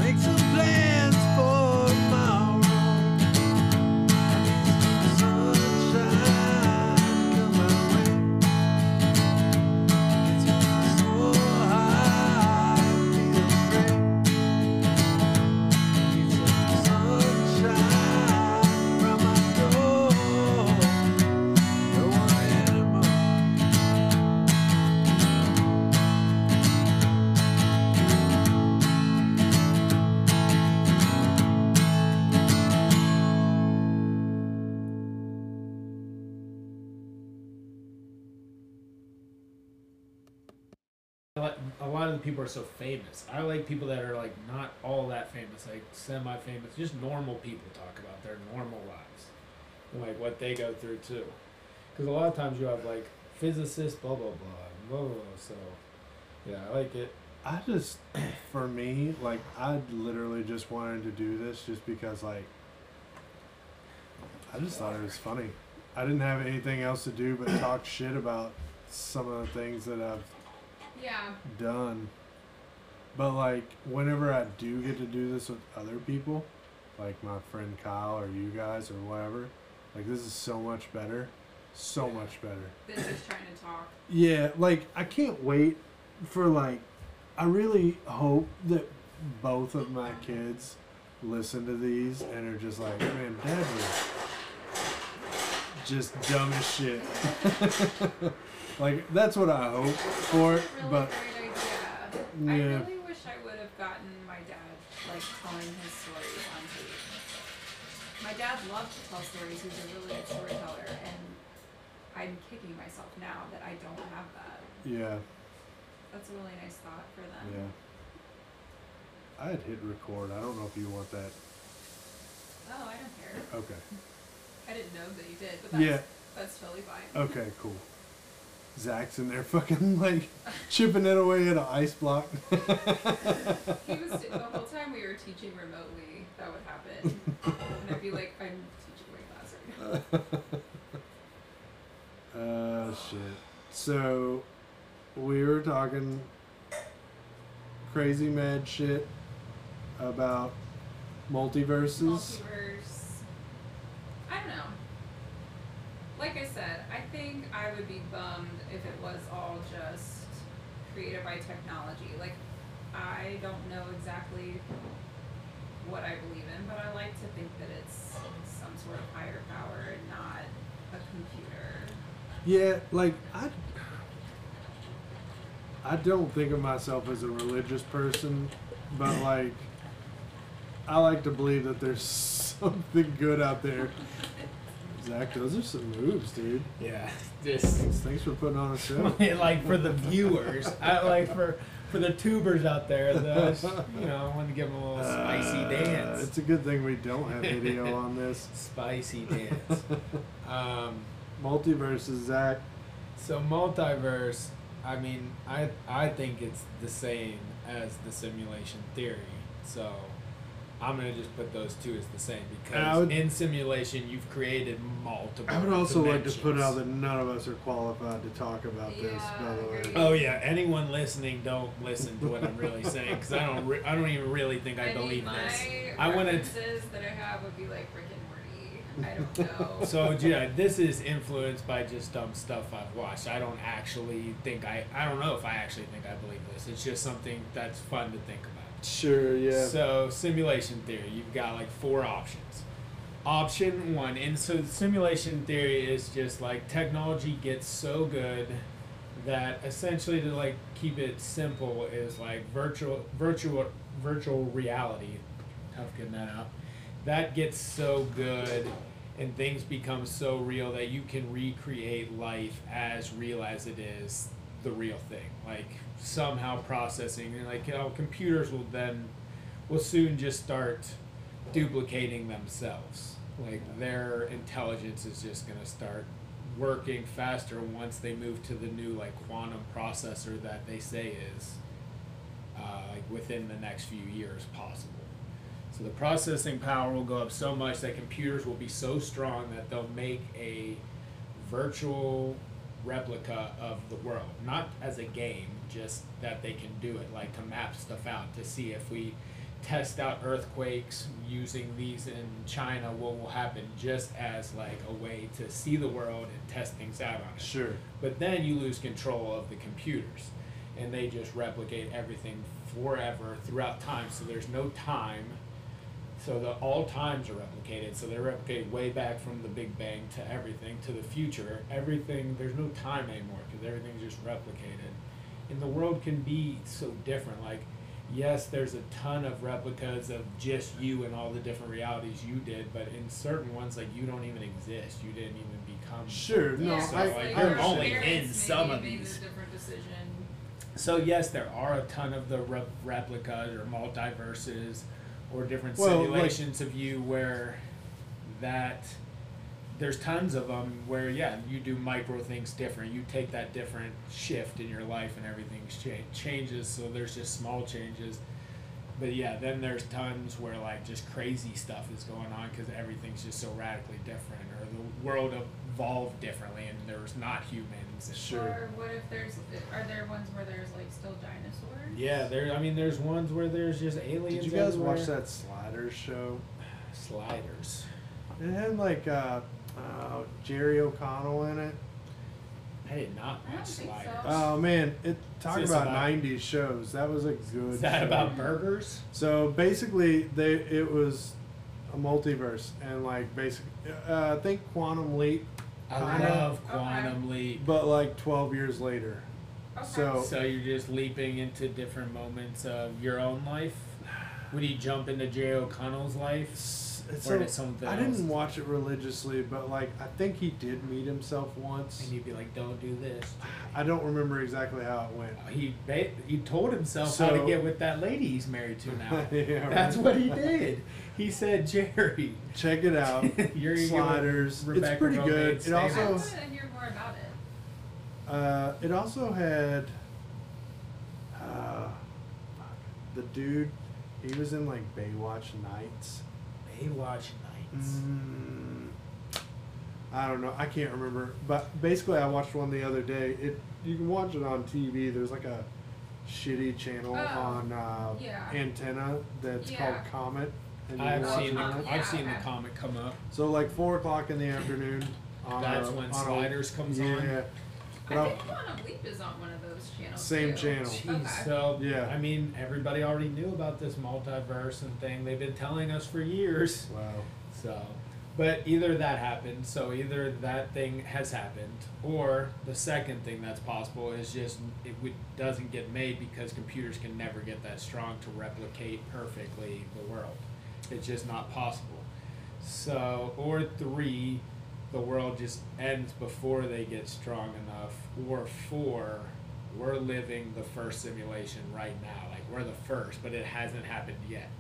[SPEAKER 3] Make some plans for tomorrow. Sunshine come my way.
[SPEAKER 2] I like- A lot of the people are so famous. I like people that are like not all that famous, like semi-famous, just normal people talk about their normal lives and like what they go through too. Because a lot of times you have like physicists, blah blah blah, blah blah. blah. So yeah, I like it.
[SPEAKER 3] I just, for me, like I literally just wanted to do this just because, like, I just thought it was funny. I didn't have anything else to do but talk shit about some of the things that I've
[SPEAKER 1] Yeah.
[SPEAKER 3] done. But like whenever I do get to do this with other people, like my friend Kyle or you guys or whatever, like this is so much better. So much better.
[SPEAKER 1] This is trying to talk.
[SPEAKER 3] Yeah, like I can't wait for like I really hope that both of my kids listen to these and are just like, man, dad was just dumb as shit. like that's what I hope for,
[SPEAKER 1] Really
[SPEAKER 3] but
[SPEAKER 1] great idea.
[SPEAKER 3] yeah.
[SPEAKER 1] I really wish I would have gotten my dad like telling his stories on tape. My dad loved to tell stories. He was a really good storyteller, and I'm kicking myself now that I don't have that.
[SPEAKER 3] Yeah,
[SPEAKER 1] That's a really nice thought for them.
[SPEAKER 3] yeah. I had hit record. I don't know if you want that.
[SPEAKER 1] Oh, I don't care.
[SPEAKER 3] Okay.
[SPEAKER 1] I didn't know that you did, but that's,
[SPEAKER 3] Yeah. Oh.
[SPEAKER 1] that's totally fine.
[SPEAKER 3] Okay, cool. Zach's in there fucking like chipping it away at an ice block.
[SPEAKER 1] He was the whole time we were teaching remotely. That would happen, and I'd be like, I'm teaching my class right now.
[SPEAKER 3] Uh, shit. So, we were talking crazy mad shit about multiverses.
[SPEAKER 1] Multiverse. I don't know. Like I said, I think I would be bummed if it was all just created by technology. Like, I don't know exactly what I believe in, but I like to think that it's some sort of higher power and not a computer.
[SPEAKER 3] Yeah, like I, I don't think of myself as a religious person, but like, I like to believe that there's something good out there. Zach, those are some moves, dude.
[SPEAKER 2] Yeah, just
[SPEAKER 3] Thanks for putting on a show.
[SPEAKER 2] like for the viewers, I, like for for the tubers out there, those you know, I want to give them a little spicy
[SPEAKER 3] Uh,
[SPEAKER 2] dance.
[SPEAKER 3] It's a good thing we don't have video on this.
[SPEAKER 2] Spicy dance. Um,
[SPEAKER 3] Multiverses, Zach.
[SPEAKER 2] so multiverse, I mean, I I think it's the same as the simulation theory. So I'm gonna just put those two as the same because
[SPEAKER 3] would-
[SPEAKER 2] in simulation you've created multiple.
[SPEAKER 3] I would also like to put
[SPEAKER 2] dimensions.
[SPEAKER 3] out that none of us are qualified to talk about this. By the way,
[SPEAKER 1] Yeah, I agree.
[SPEAKER 2] Oh yeah, anyone listening, don't listen to what I'm really saying because I don't, re- I don't even really think I,
[SPEAKER 1] mean,
[SPEAKER 2] believe
[SPEAKER 1] my
[SPEAKER 2] this. I wanna-
[SPEAKER 1] references that I have would be like Rick and Morty. I don't know.
[SPEAKER 2] So yeah, this is influenced by just dumb stuff I've watched. I don't actually think I, I don't know if I actually think I believe this. It's just something that's fun to think about.
[SPEAKER 3] sure, yeah.
[SPEAKER 2] So simulation theory, you've got like four options. Option one, and so simulation theory is just like technology gets so good that essentially to like keep it simple is like virtual virtual virtual reality. Tough getting that out. That gets so good and things become so real that you can recreate life as real as it is the real thing. Like somehow processing and like how computers will then will soon just start duplicating themselves. Like their intelligence is just gonna start working faster once they move to the new like quantum processor that they say is uh, like within the next few years possible. So the processing power will go up so much that computers will be so strong that they'll make a virtual replica of the world, not as a game, just that they can do it, like to map stuff out to see if we test out earthquakes using these in China, what will happen, just as like a way to see the world and test things out on it
[SPEAKER 3] sure.
[SPEAKER 2] but then you lose control of the computers and they just replicate everything forever throughout time so there's no time so the all times are replicated so they replicate way back from the big bang to everything to the future everything there's no time anymore because everything's just replicated and the world can be so different like yes there's a ton of replicas of just you and all the different realities you did but in certain ones like you don't even exist you didn't even become
[SPEAKER 3] Sure, no,
[SPEAKER 1] Yeah,
[SPEAKER 2] so,
[SPEAKER 3] I,
[SPEAKER 1] it's like
[SPEAKER 2] like,
[SPEAKER 3] I
[SPEAKER 2] I'm
[SPEAKER 1] your
[SPEAKER 3] understand.
[SPEAKER 2] only in
[SPEAKER 1] parents
[SPEAKER 2] some
[SPEAKER 1] maybe
[SPEAKER 2] of
[SPEAKER 1] made
[SPEAKER 2] these.
[SPEAKER 1] a different decision.
[SPEAKER 2] So yes, there are a ton of the re- replicas or multiverses or different
[SPEAKER 3] Well, like-
[SPEAKER 2] simulations of you where that there's tons of them where yeah you do micro things different you take that different shift in your life and everything's cha- changes so there's just small changes but yeah then there's tons where like just crazy stuff is going on because everything's just so radically different or the world evolved differently and there's not humans and
[SPEAKER 3] Sure.
[SPEAKER 1] Or what if there's are there ones where there's like still dinosaurs?
[SPEAKER 2] Yeah, there. I mean, there's ones where there's just aliens.
[SPEAKER 3] Did you guys watch
[SPEAKER 2] everywhere.
[SPEAKER 3] that Sliders show?
[SPEAKER 2] Sliders.
[SPEAKER 3] It had like uh, uh, Jerry O'Connell in it.
[SPEAKER 2] I did not
[SPEAKER 1] I don't
[SPEAKER 2] watch
[SPEAKER 1] think so.
[SPEAKER 2] Sliders.
[SPEAKER 3] Oh man, it talk
[SPEAKER 2] this
[SPEAKER 3] about,
[SPEAKER 2] about-
[SPEAKER 3] '90s shows. That was a good.
[SPEAKER 2] Is that
[SPEAKER 3] show.
[SPEAKER 2] about burgers?
[SPEAKER 3] So basically, they it was a multiverse and like basic. Uh, I think Quantum Leap,
[SPEAKER 2] I
[SPEAKER 3] Kinda.
[SPEAKER 2] love
[SPEAKER 1] Okay.
[SPEAKER 2] Quantum Leap.
[SPEAKER 3] but like 12 years later.
[SPEAKER 1] Okay.
[SPEAKER 3] So-
[SPEAKER 2] So you're just leaping into different moments of your own life. Would you jump into Jay O'Connell's life?
[SPEAKER 3] It's, it's
[SPEAKER 2] Or
[SPEAKER 3] a-
[SPEAKER 2] did something
[SPEAKER 3] I
[SPEAKER 2] else?
[SPEAKER 3] didn't watch it religiously, but like I think he did meet himself once.
[SPEAKER 2] And you'd be like, "Don't do this."
[SPEAKER 3] I don't remember exactly how it went.
[SPEAKER 2] He ba- he told himself how to
[SPEAKER 3] So-
[SPEAKER 2] get with that lady he's married to now.
[SPEAKER 3] Yeah,
[SPEAKER 2] That's
[SPEAKER 3] right.
[SPEAKER 2] what he did. He said, "Jerry,
[SPEAKER 3] Check it out.
[SPEAKER 2] You're gonna
[SPEAKER 3] Sliders.
[SPEAKER 2] give
[SPEAKER 3] It's
[SPEAKER 2] Rebecca
[SPEAKER 3] pretty
[SPEAKER 2] Romaine
[SPEAKER 3] good. It
[SPEAKER 2] Stamos.
[SPEAKER 1] I want
[SPEAKER 3] also
[SPEAKER 1] to hear more about it.
[SPEAKER 3] uh, it also had uh, the dude. He was in like Baywatch Nights.
[SPEAKER 2] Baywatch Nights."
[SPEAKER 3] Mm, I don't know. I can't remember. But basically, I watched one the other day. It you can watch it on TV. There's like a shitty channel
[SPEAKER 1] Oh,
[SPEAKER 3] on uh,
[SPEAKER 1] yeah.
[SPEAKER 3] antenna that's
[SPEAKER 1] Yeah.
[SPEAKER 3] called Comet. And you
[SPEAKER 2] I've
[SPEAKER 3] watch
[SPEAKER 2] seen
[SPEAKER 3] it
[SPEAKER 2] the,
[SPEAKER 3] on it.
[SPEAKER 1] Yeah,
[SPEAKER 2] I've seen the
[SPEAKER 1] okay.
[SPEAKER 2] comic come up.
[SPEAKER 3] So like four o'clock in the afternoon. On
[SPEAKER 2] That's
[SPEAKER 3] a-
[SPEAKER 2] when
[SPEAKER 3] on a-
[SPEAKER 2] Sliders comes on.
[SPEAKER 3] Yeah. But
[SPEAKER 1] I
[SPEAKER 3] I'll-
[SPEAKER 1] think Quantum Leap is on one of those channels.
[SPEAKER 3] Same
[SPEAKER 1] too.
[SPEAKER 3] channel.
[SPEAKER 2] Jeez,
[SPEAKER 1] Okay.
[SPEAKER 2] so
[SPEAKER 3] Yeah.
[SPEAKER 2] I mean, everybody already knew about this multiverse and thing. They've been telling us for years.
[SPEAKER 3] wow.
[SPEAKER 2] So But either that happened, so either that thing has happened, or the second thing that's possible is just it would, doesn't get made because computers can never get that strong to replicate perfectly the world. It's just not possible. So, or three, the world just ends before they get strong enough, or four, we're living the first simulation right now. Like, we're the first, but it hasn't happened yet.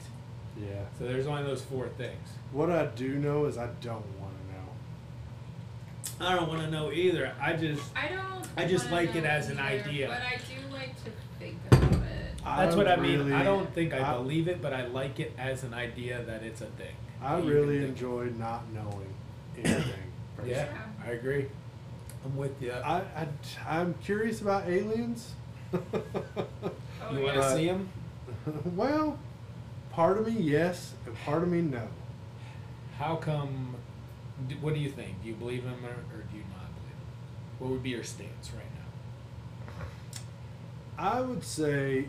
[SPEAKER 3] Yeah.
[SPEAKER 2] So, there's only those four things.
[SPEAKER 3] What I do know is I don't want to know.
[SPEAKER 2] I don't want to know either. I just
[SPEAKER 1] I don't.
[SPEAKER 2] I just
[SPEAKER 1] wanna
[SPEAKER 2] like it
[SPEAKER 1] know
[SPEAKER 2] as an
[SPEAKER 1] either,
[SPEAKER 2] idea.
[SPEAKER 1] But I do like to think about it.
[SPEAKER 2] that's what I mean.
[SPEAKER 3] really-
[SPEAKER 2] I don't think I,
[SPEAKER 3] I-
[SPEAKER 2] believe it, but I like it as an idea that it's a thing.
[SPEAKER 3] I
[SPEAKER 2] that you
[SPEAKER 3] really
[SPEAKER 2] can think of.
[SPEAKER 3] enjoy not knowing anything. personally.
[SPEAKER 2] Yeah,
[SPEAKER 1] Yeah.
[SPEAKER 2] I agree. I'm with you.
[SPEAKER 3] I, I I'm curious about aliens.
[SPEAKER 1] Oh,
[SPEAKER 2] you
[SPEAKER 1] yeah.
[SPEAKER 2] want to 'em? see him?
[SPEAKER 3] well, part of me yes, and part of me no.
[SPEAKER 2] How come? d- What do you think? Do you believe him or, or do you not believe him? What would be your stance right now?
[SPEAKER 3] I would say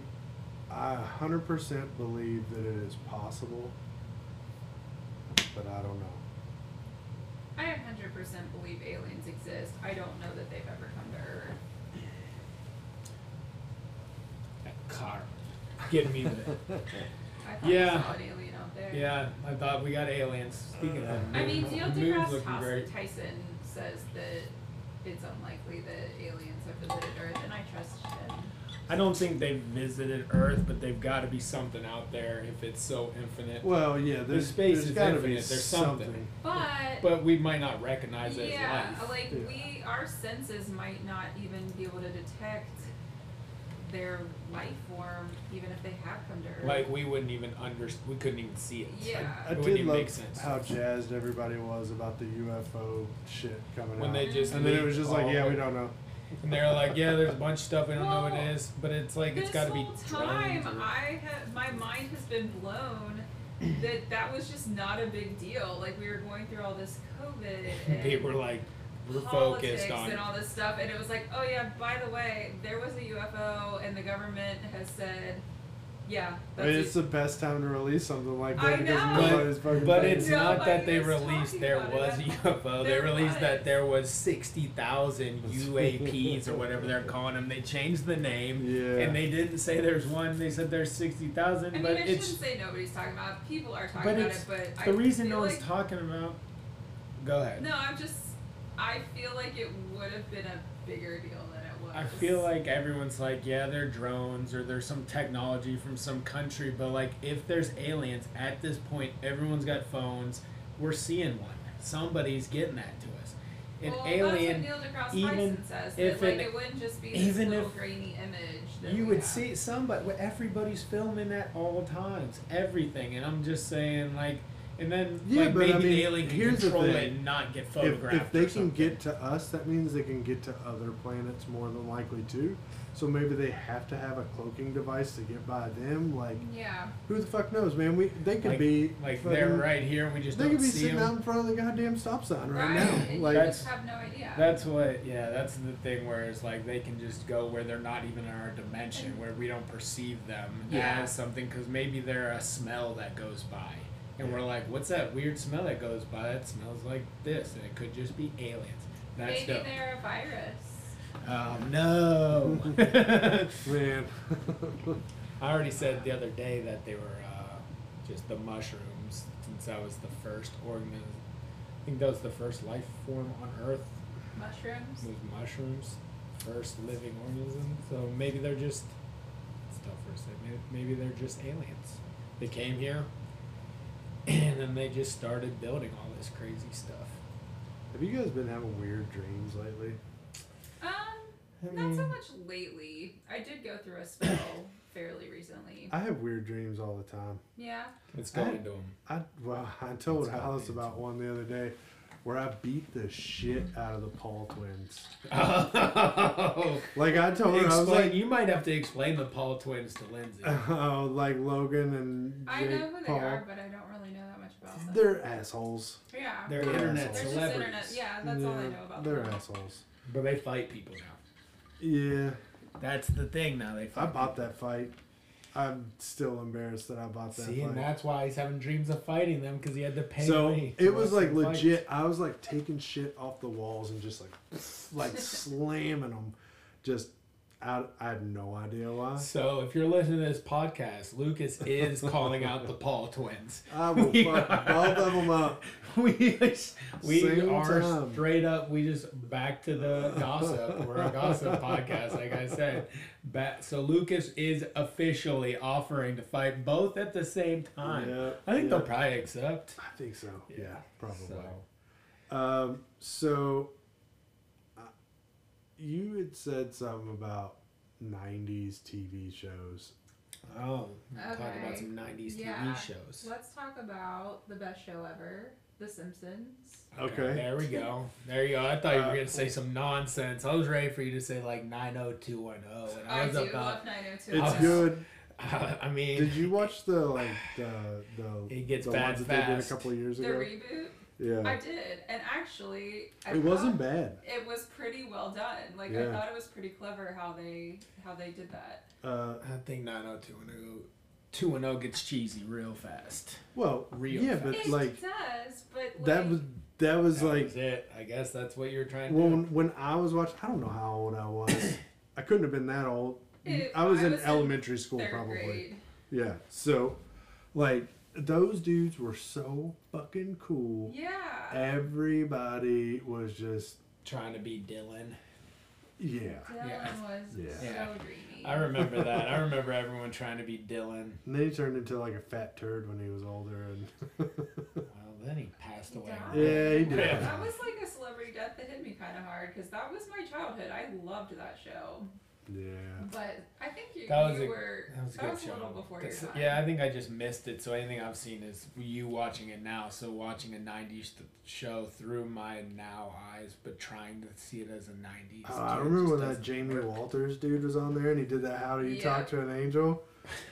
[SPEAKER 3] I 100% believe that it is possible, but I don't know.
[SPEAKER 1] I 100% believe aliens exist. I don't know that they've ever come to Earth.
[SPEAKER 2] That car, getting me to that.
[SPEAKER 1] I thought
[SPEAKER 2] Yeah.
[SPEAKER 1] I saw an alien out there.
[SPEAKER 2] Yeah, I thought we got aliens. Speaking of,
[SPEAKER 1] I mean,
[SPEAKER 2] moon-
[SPEAKER 1] Neil
[SPEAKER 2] moon's
[SPEAKER 1] deGrasse
[SPEAKER 2] looking great.
[SPEAKER 1] Tyson, Tyson says that it's unlikely that aliens have visited Earth, and I trust him.
[SPEAKER 2] I don't think they've visited Earth, but they've got to be something out there if it's so infinite.
[SPEAKER 3] Well, yeah,
[SPEAKER 2] The
[SPEAKER 3] there's,
[SPEAKER 2] space
[SPEAKER 3] there's
[SPEAKER 2] is
[SPEAKER 3] gotta be
[SPEAKER 2] infinite, there's something.
[SPEAKER 1] But,
[SPEAKER 2] But we might not recognize it
[SPEAKER 1] yeah,
[SPEAKER 2] as life.
[SPEAKER 1] like
[SPEAKER 3] Yeah.
[SPEAKER 1] we, our senses might not even be able to detect their life form, even if they have come to Earth.
[SPEAKER 2] Like we wouldn't even under we couldn't even see it.
[SPEAKER 1] Yeah.
[SPEAKER 3] I
[SPEAKER 2] it wouldn't
[SPEAKER 3] did
[SPEAKER 2] even
[SPEAKER 3] love
[SPEAKER 2] make sense.
[SPEAKER 3] how jazzed everybody was about the UFO shit coming
[SPEAKER 2] when
[SPEAKER 3] out.
[SPEAKER 2] they just
[SPEAKER 3] uh, and then it
[SPEAKER 2] leave
[SPEAKER 3] was just like,
[SPEAKER 2] all
[SPEAKER 3] yeah,
[SPEAKER 2] the-
[SPEAKER 3] we don't know.
[SPEAKER 2] And they're like, yeah, there's a bunch of stuff we don't know what
[SPEAKER 1] Well,
[SPEAKER 2] it is, but it's like
[SPEAKER 1] this
[SPEAKER 2] it's got to be
[SPEAKER 1] whole
[SPEAKER 2] drones
[SPEAKER 1] time,
[SPEAKER 2] or-
[SPEAKER 1] I have my mind has been blown that that was just not a big deal. Like we were going through all this COVID and
[SPEAKER 2] people are like we're
[SPEAKER 1] politics
[SPEAKER 2] focused on
[SPEAKER 1] and all this stuff, and it was like, oh yeah, by the way, there was a UFO, and the government has said, yeah,
[SPEAKER 3] I
[SPEAKER 1] that's
[SPEAKER 3] mean,
[SPEAKER 1] it.
[SPEAKER 3] it's the best time to release something like that
[SPEAKER 1] I
[SPEAKER 3] because
[SPEAKER 1] know.
[SPEAKER 2] But-
[SPEAKER 3] nobody's fucking
[SPEAKER 2] But
[SPEAKER 3] paying
[SPEAKER 2] it's
[SPEAKER 3] attention.
[SPEAKER 2] not that they
[SPEAKER 1] Nobody was
[SPEAKER 2] released
[SPEAKER 1] talking
[SPEAKER 2] there
[SPEAKER 1] about
[SPEAKER 2] was a
[SPEAKER 1] it.
[SPEAKER 2] UFO. They
[SPEAKER 1] There
[SPEAKER 2] released that
[SPEAKER 1] was.
[SPEAKER 2] there was sixty thousand UAPs or whatever they're calling them. They changed the name,
[SPEAKER 3] Yeah.
[SPEAKER 2] and they didn't say there's one. They said there's sixty
[SPEAKER 1] I
[SPEAKER 2] thousand,
[SPEAKER 1] mean,
[SPEAKER 2] but
[SPEAKER 1] I shouldn't
[SPEAKER 2] it's
[SPEAKER 1] say nobody's talking about it. People are talking
[SPEAKER 2] but
[SPEAKER 1] about
[SPEAKER 2] it's
[SPEAKER 1] it, but
[SPEAKER 2] the
[SPEAKER 1] I
[SPEAKER 2] reason
[SPEAKER 1] feel
[SPEAKER 2] no
[SPEAKER 1] like,
[SPEAKER 2] one's talking about. Go ahead.
[SPEAKER 1] No, I'm just. I feel like it would have been a bigger deal than it was.
[SPEAKER 2] I feel like everyone's like, yeah, they're drones or there's some technology from some country, but like if there's aliens at this point, everyone's got phones. We're seeing one. Somebody's getting that to us. An
[SPEAKER 1] well,
[SPEAKER 2] alien,
[SPEAKER 1] That's what Neil deGrasse
[SPEAKER 2] even
[SPEAKER 1] Tyson says.
[SPEAKER 2] if
[SPEAKER 1] that, like,
[SPEAKER 2] an-
[SPEAKER 1] it wouldn't just be this
[SPEAKER 2] even
[SPEAKER 1] little
[SPEAKER 2] if
[SPEAKER 1] grainy image. That
[SPEAKER 2] you
[SPEAKER 1] we
[SPEAKER 2] would
[SPEAKER 1] have.
[SPEAKER 2] see somebody. well, Everybody's filming that all times, everything, and I'm just saying like, and then
[SPEAKER 3] Yeah,
[SPEAKER 2] like
[SPEAKER 3] but I
[SPEAKER 2] maybe
[SPEAKER 3] mean,
[SPEAKER 2] the alien can
[SPEAKER 3] here's the
[SPEAKER 2] control it
[SPEAKER 3] thing.
[SPEAKER 2] and not get
[SPEAKER 3] if,
[SPEAKER 2] photographed.
[SPEAKER 3] if they
[SPEAKER 2] or
[SPEAKER 3] can
[SPEAKER 2] something.
[SPEAKER 3] get to us, that means they can get to other planets more than likely too. So maybe they have to have a cloaking device to get by them. Like,
[SPEAKER 1] Yeah.
[SPEAKER 3] who the fuck knows, man? We they could
[SPEAKER 2] Like-
[SPEAKER 3] be
[SPEAKER 2] like
[SPEAKER 3] fucking-
[SPEAKER 2] they're right here and we just
[SPEAKER 3] They
[SPEAKER 2] don't
[SPEAKER 3] could be
[SPEAKER 2] see
[SPEAKER 3] sitting
[SPEAKER 2] them.
[SPEAKER 3] out in front of the goddamn stop sign right,
[SPEAKER 1] Right,
[SPEAKER 3] now.
[SPEAKER 1] and
[SPEAKER 3] Like,
[SPEAKER 1] you
[SPEAKER 2] That's-
[SPEAKER 1] just have no idea.
[SPEAKER 2] That's what, yeah, that's the thing where it's like they can just go where they're not even in our dimension, where we don't perceive them
[SPEAKER 1] Yeah.
[SPEAKER 2] as something, because maybe they're a smell that goes by. And we're like, what's that weird smell that goes by? That smells like this, and it could just be aliens. That's
[SPEAKER 1] Maybe
[SPEAKER 2] dope.
[SPEAKER 1] they're a virus.
[SPEAKER 2] Oh, no.
[SPEAKER 3] man,
[SPEAKER 2] I already said the other day that they were uh, just the mushrooms, since that was the first organism. I think that was the first life form on Earth
[SPEAKER 1] Mushrooms.
[SPEAKER 2] with mushrooms, first living organism. So maybe they're just it's tough for a second. Maybe, maybe they're just aliens. They came here, and then they just started building all this crazy stuff.
[SPEAKER 3] have you guys been having weird dreams lately?
[SPEAKER 1] Um,
[SPEAKER 2] I
[SPEAKER 1] not so
[SPEAKER 2] mean-
[SPEAKER 1] much lately. I did go through a spell fairly recently.
[SPEAKER 3] I have weird dreams all the time.
[SPEAKER 1] Yeah.
[SPEAKER 2] Let's
[SPEAKER 3] go
[SPEAKER 2] go
[SPEAKER 3] I-
[SPEAKER 2] into them.
[SPEAKER 3] I well, I told
[SPEAKER 2] That's
[SPEAKER 3] Alice
[SPEAKER 2] goddamn
[SPEAKER 3] about one the other day where I beat the shit out of the Paul twins.
[SPEAKER 2] Oh,
[SPEAKER 3] Like I told her, I was
[SPEAKER 2] explain.
[SPEAKER 3] like,
[SPEAKER 2] you might have to explain the Paul twins to Lindsay.
[SPEAKER 3] Oh, like Logan and
[SPEAKER 1] I
[SPEAKER 3] Jake
[SPEAKER 1] know who they
[SPEAKER 3] Paul.
[SPEAKER 1] are, but I don't really know that much about them.
[SPEAKER 3] They're assholes.
[SPEAKER 1] yeah.
[SPEAKER 2] They're
[SPEAKER 3] They're
[SPEAKER 2] internet
[SPEAKER 3] assholes.
[SPEAKER 1] They're just
[SPEAKER 2] celebrities,
[SPEAKER 1] internet. Yeah, that's all I
[SPEAKER 3] Yeah,
[SPEAKER 1] know about
[SPEAKER 3] They're
[SPEAKER 1] them.
[SPEAKER 3] assholes.
[SPEAKER 2] but they fight people now.
[SPEAKER 3] Yeah,
[SPEAKER 2] That's the thing. Now they
[SPEAKER 3] I
[SPEAKER 2] fight.
[SPEAKER 3] bought that fight. I'm still embarrassed that I bought that.
[SPEAKER 2] See,
[SPEAKER 3] fight.
[SPEAKER 2] and that's why he's having dreams of fighting them because he had to pay.
[SPEAKER 3] so
[SPEAKER 2] me to
[SPEAKER 3] it was
[SPEAKER 2] watch
[SPEAKER 3] like
[SPEAKER 2] them fight.
[SPEAKER 3] legit. I was like taking shit off the walls and just like like slamming them. Just I I had no idea why.
[SPEAKER 2] So if you're listening to this podcast, Lucas is calling out the Paul twins.
[SPEAKER 3] I will
[SPEAKER 2] We
[SPEAKER 3] fuck
[SPEAKER 2] are-
[SPEAKER 3] both of them up.
[SPEAKER 2] we just- we
[SPEAKER 3] Same
[SPEAKER 2] are
[SPEAKER 3] time.
[SPEAKER 2] straight up. We just back to the gossip. We're a gossip podcast, like I said. Ba so Lucas is officially offering to fight both at the same time.
[SPEAKER 3] Yeah,
[SPEAKER 2] I think
[SPEAKER 3] yeah.
[SPEAKER 2] they'll probably accept.
[SPEAKER 3] I think so. Yeah, probably.
[SPEAKER 2] So.
[SPEAKER 3] Um, so uh, you had said something about 90s TV shows.
[SPEAKER 2] Oh, talk about
[SPEAKER 1] Okay.
[SPEAKER 2] some '90s
[SPEAKER 1] Yeah.
[SPEAKER 2] TV shows.
[SPEAKER 1] Let's talk about the best show ever, The Simpsons.
[SPEAKER 3] Okay.
[SPEAKER 2] There we go. There you go. I thought you
[SPEAKER 3] Uh,
[SPEAKER 2] were gonna say some nonsense. I was ready for you to say like 90210, and I was
[SPEAKER 1] do
[SPEAKER 2] about.
[SPEAKER 1] love 902.
[SPEAKER 3] It's
[SPEAKER 2] Oh.
[SPEAKER 3] good.
[SPEAKER 2] I mean,
[SPEAKER 3] Did you watch the like the the
[SPEAKER 2] It gets
[SPEAKER 3] the
[SPEAKER 2] bad
[SPEAKER 3] ones that they did a
[SPEAKER 2] fast.
[SPEAKER 3] couple of years
[SPEAKER 1] The
[SPEAKER 3] ago?
[SPEAKER 1] reboot? I
[SPEAKER 3] Yeah,
[SPEAKER 1] did. And actually, I
[SPEAKER 3] it wasn't
[SPEAKER 1] thought
[SPEAKER 3] bad.
[SPEAKER 1] It was pretty well done. Like
[SPEAKER 3] Yeah.
[SPEAKER 1] I thought it was pretty clever how they how they did that.
[SPEAKER 3] Uh,
[SPEAKER 2] I think
[SPEAKER 3] oh,
[SPEAKER 2] 90210 210 gets cheesy real fast.
[SPEAKER 3] well,
[SPEAKER 2] Real
[SPEAKER 3] yeah,
[SPEAKER 2] fast.
[SPEAKER 3] but
[SPEAKER 1] it
[SPEAKER 3] like
[SPEAKER 1] does, but like,
[SPEAKER 3] that was that was
[SPEAKER 2] that
[SPEAKER 3] like
[SPEAKER 2] was it. I guess that's what you're trying to
[SPEAKER 3] Well,
[SPEAKER 2] do.
[SPEAKER 3] when, when I was watching, I don't know how old I was. I couldn't have been that old.
[SPEAKER 1] It-
[SPEAKER 3] I was
[SPEAKER 1] I
[SPEAKER 3] in
[SPEAKER 1] was in
[SPEAKER 3] elementary school,
[SPEAKER 1] third
[SPEAKER 3] probably.
[SPEAKER 1] grade.
[SPEAKER 3] Yeah. So, like, those dudes were so fucking cool.
[SPEAKER 1] Yeah.
[SPEAKER 3] Everybody was just,
[SPEAKER 2] Trying to be Dylan.
[SPEAKER 3] yeah.
[SPEAKER 1] Dylan
[SPEAKER 2] Yeah.
[SPEAKER 1] was
[SPEAKER 3] Yeah.
[SPEAKER 2] Yeah.
[SPEAKER 1] so dreamy.
[SPEAKER 2] I remember that. I remember everyone trying to be Dylan.
[SPEAKER 3] And then he turned into like a fat turd when he was older, and
[SPEAKER 2] Well, then he passed away.
[SPEAKER 1] He died.
[SPEAKER 3] yeah, he did.
[SPEAKER 2] Yeah.
[SPEAKER 1] That was like a celebrity death that hit me kind of hard because that was my childhood. I loved that show,
[SPEAKER 3] Yeah.
[SPEAKER 1] but I think you,
[SPEAKER 2] That was
[SPEAKER 1] you
[SPEAKER 2] a-
[SPEAKER 1] were
[SPEAKER 2] That was a good show.
[SPEAKER 1] a little before
[SPEAKER 2] That's-
[SPEAKER 1] your time.
[SPEAKER 2] yeah, I think I just missed it. So anything I've seen is you watching it now. So watching a '90s th- show through my now eyes, but trying to see it as a '90s.
[SPEAKER 3] Oh, I
[SPEAKER 2] kid
[SPEAKER 3] remember
[SPEAKER 2] just
[SPEAKER 3] when that
[SPEAKER 2] doesn't
[SPEAKER 3] Jamie
[SPEAKER 2] work.
[SPEAKER 3] Walters dude was on there and he did that How Do You
[SPEAKER 1] Yeah.
[SPEAKER 3] Talk to an Angel?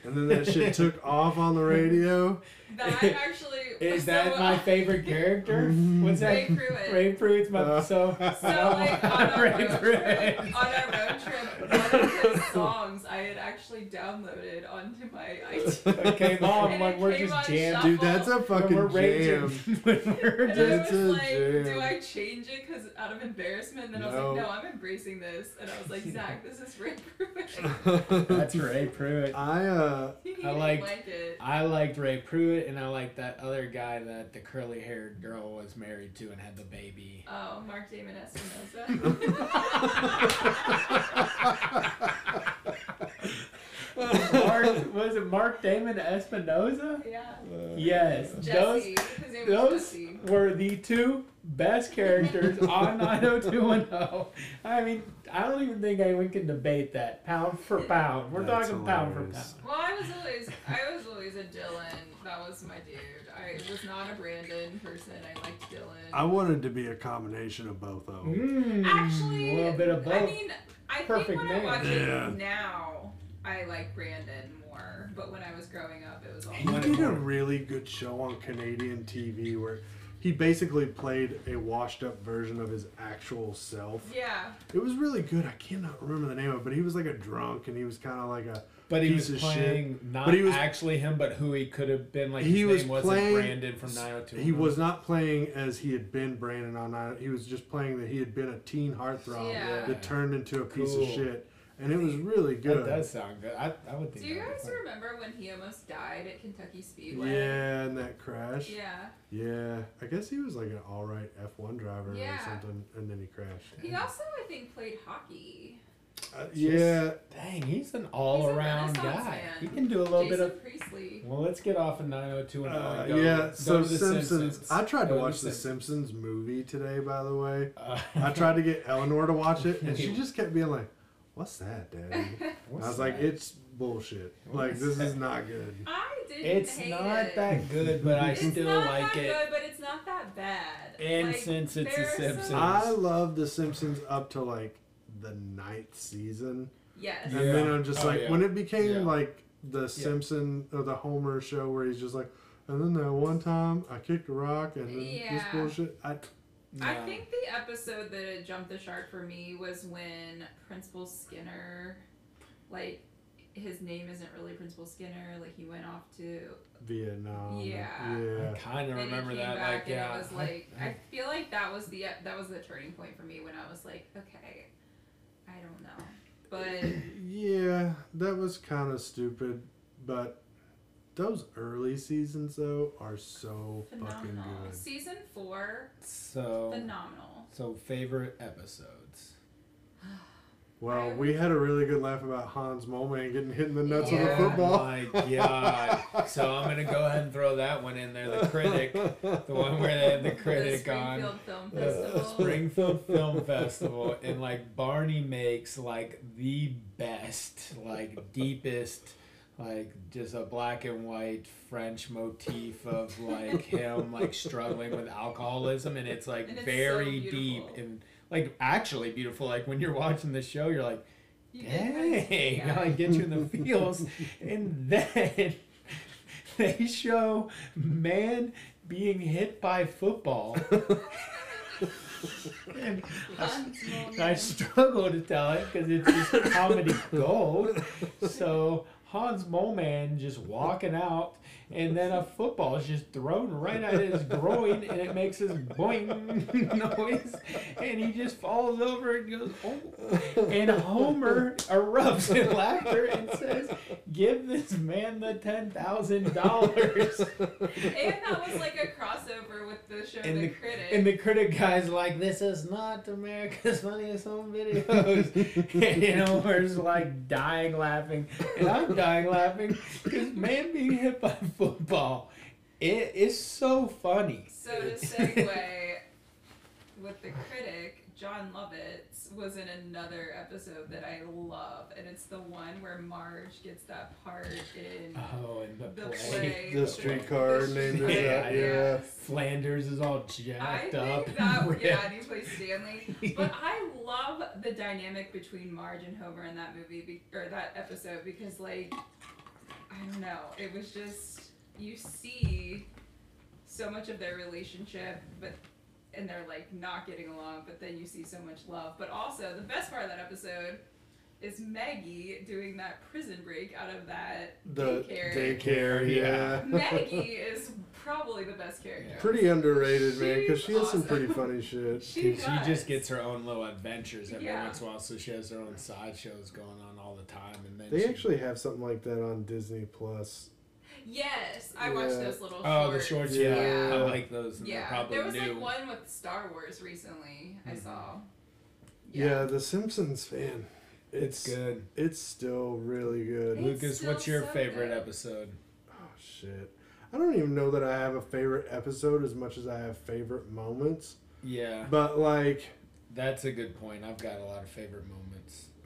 [SPEAKER 3] And then that shit took off on the radio.
[SPEAKER 1] that actually
[SPEAKER 2] Is
[SPEAKER 1] so uh,
[SPEAKER 2] that my favorite character?
[SPEAKER 3] Mhm.
[SPEAKER 2] What's that?
[SPEAKER 1] Ray Pruitt.
[SPEAKER 2] Ray Pruitt's my
[SPEAKER 3] Uh,
[SPEAKER 2] so.
[SPEAKER 1] So like on a
[SPEAKER 2] Ray
[SPEAKER 1] road
[SPEAKER 2] Pruitt.
[SPEAKER 1] trip, on a road trip, one of his songs I had actually downloaded onto my iTunes.
[SPEAKER 2] Okay, mom,
[SPEAKER 1] And
[SPEAKER 2] like
[SPEAKER 1] it
[SPEAKER 2] we're
[SPEAKER 1] came
[SPEAKER 2] just
[SPEAKER 1] on
[SPEAKER 2] jammed.
[SPEAKER 1] Shuffle.
[SPEAKER 3] Dude, that's a
[SPEAKER 2] When
[SPEAKER 3] fucking
[SPEAKER 2] we're
[SPEAKER 3] jam.
[SPEAKER 2] raging. When we're
[SPEAKER 1] And I
[SPEAKER 2] just.
[SPEAKER 3] That's a
[SPEAKER 1] was like,
[SPEAKER 3] jam.
[SPEAKER 1] do I change it because out of embarrassment? Then I was
[SPEAKER 3] No.
[SPEAKER 1] like, no, I'm embracing this. And I was like, Zach, this is Ray Pruitt.
[SPEAKER 2] That's Ray Pruitt.
[SPEAKER 3] I uh
[SPEAKER 1] He
[SPEAKER 2] I
[SPEAKER 1] didn't
[SPEAKER 2] liked-
[SPEAKER 1] like it.
[SPEAKER 2] I liked Ray Pruitt, and I liked that other guy that the curly-haired girl was married to and had the baby.
[SPEAKER 1] Oh, Mark Damon Espinosa.
[SPEAKER 2] Mark, was it Mark Damon Espinoza?
[SPEAKER 1] yeah.
[SPEAKER 2] Yes. Those
[SPEAKER 1] Jesse. His name was
[SPEAKER 2] those
[SPEAKER 1] Jesse.
[SPEAKER 2] were the two best characters on 90210. I mean, I don't even think anyone can debate that pound for pound. We're
[SPEAKER 3] That's
[SPEAKER 2] talking pound for
[SPEAKER 3] hilarious.
[SPEAKER 2] pound.
[SPEAKER 1] Well, I was always I was always a Dylan. That was my dude. I was not a Brandon person. I liked Dylan.
[SPEAKER 3] I wanted to be a combination of both of them.
[SPEAKER 2] Mm,
[SPEAKER 1] Actually,
[SPEAKER 2] a little bit of both.
[SPEAKER 1] I mean, I
[SPEAKER 2] Perfect
[SPEAKER 1] think when
[SPEAKER 2] man.
[SPEAKER 1] I watch
[SPEAKER 3] Yeah.
[SPEAKER 1] it now, I like Brandon more. But when I was growing up, it was all.
[SPEAKER 3] He did a really good show on Canadian TV where he basically played a washed up version of his actual self.
[SPEAKER 1] Yeah,
[SPEAKER 3] It was really good. I cannot remember the name of it, but he was like a drunk and he was kind of like a
[SPEAKER 2] but he
[SPEAKER 3] piece
[SPEAKER 2] was
[SPEAKER 3] of shit.
[SPEAKER 2] playing not
[SPEAKER 3] But he was-
[SPEAKER 2] actually him, but who he could have been. Like
[SPEAKER 3] He
[SPEAKER 2] his
[SPEAKER 3] was
[SPEAKER 2] name wasn't
[SPEAKER 3] playing-
[SPEAKER 2] Brandon from 90210.
[SPEAKER 3] He was not playing as he had been Brandon on night. He was just playing that he had been a teen heartthrob
[SPEAKER 1] Yeah.
[SPEAKER 3] that turned into a piece
[SPEAKER 2] Cool.
[SPEAKER 3] of shit, and it was really good.
[SPEAKER 2] That does sound good. I, I would
[SPEAKER 1] do
[SPEAKER 2] think.
[SPEAKER 1] you
[SPEAKER 2] that would
[SPEAKER 1] guys
[SPEAKER 2] be fun.
[SPEAKER 1] remember when he almost died at Kentucky Speedway?
[SPEAKER 3] yeah, and that crash.
[SPEAKER 1] Yeah.
[SPEAKER 3] Yeah, I guess he was like an all right F one driver or
[SPEAKER 1] Yeah.
[SPEAKER 3] something, and then he crashed.
[SPEAKER 1] He also, I think, played hockey.
[SPEAKER 3] Uh,
[SPEAKER 2] Just
[SPEAKER 3] yeah,
[SPEAKER 2] Dang, he's an all-around
[SPEAKER 1] renaissance
[SPEAKER 2] guy.
[SPEAKER 1] man.
[SPEAKER 2] He can do a little
[SPEAKER 1] Jason
[SPEAKER 2] bit of
[SPEAKER 1] Priestley.
[SPEAKER 2] Well, let's get off of 902 and
[SPEAKER 3] uh,
[SPEAKER 2] go,
[SPEAKER 3] yeah.
[SPEAKER 2] go
[SPEAKER 3] So
[SPEAKER 2] to the
[SPEAKER 3] Simpsons. I tried to
[SPEAKER 2] Go
[SPEAKER 3] watch the
[SPEAKER 2] Simpsons.
[SPEAKER 3] Simpsons movie today. By the way,
[SPEAKER 2] Uh,
[SPEAKER 3] I tried to get Eleanor to watch it, and she just kept being like, "What's that, Daddy?" I was like, "It's bullshit. Like
[SPEAKER 2] What's
[SPEAKER 3] this is
[SPEAKER 2] that?"
[SPEAKER 3] not good."
[SPEAKER 1] I didn't
[SPEAKER 2] it's
[SPEAKER 1] hate
[SPEAKER 2] not
[SPEAKER 1] it.
[SPEAKER 2] that good, but I
[SPEAKER 1] It's
[SPEAKER 2] still
[SPEAKER 1] not
[SPEAKER 2] like
[SPEAKER 1] that
[SPEAKER 2] it.
[SPEAKER 1] good, but it's not that bad.
[SPEAKER 2] And
[SPEAKER 1] Like,
[SPEAKER 2] since it's The
[SPEAKER 1] there are some-
[SPEAKER 2] Simpsons.
[SPEAKER 3] I love The Simpsons up to like the ninth season,
[SPEAKER 1] yes.
[SPEAKER 3] and then
[SPEAKER 2] Yeah.
[SPEAKER 3] I'm just
[SPEAKER 2] Oh,
[SPEAKER 3] like,
[SPEAKER 2] yeah.
[SPEAKER 3] when it became
[SPEAKER 2] Yeah.
[SPEAKER 3] like the Simpson or the Homer show where he's just like, and then that one time I kicked a rock and then this
[SPEAKER 1] Yeah.
[SPEAKER 3] bullshit. I
[SPEAKER 1] I
[SPEAKER 2] No.
[SPEAKER 1] think the episode that jumped the shark for me was when Principal Skinner, like, his name isn't really Principal Skinner. Like he went off to.
[SPEAKER 3] Vietnam.
[SPEAKER 1] Yeah.
[SPEAKER 2] I
[SPEAKER 3] Yeah.
[SPEAKER 2] kind of
[SPEAKER 1] and
[SPEAKER 2] remember
[SPEAKER 1] he came
[SPEAKER 2] that.
[SPEAKER 1] back
[SPEAKER 2] Like, yeah.
[SPEAKER 1] and it was
[SPEAKER 2] I-
[SPEAKER 1] like
[SPEAKER 2] I-
[SPEAKER 1] I, feel like that was the that was the turning point for me when I was like, okay, I don't know, but
[SPEAKER 3] Yeah, that was kind of stupid, but those early seasons though are so fucking
[SPEAKER 1] phenomenal.
[SPEAKER 3] good.
[SPEAKER 1] Season four,
[SPEAKER 2] so,
[SPEAKER 1] phenomenal.
[SPEAKER 2] so favorite episodes.
[SPEAKER 3] Well,
[SPEAKER 1] I-
[SPEAKER 3] we had a really good laugh about Hans Molman getting hit in the nuts with a
[SPEAKER 1] Yeah.
[SPEAKER 3] football.
[SPEAKER 2] Oh my god! so I'm gonna go ahead and throw that one in there. The critic, the one where they had the
[SPEAKER 1] the
[SPEAKER 2] critic on.
[SPEAKER 1] Springfield Film
[SPEAKER 2] the
[SPEAKER 1] Festival.
[SPEAKER 2] Springfield Film Festival, and like Barney makes like the best, like deepest, like just a black and white French motif of like him like struggling with alcoholism, and it's like
[SPEAKER 1] And it's so
[SPEAKER 2] very deep
[SPEAKER 1] beautiful.
[SPEAKER 2] and like actually beautiful. Like when you're watching the show, you're like,
[SPEAKER 1] You get those-
[SPEAKER 2] dang,
[SPEAKER 1] yeah.
[SPEAKER 2] I get you in the feels, and then. They show man being hit by football. And
[SPEAKER 1] Hans Molman.
[SPEAKER 2] I struggle to tell it because it's just comedy gold. So Hans Moleman just walking out, and then a football is just thrown right at his groin, and it makes this boing noise, and he just falls over and goes, oh. And Homer erupts in laughter and says, "Give this man the ten thousand dollars."
[SPEAKER 1] and that was like a crossover with the show
[SPEAKER 2] And
[SPEAKER 1] The
[SPEAKER 2] the-
[SPEAKER 1] Critic.
[SPEAKER 2] And the critic guy's like, "This is not America's funniest home videos," and you know, we're just like dying laughing, and I'm dying laughing because man being hit by football, it is so funny.
[SPEAKER 1] so to segue with the critic, John Lovitz was in another episode that I love, and it's the one where Marge gets that part in
[SPEAKER 2] Oh, and the,
[SPEAKER 1] the
[SPEAKER 2] play.
[SPEAKER 1] play.
[SPEAKER 3] The streetcar named
[SPEAKER 2] it
[SPEAKER 1] Yeah,
[SPEAKER 2] that,
[SPEAKER 3] yeah.
[SPEAKER 2] Flanders is all
[SPEAKER 1] I
[SPEAKER 2] jacked
[SPEAKER 1] think
[SPEAKER 2] up. and
[SPEAKER 1] that
[SPEAKER 2] ripped.
[SPEAKER 1] yeah, and he plays Stanley. But I love the dynamic between Marge and Homer in that movie be- or that episode because like I don't know, it was just you see so much of their relationship, but and they're like not getting along, but then you see so much love. But also the best part of that episode is Maggie doing that prison break out of that
[SPEAKER 3] The
[SPEAKER 1] daycare.
[SPEAKER 3] daycare, yeah.
[SPEAKER 1] Maggie is probably the best character.
[SPEAKER 2] Yeah.
[SPEAKER 3] Pretty underrated, man, because
[SPEAKER 1] She's
[SPEAKER 3] she has some
[SPEAKER 1] awesome.
[SPEAKER 3] pretty funny shit.
[SPEAKER 1] She,
[SPEAKER 2] Dude, she
[SPEAKER 1] was.
[SPEAKER 2] just gets her own little adventures every
[SPEAKER 1] Yeah.
[SPEAKER 2] once in a while, so she has her own sideshows going on all the time, and then
[SPEAKER 3] They
[SPEAKER 2] she
[SPEAKER 3] actually have something like that on Disney Plus.
[SPEAKER 1] Yes, I watched
[SPEAKER 3] Yeah.
[SPEAKER 1] those little.
[SPEAKER 2] Oh, the
[SPEAKER 1] shorts.
[SPEAKER 2] shorts, yeah.
[SPEAKER 1] Yeah.
[SPEAKER 2] I like those. and they're
[SPEAKER 1] Yeah,
[SPEAKER 2] probably
[SPEAKER 1] there was
[SPEAKER 2] new.
[SPEAKER 1] like one with Star Wars recently. I
[SPEAKER 2] Mhm.
[SPEAKER 1] saw.
[SPEAKER 3] Yeah, The Simpsons fan.
[SPEAKER 2] It's good.
[SPEAKER 3] It's still really good.
[SPEAKER 1] It's
[SPEAKER 2] Lucas,
[SPEAKER 1] still
[SPEAKER 2] what's your
[SPEAKER 1] so
[SPEAKER 2] favorite
[SPEAKER 1] good.
[SPEAKER 2] episode?
[SPEAKER 3] Oh shit. I don't even know that I have a favorite episode as much as I have favorite moments.
[SPEAKER 2] Yeah,
[SPEAKER 3] But like,
[SPEAKER 2] that's a good point. I've got a lot of favorite moments.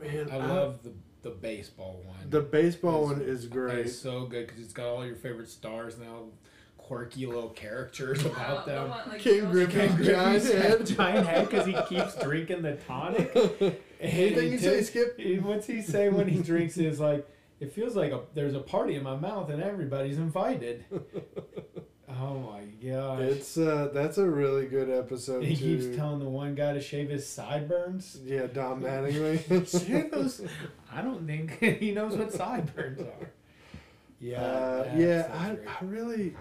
[SPEAKER 3] man,
[SPEAKER 2] I love the the baseball one.
[SPEAKER 3] the baseball
[SPEAKER 2] It's-
[SPEAKER 3] one is
[SPEAKER 2] It's
[SPEAKER 3] great.
[SPEAKER 2] so good because it's got all your favorite stars now, quirky little characters
[SPEAKER 1] Uh,
[SPEAKER 2] about
[SPEAKER 1] the
[SPEAKER 2] them.
[SPEAKER 1] one, like,
[SPEAKER 3] King
[SPEAKER 1] Bill Gates.
[SPEAKER 2] Ken
[SPEAKER 3] Griffin.
[SPEAKER 2] Griffey's
[SPEAKER 3] Giant
[SPEAKER 2] had
[SPEAKER 3] head.
[SPEAKER 2] giant head because he keeps drinking the tonic. And
[SPEAKER 3] Anything
[SPEAKER 2] he
[SPEAKER 3] you say,
[SPEAKER 2] did-
[SPEAKER 3] Skip?
[SPEAKER 2] he- What's he say when he drinks? it? It's like it feels like a, there's a party in my mouth and everybody's invited. Oh my gosh.
[SPEAKER 3] It's uh, that's a really good episode
[SPEAKER 2] He
[SPEAKER 3] too.
[SPEAKER 2] keeps telling the one guy to shave his sideburns.
[SPEAKER 3] yeah, Dom
[SPEAKER 2] Shave
[SPEAKER 3] Mattingly.
[SPEAKER 2] those- I don't think he knows what sideburns are. Yeah,
[SPEAKER 3] Uh,
[SPEAKER 2] that's-
[SPEAKER 3] yeah,
[SPEAKER 2] that's
[SPEAKER 3] I,
[SPEAKER 2] great.
[SPEAKER 3] I really,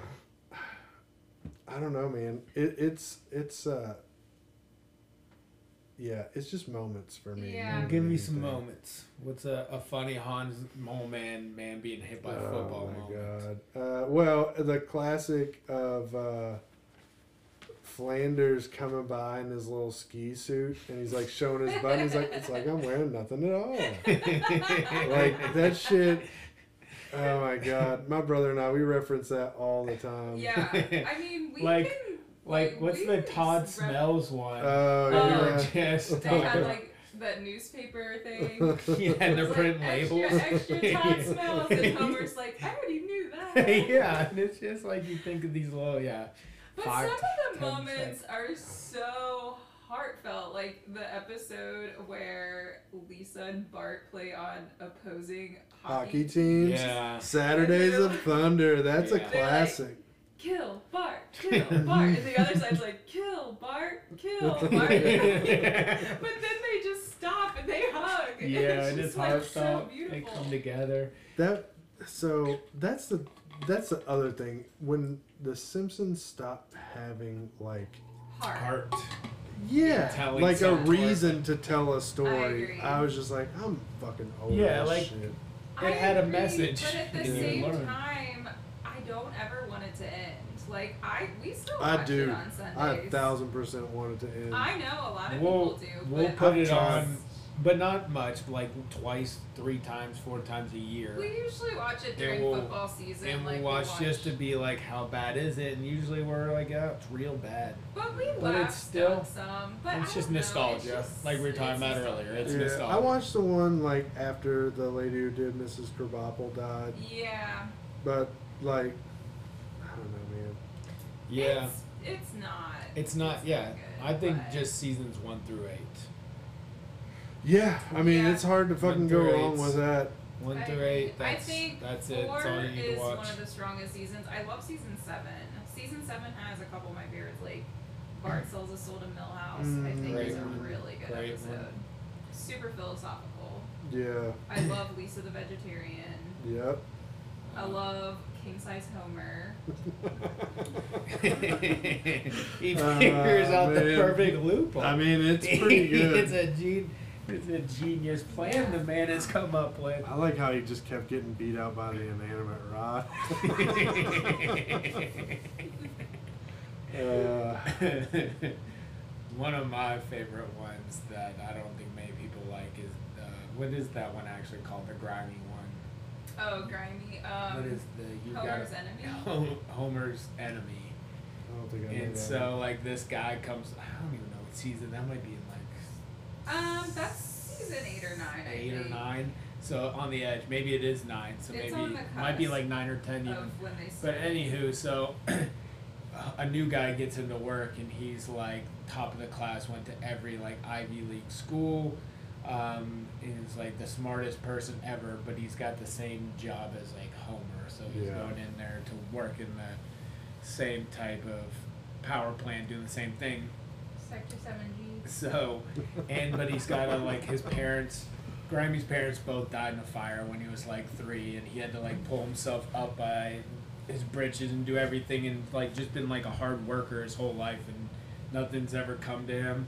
[SPEAKER 3] I don't know, man. It, it's it's uh, yeah, it's just moments for me.
[SPEAKER 1] Yeah.
[SPEAKER 3] more than
[SPEAKER 2] Give me some
[SPEAKER 3] anything.
[SPEAKER 2] moments. What's a, a funny Hans Moleman man being hit by
[SPEAKER 3] oh
[SPEAKER 2] football
[SPEAKER 3] my
[SPEAKER 2] moment?
[SPEAKER 3] god! Uh, well, the classic of uh, Flanders coming by in his little ski suit, and he's like showing his butt. and He's like, it's like I'm wearing nothing at all. like that shit. Oh my god! My brother and I we reference that all the time.
[SPEAKER 1] Yeah, I mean we
[SPEAKER 2] Like-
[SPEAKER 1] can.
[SPEAKER 2] like, what's
[SPEAKER 1] we
[SPEAKER 2] the
[SPEAKER 1] can
[SPEAKER 2] Todd
[SPEAKER 1] rep-
[SPEAKER 2] Smells one?
[SPEAKER 3] Oh
[SPEAKER 2] They
[SPEAKER 1] Oh.
[SPEAKER 2] were
[SPEAKER 3] yeah.
[SPEAKER 2] just
[SPEAKER 1] They had
[SPEAKER 2] talking-
[SPEAKER 1] like that newspaper thing.
[SPEAKER 2] yeah, and
[SPEAKER 1] It
[SPEAKER 2] the
[SPEAKER 1] was,
[SPEAKER 2] print
[SPEAKER 1] like,
[SPEAKER 2] labels.
[SPEAKER 1] Extra, extra Todd
[SPEAKER 2] Yeah.
[SPEAKER 1] smells, and Homer's like, I already knew that.
[SPEAKER 2] yeah, and it's just like you think of these little yeah.
[SPEAKER 1] But
[SPEAKER 2] Five,
[SPEAKER 1] some of the
[SPEAKER 2] ten
[SPEAKER 1] moments are so heartfelt, like the episode where Lisa and Bart play on opposing
[SPEAKER 3] Hockey teams.
[SPEAKER 2] Yeah.
[SPEAKER 3] Saturdays of Thunder. That's
[SPEAKER 2] Yeah.
[SPEAKER 3] a classic.
[SPEAKER 1] kill Bart, kill Bart, and the other side's like, kill Bart, kill Bart. but then they just stop and they hug.
[SPEAKER 2] yeah,
[SPEAKER 1] it's
[SPEAKER 2] and it's
[SPEAKER 1] just, like,
[SPEAKER 2] heartfelt.
[SPEAKER 1] So
[SPEAKER 2] they
[SPEAKER 1] beautiful.
[SPEAKER 2] come together.
[SPEAKER 3] That so that's the that's the other thing when the Simpsons stopped having like
[SPEAKER 1] Heart.
[SPEAKER 2] Heart.
[SPEAKER 3] yeah
[SPEAKER 2] Telling
[SPEAKER 3] like a
[SPEAKER 2] some story.
[SPEAKER 3] reason to tell a story.
[SPEAKER 1] agree.
[SPEAKER 3] I, was just like I'm fucking over
[SPEAKER 2] Yeah,
[SPEAKER 3] this
[SPEAKER 2] like-
[SPEAKER 3] shit.
[SPEAKER 2] It
[SPEAKER 1] I
[SPEAKER 2] had a
[SPEAKER 1] agree,
[SPEAKER 2] message
[SPEAKER 1] But at the
[SPEAKER 2] that you
[SPEAKER 1] same
[SPEAKER 2] learn.
[SPEAKER 1] time, I don't ever want it to end. Like I, we still watch
[SPEAKER 3] I do.
[SPEAKER 1] it on Sundays.
[SPEAKER 3] I a thousand percent wanted to end.
[SPEAKER 1] I know a lot of
[SPEAKER 2] We'll-
[SPEAKER 1] people do.
[SPEAKER 2] we'll
[SPEAKER 1] but
[SPEAKER 2] put
[SPEAKER 1] I
[SPEAKER 2] it
[SPEAKER 1] just-
[SPEAKER 2] on. But not much, like twice, three times, four times a year.
[SPEAKER 1] We usually watch it during
[SPEAKER 2] we'll-
[SPEAKER 1] football season.
[SPEAKER 2] and
[SPEAKER 1] like
[SPEAKER 2] we'll
[SPEAKER 1] we
[SPEAKER 2] watch
[SPEAKER 1] watch
[SPEAKER 2] just to be like, how bad is it? And usually we're like, yeah, it's real bad.
[SPEAKER 1] But we
[SPEAKER 2] But
[SPEAKER 1] laughed
[SPEAKER 2] it's still-
[SPEAKER 1] at some. But I
[SPEAKER 2] it's just
[SPEAKER 1] don't know,
[SPEAKER 2] nostalgia,
[SPEAKER 1] it's just-
[SPEAKER 2] like we were
[SPEAKER 1] it's
[SPEAKER 2] talking about
[SPEAKER 1] nostalgia.
[SPEAKER 2] earlier. It's
[SPEAKER 3] yeah,
[SPEAKER 2] nostalgia.
[SPEAKER 3] I watched the one like after the lady who did Mrs. Krabappel died,
[SPEAKER 1] yeah.
[SPEAKER 3] but like I don't know, man.
[SPEAKER 2] Yeah, it's,
[SPEAKER 1] It's, it's not.
[SPEAKER 2] not. Yeah,
[SPEAKER 1] good,
[SPEAKER 2] I think
[SPEAKER 1] but-
[SPEAKER 2] just seasons one through eight.
[SPEAKER 3] Yeah, I mean
[SPEAKER 1] Yeah.
[SPEAKER 3] it's hard to fucking go
[SPEAKER 2] through
[SPEAKER 3] wrong
[SPEAKER 2] eight's-
[SPEAKER 3] with that.
[SPEAKER 2] One
[SPEAKER 1] I
[SPEAKER 2] through
[SPEAKER 1] agree.
[SPEAKER 2] eight.
[SPEAKER 1] I
[SPEAKER 2] That's
[SPEAKER 1] think
[SPEAKER 2] that's it.
[SPEAKER 1] Four
[SPEAKER 2] That's all you need to
[SPEAKER 1] is
[SPEAKER 2] watch.
[SPEAKER 1] one of the strongest seasons. I love season seven. Season seven has a couple of my favorites, like Bart sells a soul to Millhouse. I
[SPEAKER 3] Mm.
[SPEAKER 1] think
[SPEAKER 2] Great
[SPEAKER 1] is a
[SPEAKER 2] one.
[SPEAKER 1] really good
[SPEAKER 2] Great
[SPEAKER 1] episode.
[SPEAKER 2] one.
[SPEAKER 1] Super philosophical.
[SPEAKER 3] Yeah.
[SPEAKER 1] I love Lisa the Vegetarian.
[SPEAKER 3] Yep.
[SPEAKER 1] I
[SPEAKER 2] Mm.
[SPEAKER 1] love King Size Homer.
[SPEAKER 2] he
[SPEAKER 3] Ah,
[SPEAKER 2] figures out the
[SPEAKER 3] man.
[SPEAKER 2] perfect loophole.
[SPEAKER 3] I mean, it's pretty
[SPEAKER 2] it's
[SPEAKER 3] good.
[SPEAKER 2] a gen- it's a genius plan the man has come up with.
[SPEAKER 3] I like how he just kept getting beat out by the inanimate rod. uh,
[SPEAKER 2] one of my favorite ones that I don't think many people like is uh, what is that one actually called? The grimy one.
[SPEAKER 1] Oh, grimy. Um,
[SPEAKER 2] what is the you
[SPEAKER 1] Homer's
[SPEAKER 2] got
[SPEAKER 1] Enemy?
[SPEAKER 2] Hom- Homer's enemy.
[SPEAKER 3] I don't think I know
[SPEAKER 2] And
[SPEAKER 3] that.
[SPEAKER 2] so like this guy comes. I don't even know what season that might be in like
[SPEAKER 1] Um, that's season eight or nine. I
[SPEAKER 2] eight or
[SPEAKER 1] think,
[SPEAKER 2] nine. So on the edge, maybe it is nine. So
[SPEAKER 1] It's on
[SPEAKER 2] maybe
[SPEAKER 1] the
[SPEAKER 2] might be
[SPEAKER 1] cusp
[SPEAKER 2] like nine or ten even.
[SPEAKER 1] Of when they
[SPEAKER 2] But
[SPEAKER 1] started.
[SPEAKER 2] anywho, so a new guy gets into work and he's like top of the class, went to every like Ivy League school, um, and is like the smartest person ever. But he's got the same job as like Homer, so he's
[SPEAKER 3] Yeah.
[SPEAKER 2] going in there to work in the same type of power plant, doing the same thing.
[SPEAKER 1] Sector Seven G.
[SPEAKER 2] So, and but he's got to like his parents. Grammy's parents both died in a fire when he was like three, and he had to like pull himself up by his britches and do everything, and like just been like a hard worker his whole life, and nothing's ever come to him.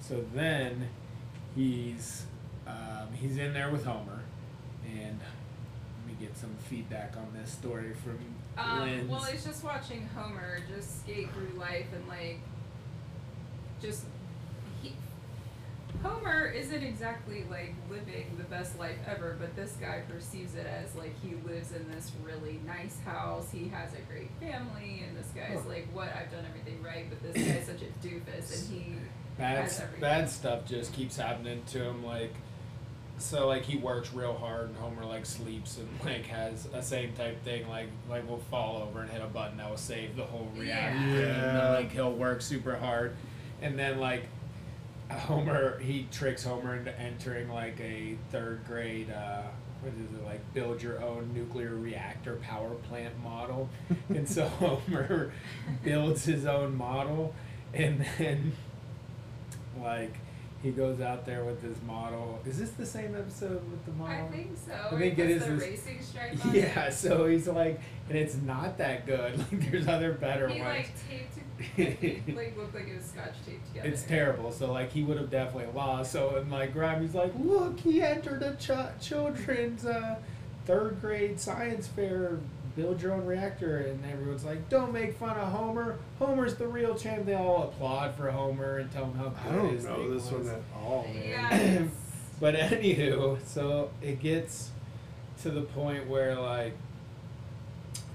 [SPEAKER 2] So then, he's um, he's in there with Homer, and let me get some feedback on this story from Lynn's.
[SPEAKER 1] Um, well, it's just watching Homer just skate through life and like, just he. Homer isn't exactly like living the best life ever, but this guy perceives it as like he lives in this really nice house. He has a great family, and this guy's
[SPEAKER 3] Huh.
[SPEAKER 1] like, "What? I've done everything right," but this guy's such a doofus, and he.
[SPEAKER 2] bad
[SPEAKER 1] has
[SPEAKER 2] s-
[SPEAKER 1] everything.
[SPEAKER 2] bad stuff just keeps happening to him like so like he works real hard and homer like sleeps and like has a same type thing like like will fall over and hit a button that will save the whole reactor and
[SPEAKER 3] Yeah.
[SPEAKER 2] then, like he'll work super hard and then like homer he tricks homer into entering like a third grade uh what is it like build your own nuclear reactor power plant model and so homer builds his own model and then like he goes out there with his model. Is this the same episode with the model?
[SPEAKER 1] I think so.
[SPEAKER 2] I
[SPEAKER 1] I
[SPEAKER 2] think it is
[SPEAKER 1] the
[SPEAKER 2] this-
[SPEAKER 1] racing stripe. on
[SPEAKER 2] yeah,
[SPEAKER 1] it.
[SPEAKER 2] so he's like, and it's not that good. Like, there's other better
[SPEAKER 1] He
[SPEAKER 2] ones.
[SPEAKER 1] like taped, it- like looked like it was scotch taped together.
[SPEAKER 2] it's terrible. So like, he would have definitely lost. So and like, Grammy's like, look, he entered a ch- children's uh, third grade science fair. Build your own reactor, and everyone's like, "Don't make fun of Homer. Homer's the real champ." They all applaud for Homer and tell him how
[SPEAKER 3] I
[SPEAKER 2] good
[SPEAKER 3] don't
[SPEAKER 2] his
[SPEAKER 3] know
[SPEAKER 2] thing
[SPEAKER 3] this
[SPEAKER 2] was.
[SPEAKER 3] one at all, man.
[SPEAKER 1] Yeah. it's-
[SPEAKER 2] But anywho, so it gets to the point where like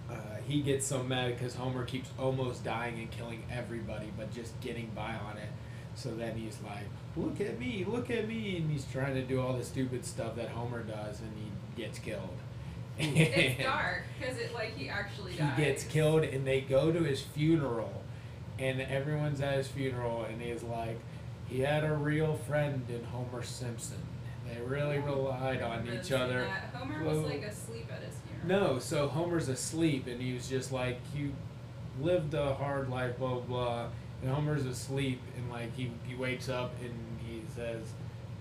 [SPEAKER 2] uh, he gets so mad because Homer keeps almost dying and killing everybody, but just getting by on it. So then he's like, "Look at me! Look at me!" And he's trying to do all the stupid stuff that Homer does, and he gets killed.
[SPEAKER 1] It's dark because it like he actually dies.
[SPEAKER 2] He gets killed, and they go to his funeral, and everyone's at his funeral, and he's like, he had a real friend in Homer Simpson. They really relied on
[SPEAKER 1] Remember
[SPEAKER 2] each
[SPEAKER 1] seeing
[SPEAKER 2] other.
[SPEAKER 1] that? Homer was
[SPEAKER 2] Whoa.
[SPEAKER 1] like asleep at his funeral.
[SPEAKER 2] No, so Homer's asleep, and he was just like, you lived a hard life, blah blah. blah. And Homer's asleep, and like he he wakes up, and he says,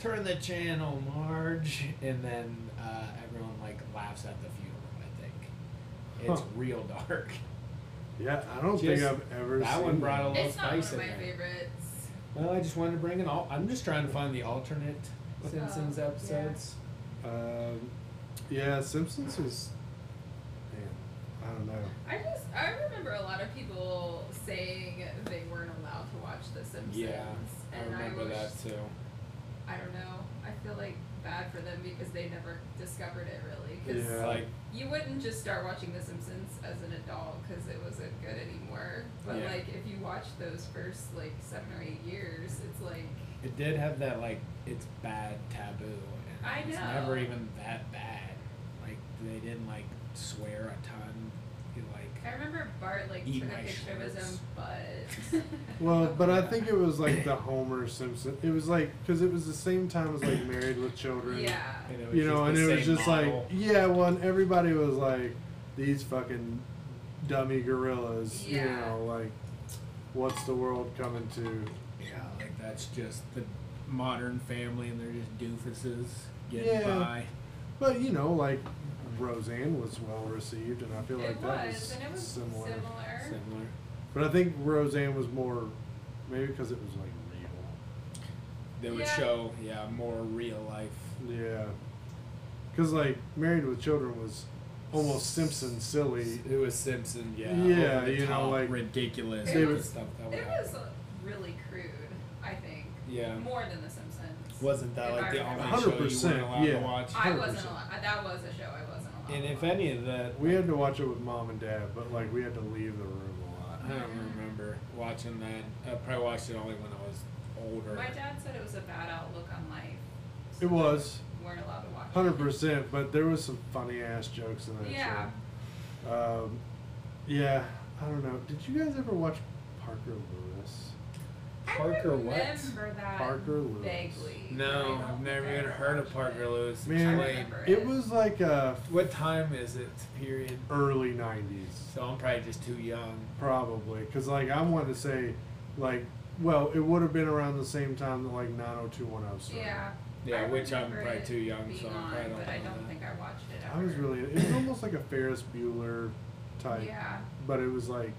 [SPEAKER 2] turn the channel, Marge, and then uh, everyone like laughs at the funeral. I think it's
[SPEAKER 3] Huh.
[SPEAKER 2] real dark.
[SPEAKER 3] Yeah, I don't think
[SPEAKER 2] Just-
[SPEAKER 3] I've ever
[SPEAKER 2] that
[SPEAKER 3] seen
[SPEAKER 2] one brought a little
[SPEAKER 1] It's not one
[SPEAKER 2] spice
[SPEAKER 1] of
[SPEAKER 2] in
[SPEAKER 1] my
[SPEAKER 2] there.
[SPEAKER 1] favorites.
[SPEAKER 2] Well, I just wanted to bring an all. I'm just trying to find the alternate Simpsons
[SPEAKER 1] yeah.
[SPEAKER 2] episodes.
[SPEAKER 3] Um, yeah, Simpsons was. Man, I don't know.
[SPEAKER 1] I just I remember a lot of people saying they weren't allowed to watch The Simpsons.
[SPEAKER 2] Yeah,
[SPEAKER 1] and
[SPEAKER 2] I remember
[SPEAKER 1] wish,
[SPEAKER 2] that too.
[SPEAKER 1] I don't know. I feel like bad for them because they never discovered it really. Because
[SPEAKER 3] Yeah.
[SPEAKER 2] Like
[SPEAKER 1] you wouldn't just start watching The Simpsons as an adult because it wasn't good anymore. But
[SPEAKER 2] Yeah.
[SPEAKER 1] like if you watch those first like seven or eight years, it's like
[SPEAKER 2] it did have that like it's bad taboo. And
[SPEAKER 1] I
[SPEAKER 2] It's
[SPEAKER 1] know.
[SPEAKER 2] never even that bad. Like they didn't like swear a ton. You
[SPEAKER 1] I
[SPEAKER 2] like
[SPEAKER 1] remember Bart like
[SPEAKER 2] Eat
[SPEAKER 1] took a
[SPEAKER 2] my
[SPEAKER 1] picture of his own
[SPEAKER 2] shorts.
[SPEAKER 1] butt.
[SPEAKER 3] Well, but I think it was like the Homer Simpson. It was like because it was the same time as like Married with Children.
[SPEAKER 1] yeah.
[SPEAKER 2] and it was
[SPEAKER 3] You know, and
[SPEAKER 2] the
[SPEAKER 3] it was
[SPEAKER 2] same
[SPEAKER 3] just
[SPEAKER 2] model.
[SPEAKER 3] like yeah, one everybody was like these fucking dummy gorillas. You
[SPEAKER 1] Yeah.
[SPEAKER 3] know, like what's the world coming to?
[SPEAKER 2] Yeah, like that's just the modern family, and they're just doofuses getting
[SPEAKER 3] Yeah.
[SPEAKER 2] by.
[SPEAKER 3] But you know, like Roseanne was well received, and I feel like
[SPEAKER 1] it
[SPEAKER 3] that
[SPEAKER 1] was, and it was similar.
[SPEAKER 2] Similar.
[SPEAKER 3] But I think Roseanne was more, maybe because it was like real.
[SPEAKER 2] They would
[SPEAKER 1] Yeah.
[SPEAKER 2] show yeah more real life.
[SPEAKER 3] Yeah. Because like Married with Children was almost Simpson silly.
[SPEAKER 2] It was Simpson. Yeah.
[SPEAKER 3] Yeah,
[SPEAKER 2] over the
[SPEAKER 3] you know,
[SPEAKER 2] top,
[SPEAKER 3] like-
[SPEAKER 2] ridiculous
[SPEAKER 1] It
[SPEAKER 2] with the
[SPEAKER 1] was-
[SPEAKER 2] stuff that would
[SPEAKER 1] It
[SPEAKER 2] happen.
[SPEAKER 1] was uh, really crude, I think.
[SPEAKER 2] yeah.
[SPEAKER 1] More than The Simpsons.
[SPEAKER 2] Wasn't that like the
[SPEAKER 1] If I
[SPEAKER 2] only
[SPEAKER 1] remember.
[SPEAKER 2] show you weren't
[SPEAKER 3] 100%,
[SPEAKER 2] allowed
[SPEAKER 3] yeah.
[SPEAKER 2] to watch?
[SPEAKER 1] I wasn't
[SPEAKER 3] 100%.
[SPEAKER 1] allowed. That was a show I wasn't allowed.
[SPEAKER 2] And
[SPEAKER 1] to
[SPEAKER 2] if
[SPEAKER 1] watch.
[SPEAKER 2] any of that,
[SPEAKER 3] We had to watch it with mom and dad, but like we had to leave the room a lot.
[SPEAKER 2] I don't remember watching that. I probably watched it only when I was older.
[SPEAKER 1] My dad said it was a bad outlook on life.
[SPEAKER 3] It was
[SPEAKER 1] We weren't allowed to watch. it.
[SPEAKER 3] 100%, but there was some funny ass jokes in that
[SPEAKER 1] Yeah.
[SPEAKER 3] show. Um, yeah, I don't know. Did you guys ever watch Parker Lewis?
[SPEAKER 2] Parker
[SPEAKER 1] I
[SPEAKER 2] what?
[SPEAKER 1] remember that
[SPEAKER 3] Parker Lewis.
[SPEAKER 1] vaguely. but I
[SPEAKER 2] No,
[SPEAKER 1] don't
[SPEAKER 2] I've
[SPEAKER 1] think
[SPEAKER 2] never
[SPEAKER 1] I
[SPEAKER 2] even
[SPEAKER 1] ever
[SPEAKER 2] heard of
[SPEAKER 1] watched
[SPEAKER 2] Parker
[SPEAKER 1] it.
[SPEAKER 2] Lewis.
[SPEAKER 3] Man,
[SPEAKER 1] I
[SPEAKER 2] Like,
[SPEAKER 1] remember
[SPEAKER 3] It was like a
[SPEAKER 2] what time is it? Period.
[SPEAKER 3] early 90s.
[SPEAKER 2] So I'm probably just too young.
[SPEAKER 3] Probably, because like I wanted to say, like, well, it would have been around the same time that like 90210 started.
[SPEAKER 1] Yeah.
[SPEAKER 2] Yeah,
[SPEAKER 1] I
[SPEAKER 2] which I'm
[SPEAKER 1] remember
[SPEAKER 2] probably
[SPEAKER 1] it
[SPEAKER 2] too young,
[SPEAKER 1] being
[SPEAKER 2] so
[SPEAKER 1] on,
[SPEAKER 2] I probably don't.
[SPEAKER 1] but I
[SPEAKER 2] know
[SPEAKER 1] don't
[SPEAKER 2] that.
[SPEAKER 1] think I watched it. Ever.
[SPEAKER 3] I was really. It was almost like a Ferris Bueller type,
[SPEAKER 1] Yeah.
[SPEAKER 3] but it was like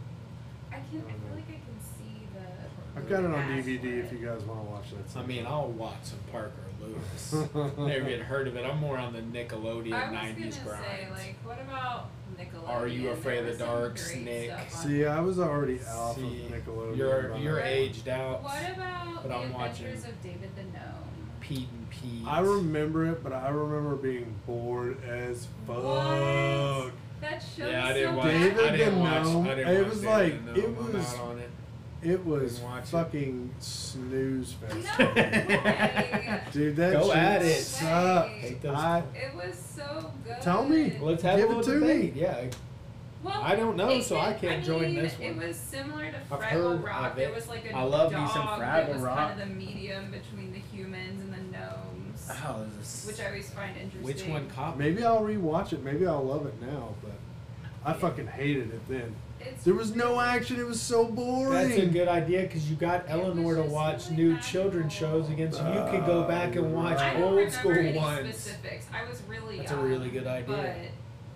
[SPEAKER 1] I can. I feel like I can see the.
[SPEAKER 3] I've got it on
[SPEAKER 1] the
[SPEAKER 3] DVD if you
[SPEAKER 1] backlit.
[SPEAKER 3] guys want to watch that.
[SPEAKER 2] I mean, I'll watch some Parker Lewis. Never even heard of it. I'm more on the Nickelodeon
[SPEAKER 1] I was
[SPEAKER 2] 90s
[SPEAKER 1] gonna
[SPEAKER 2] grind.
[SPEAKER 1] say, like, what about Nickelodeon?
[SPEAKER 2] Are you
[SPEAKER 1] There
[SPEAKER 2] afraid of
[SPEAKER 1] was
[SPEAKER 2] the
[SPEAKER 1] some
[SPEAKER 2] dark,
[SPEAKER 1] great
[SPEAKER 2] Snake?
[SPEAKER 1] stuff on-
[SPEAKER 3] See, I was already off of
[SPEAKER 2] See,
[SPEAKER 3] Nickelodeon.
[SPEAKER 2] You're
[SPEAKER 3] by
[SPEAKER 2] you're
[SPEAKER 3] now.
[SPEAKER 2] aged out.
[SPEAKER 1] What about
[SPEAKER 2] But
[SPEAKER 1] the
[SPEAKER 2] I'm watching-
[SPEAKER 1] Adventures of David the Gnome?
[SPEAKER 2] Pete and Pete.
[SPEAKER 3] I remember it, but I remember being bored as fuck.
[SPEAKER 1] What? That show
[SPEAKER 2] Yeah,
[SPEAKER 1] was
[SPEAKER 2] I didn't
[SPEAKER 1] so
[SPEAKER 2] watch.
[SPEAKER 1] bad.
[SPEAKER 3] David
[SPEAKER 2] I didn't watch.
[SPEAKER 3] Gnome,
[SPEAKER 2] I didn't
[SPEAKER 3] it
[SPEAKER 2] watch
[SPEAKER 3] was
[SPEAKER 2] David
[SPEAKER 3] like- it
[SPEAKER 2] Gnome, I'm
[SPEAKER 3] was-
[SPEAKER 2] out on it.
[SPEAKER 3] It was
[SPEAKER 2] Didn't watch it.
[SPEAKER 3] fucking snooze fest.
[SPEAKER 1] No way.
[SPEAKER 3] Dude, that
[SPEAKER 2] Go
[SPEAKER 3] shit
[SPEAKER 2] at it.
[SPEAKER 3] sucked.
[SPEAKER 1] Take
[SPEAKER 2] those-
[SPEAKER 3] I,
[SPEAKER 1] It was so good.
[SPEAKER 3] Tell me.
[SPEAKER 2] Let's have
[SPEAKER 3] Give
[SPEAKER 2] a
[SPEAKER 3] it
[SPEAKER 2] little
[SPEAKER 3] to me.
[SPEAKER 2] debate. Yeah.
[SPEAKER 1] Well,
[SPEAKER 2] I don't know,
[SPEAKER 1] it
[SPEAKER 2] so I
[SPEAKER 1] did-
[SPEAKER 2] can't join
[SPEAKER 1] mean,
[SPEAKER 2] this one.
[SPEAKER 1] It was similar to
[SPEAKER 2] I've
[SPEAKER 1] Fraggle
[SPEAKER 2] heard
[SPEAKER 1] Rock.
[SPEAKER 2] of
[SPEAKER 1] There
[SPEAKER 2] it.
[SPEAKER 1] was like a
[SPEAKER 2] I love
[SPEAKER 1] dog
[SPEAKER 2] me some
[SPEAKER 1] that
[SPEAKER 2] Fraggle
[SPEAKER 1] was
[SPEAKER 2] Rock.
[SPEAKER 1] kind of the medium between the humans and the gnomes,
[SPEAKER 2] Oh, this
[SPEAKER 1] which I always find interesting.
[SPEAKER 2] Which one cop?
[SPEAKER 3] Maybe I'll rewatch it. Maybe I'll love it now, but I fucking hated it then.
[SPEAKER 1] It's
[SPEAKER 3] There was no action. It was so boring.
[SPEAKER 2] That's a good idea because you got
[SPEAKER 1] It was
[SPEAKER 2] Eleanor to
[SPEAKER 1] just
[SPEAKER 2] watch
[SPEAKER 1] really
[SPEAKER 2] new
[SPEAKER 1] magical.
[SPEAKER 2] children's shows again, so you could go back
[SPEAKER 3] Uh,
[SPEAKER 2] and watch
[SPEAKER 1] I don't
[SPEAKER 2] old
[SPEAKER 1] remember
[SPEAKER 2] school
[SPEAKER 1] any
[SPEAKER 2] ones.
[SPEAKER 1] specifics. I was really
[SPEAKER 2] That's a
[SPEAKER 1] young,
[SPEAKER 2] really good idea.
[SPEAKER 1] But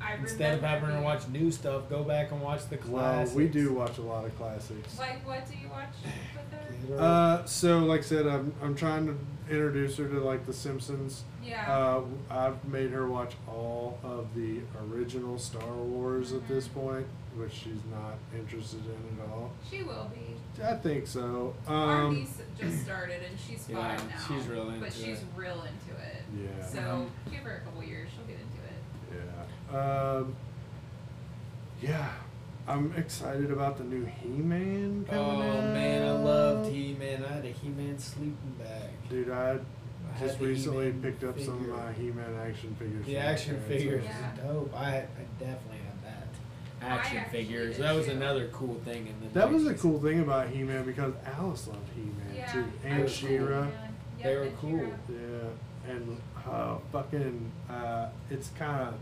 [SPEAKER 1] I
[SPEAKER 2] Instead of
[SPEAKER 1] remember
[SPEAKER 2] having her
[SPEAKER 1] being-
[SPEAKER 2] watch new stuff, go back and watch the
[SPEAKER 3] Well,
[SPEAKER 2] classics.
[SPEAKER 3] we do watch a lot of classics.
[SPEAKER 1] Like, what do you watch with her?
[SPEAKER 3] Uh, so like I said, I'm I'm trying to introduce her to like The Simpsons.
[SPEAKER 1] Yeah.
[SPEAKER 3] Uh, I've made her watch all of the original Star Wars at this
[SPEAKER 2] Mm-hmm.
[SPEAKER 3] point, which she's not interested in at all.
[SPEAKER 1] she will be.
[SPEAKER 3] I think so.
[SPEAKER 1] Our
[SPEAKER 3] Um,
[SPEAKER 1] niece just started and she's
[SPEAKER 2] yeah,
[SPEAKER 1] five now.
[SPEAKER 2] she's really
[SPEAKER 1] But
[SPEAKER 2] into
[SPEAKER 1] she's
[SPEAKER 2] it.
[SPEAKER 1] real into it.
[SPEAKER 3] yeah.
[SPEAKER 1] So give her a couple years, she'll get into it.
[SPEAKER 3] Yeah. Um, yeah. I'm excited about the new He Man
[SPEAKER 2] oh
[SPEAKER 3] coming out.
[SPEAKER 2] man, I loved He Man. I had a He Man sleeping bag.
[SPEAKER 3] Dude,
[SPEAKER 2] I
[SPEAKER 3] I
[SPEAKER 2] had
[SPEAKER 3] just
[SPEAKER 2] the
[SPEAKER 3] recently
[SPEAKER 2] He-Man
[SPEAKER 3] picked up some
[SPEAKER 2] figure.
[SPEAKER 3] of my He Man action figures.
[SPEAKER 2] The
[SPEAKER 3] from
[SPEAKER 2] action
[SPEAKER 3] parents.
[SPEAKER 2] figures
[SPEAKER 1] Yeah.
[SPEAKER 2] is dope. I, I definitely had that.
[SPEAKER 1] I
[SPEAKER 2] Action
[SPEAKER 1] actually
[SPEAKER 2] figures.
[SPEAKER 1] did
[SPEAKER 2] That was
[SPEAKER 1] too.
[SPEAKER 2] another cool thing in the
[SPEAKER 3] That was a
[SPEAKER 2] 90s.
[SPEAKER 3] cool thing about He Man because Alice loved He Man
[SPEAKER 1] Yeah.
[SPEAKER 3] too.
[SPEAKER 1] I
[SPEAKER 3] And
[SPEAKER 1] was
[SPEAKER 3] She Ra.
[SPEAKER 1] really young.
[SPEAKER 2] They
[SPEAKER 1] Yep,
[SPEAKER 2] were
[SPEAKER 1] and
[SPEAKER 2] cool.
[SPEAKER 1] She-Ra.
[SPEAKER 3] Yeah. And uh, fucking, uh, it's kind of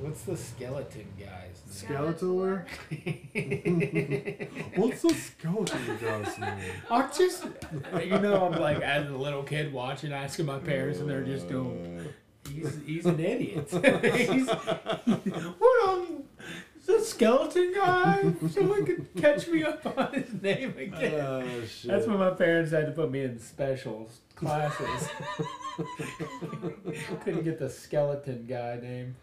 [SPEAKER 2] What's the skeleton guy's
[SPEAKER 3] Skeletor?
[SPEAKER 2] name?
[SPEAKER 3] What's the skeleton guy's name?
[SPEAKER 2] I just, you know, I'm like as a little kid watching, asking my parents, and they're just going, "He's he's an idiot." he's, what on the skeleton guy? Someone could catch me up on his name again.
[SPEAKER 3] Oh, shit.
[SPEAKER 2] Uh, That's when my parents had to put me in special classes. Couldn't get the skeleton guy name.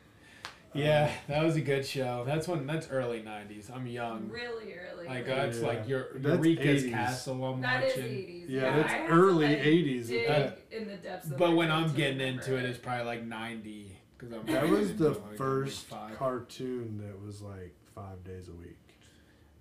[SPEAKER 2] Yeah, that was a good show. That's when that's early '90s. I'm young.
[SPEAKER 1] Really early. late.
[SPEAKER 2] Like that's
[SPEAKER 3] Yeah.
[SPEAKER 2] like your
[SPEAKER 3] That's
[SPEAKER 2] Eureka's
[SPEAKER 3] 80s.
[SPEAKER 2] Castle. I'm
[SPEAKER 1] that is
[SPEAKER 2] watching.
[SPEAKER 1] 80s.
[SPEAKER 3] yeah,
[SPEAKER 1] I
[SPEAKER 3] that's
[SPEAKER 1] had to,
[SPEAKER 3] early
[SPEAKER 1] like,
[SPEAKER 3] 80s.
[SPEAKER 1] Dig
[SPEAKER 2] that.
[SPEAKER 1] in the depths of
[SPEAKER 2] But
[SPEAKER 1] my
[SPEAKER 2] when
[SPEAKER 1] brain
[SPEAKER 2] I'm
[SPEAKER 1] to
[SPEAKER 2] getting
[SPEAKER 1] remember
[SPEAKER 2] into it, it's probably like 90. Cause I'm
[SPEAKER 3] That was
[SPEAKER 2] into,
[SPEAKER 3] the
[SPEAKER 2] like, like,
[SPEAKER 3] first
[SPEAKER 2] five.
[SPEAKER 3] cartoon that was like five days a week.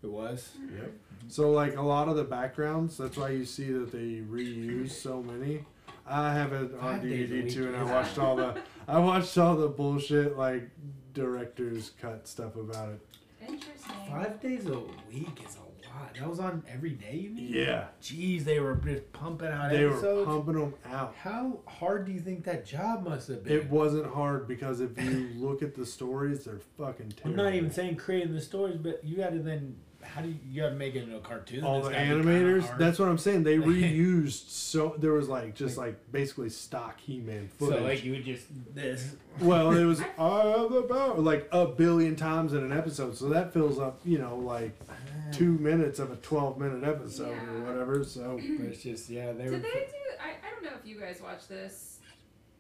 [SPEAKER 2] It was.
[SPEAKER 3] Yep. So like a lot of the backgrounds, that's why you see that they reuse so many. I have it on
[SPEAKER 2] Five days a
[SPEAKER 3] DVD
[SPEAKER 2] week
[SPEAKER 3] too, and I
[SPEAKER 2] is-
[SPEAKER 3] watched all the I watched all the bullshit like directors cut stuff about it.
[SPEAKER 1] Interesting.
[SPEAKER 2] Five days a week is a lot. That was on every day. You mean?
[SPEAKER 3] Yeah,
[SPEAKER 2] Jeez, they were just pumping out
[SPEAKER 3] they were
[SPEAKER 2] episodes.
[SPEAKER 3] pumping them out.
[SPEAKER 2] How hard do you think that job must have been?
[SPEAKER 3] It wasn't hard because if you look at the stories, they're fucking
[SPEAKER 2] I'm
[SPEAKER 3] terrible.
[SPEAKER 2] not even saying creating the stories, but you got to then how do you, you got to make it into a cartoon?
[SPEAKER 3] all
[SPEAKER 2] It's
[SPEAKER 3] the
[SPEAKER 2] gotta be kinda
[SPEAKER 3] animators.
[SPEAKER 2] hard.
[SPEAKER 3] That's what I'm saying. They reused so there was like just like basically stock He-Man footage.
[SPEAKER 2] so like you would just this.
[SPEAKER 3] well, it was all about like a billion times in an episode, so that fills up you know like two minutes of a 12 minute episode or
[SPEAKER 1] Yeah.
[SPEAKER 3] whatever. So
[SPEAKER 2] But it's just yeah, they were.
[SPEAKER 1] Did they do? I, I don't know if you guys watch this.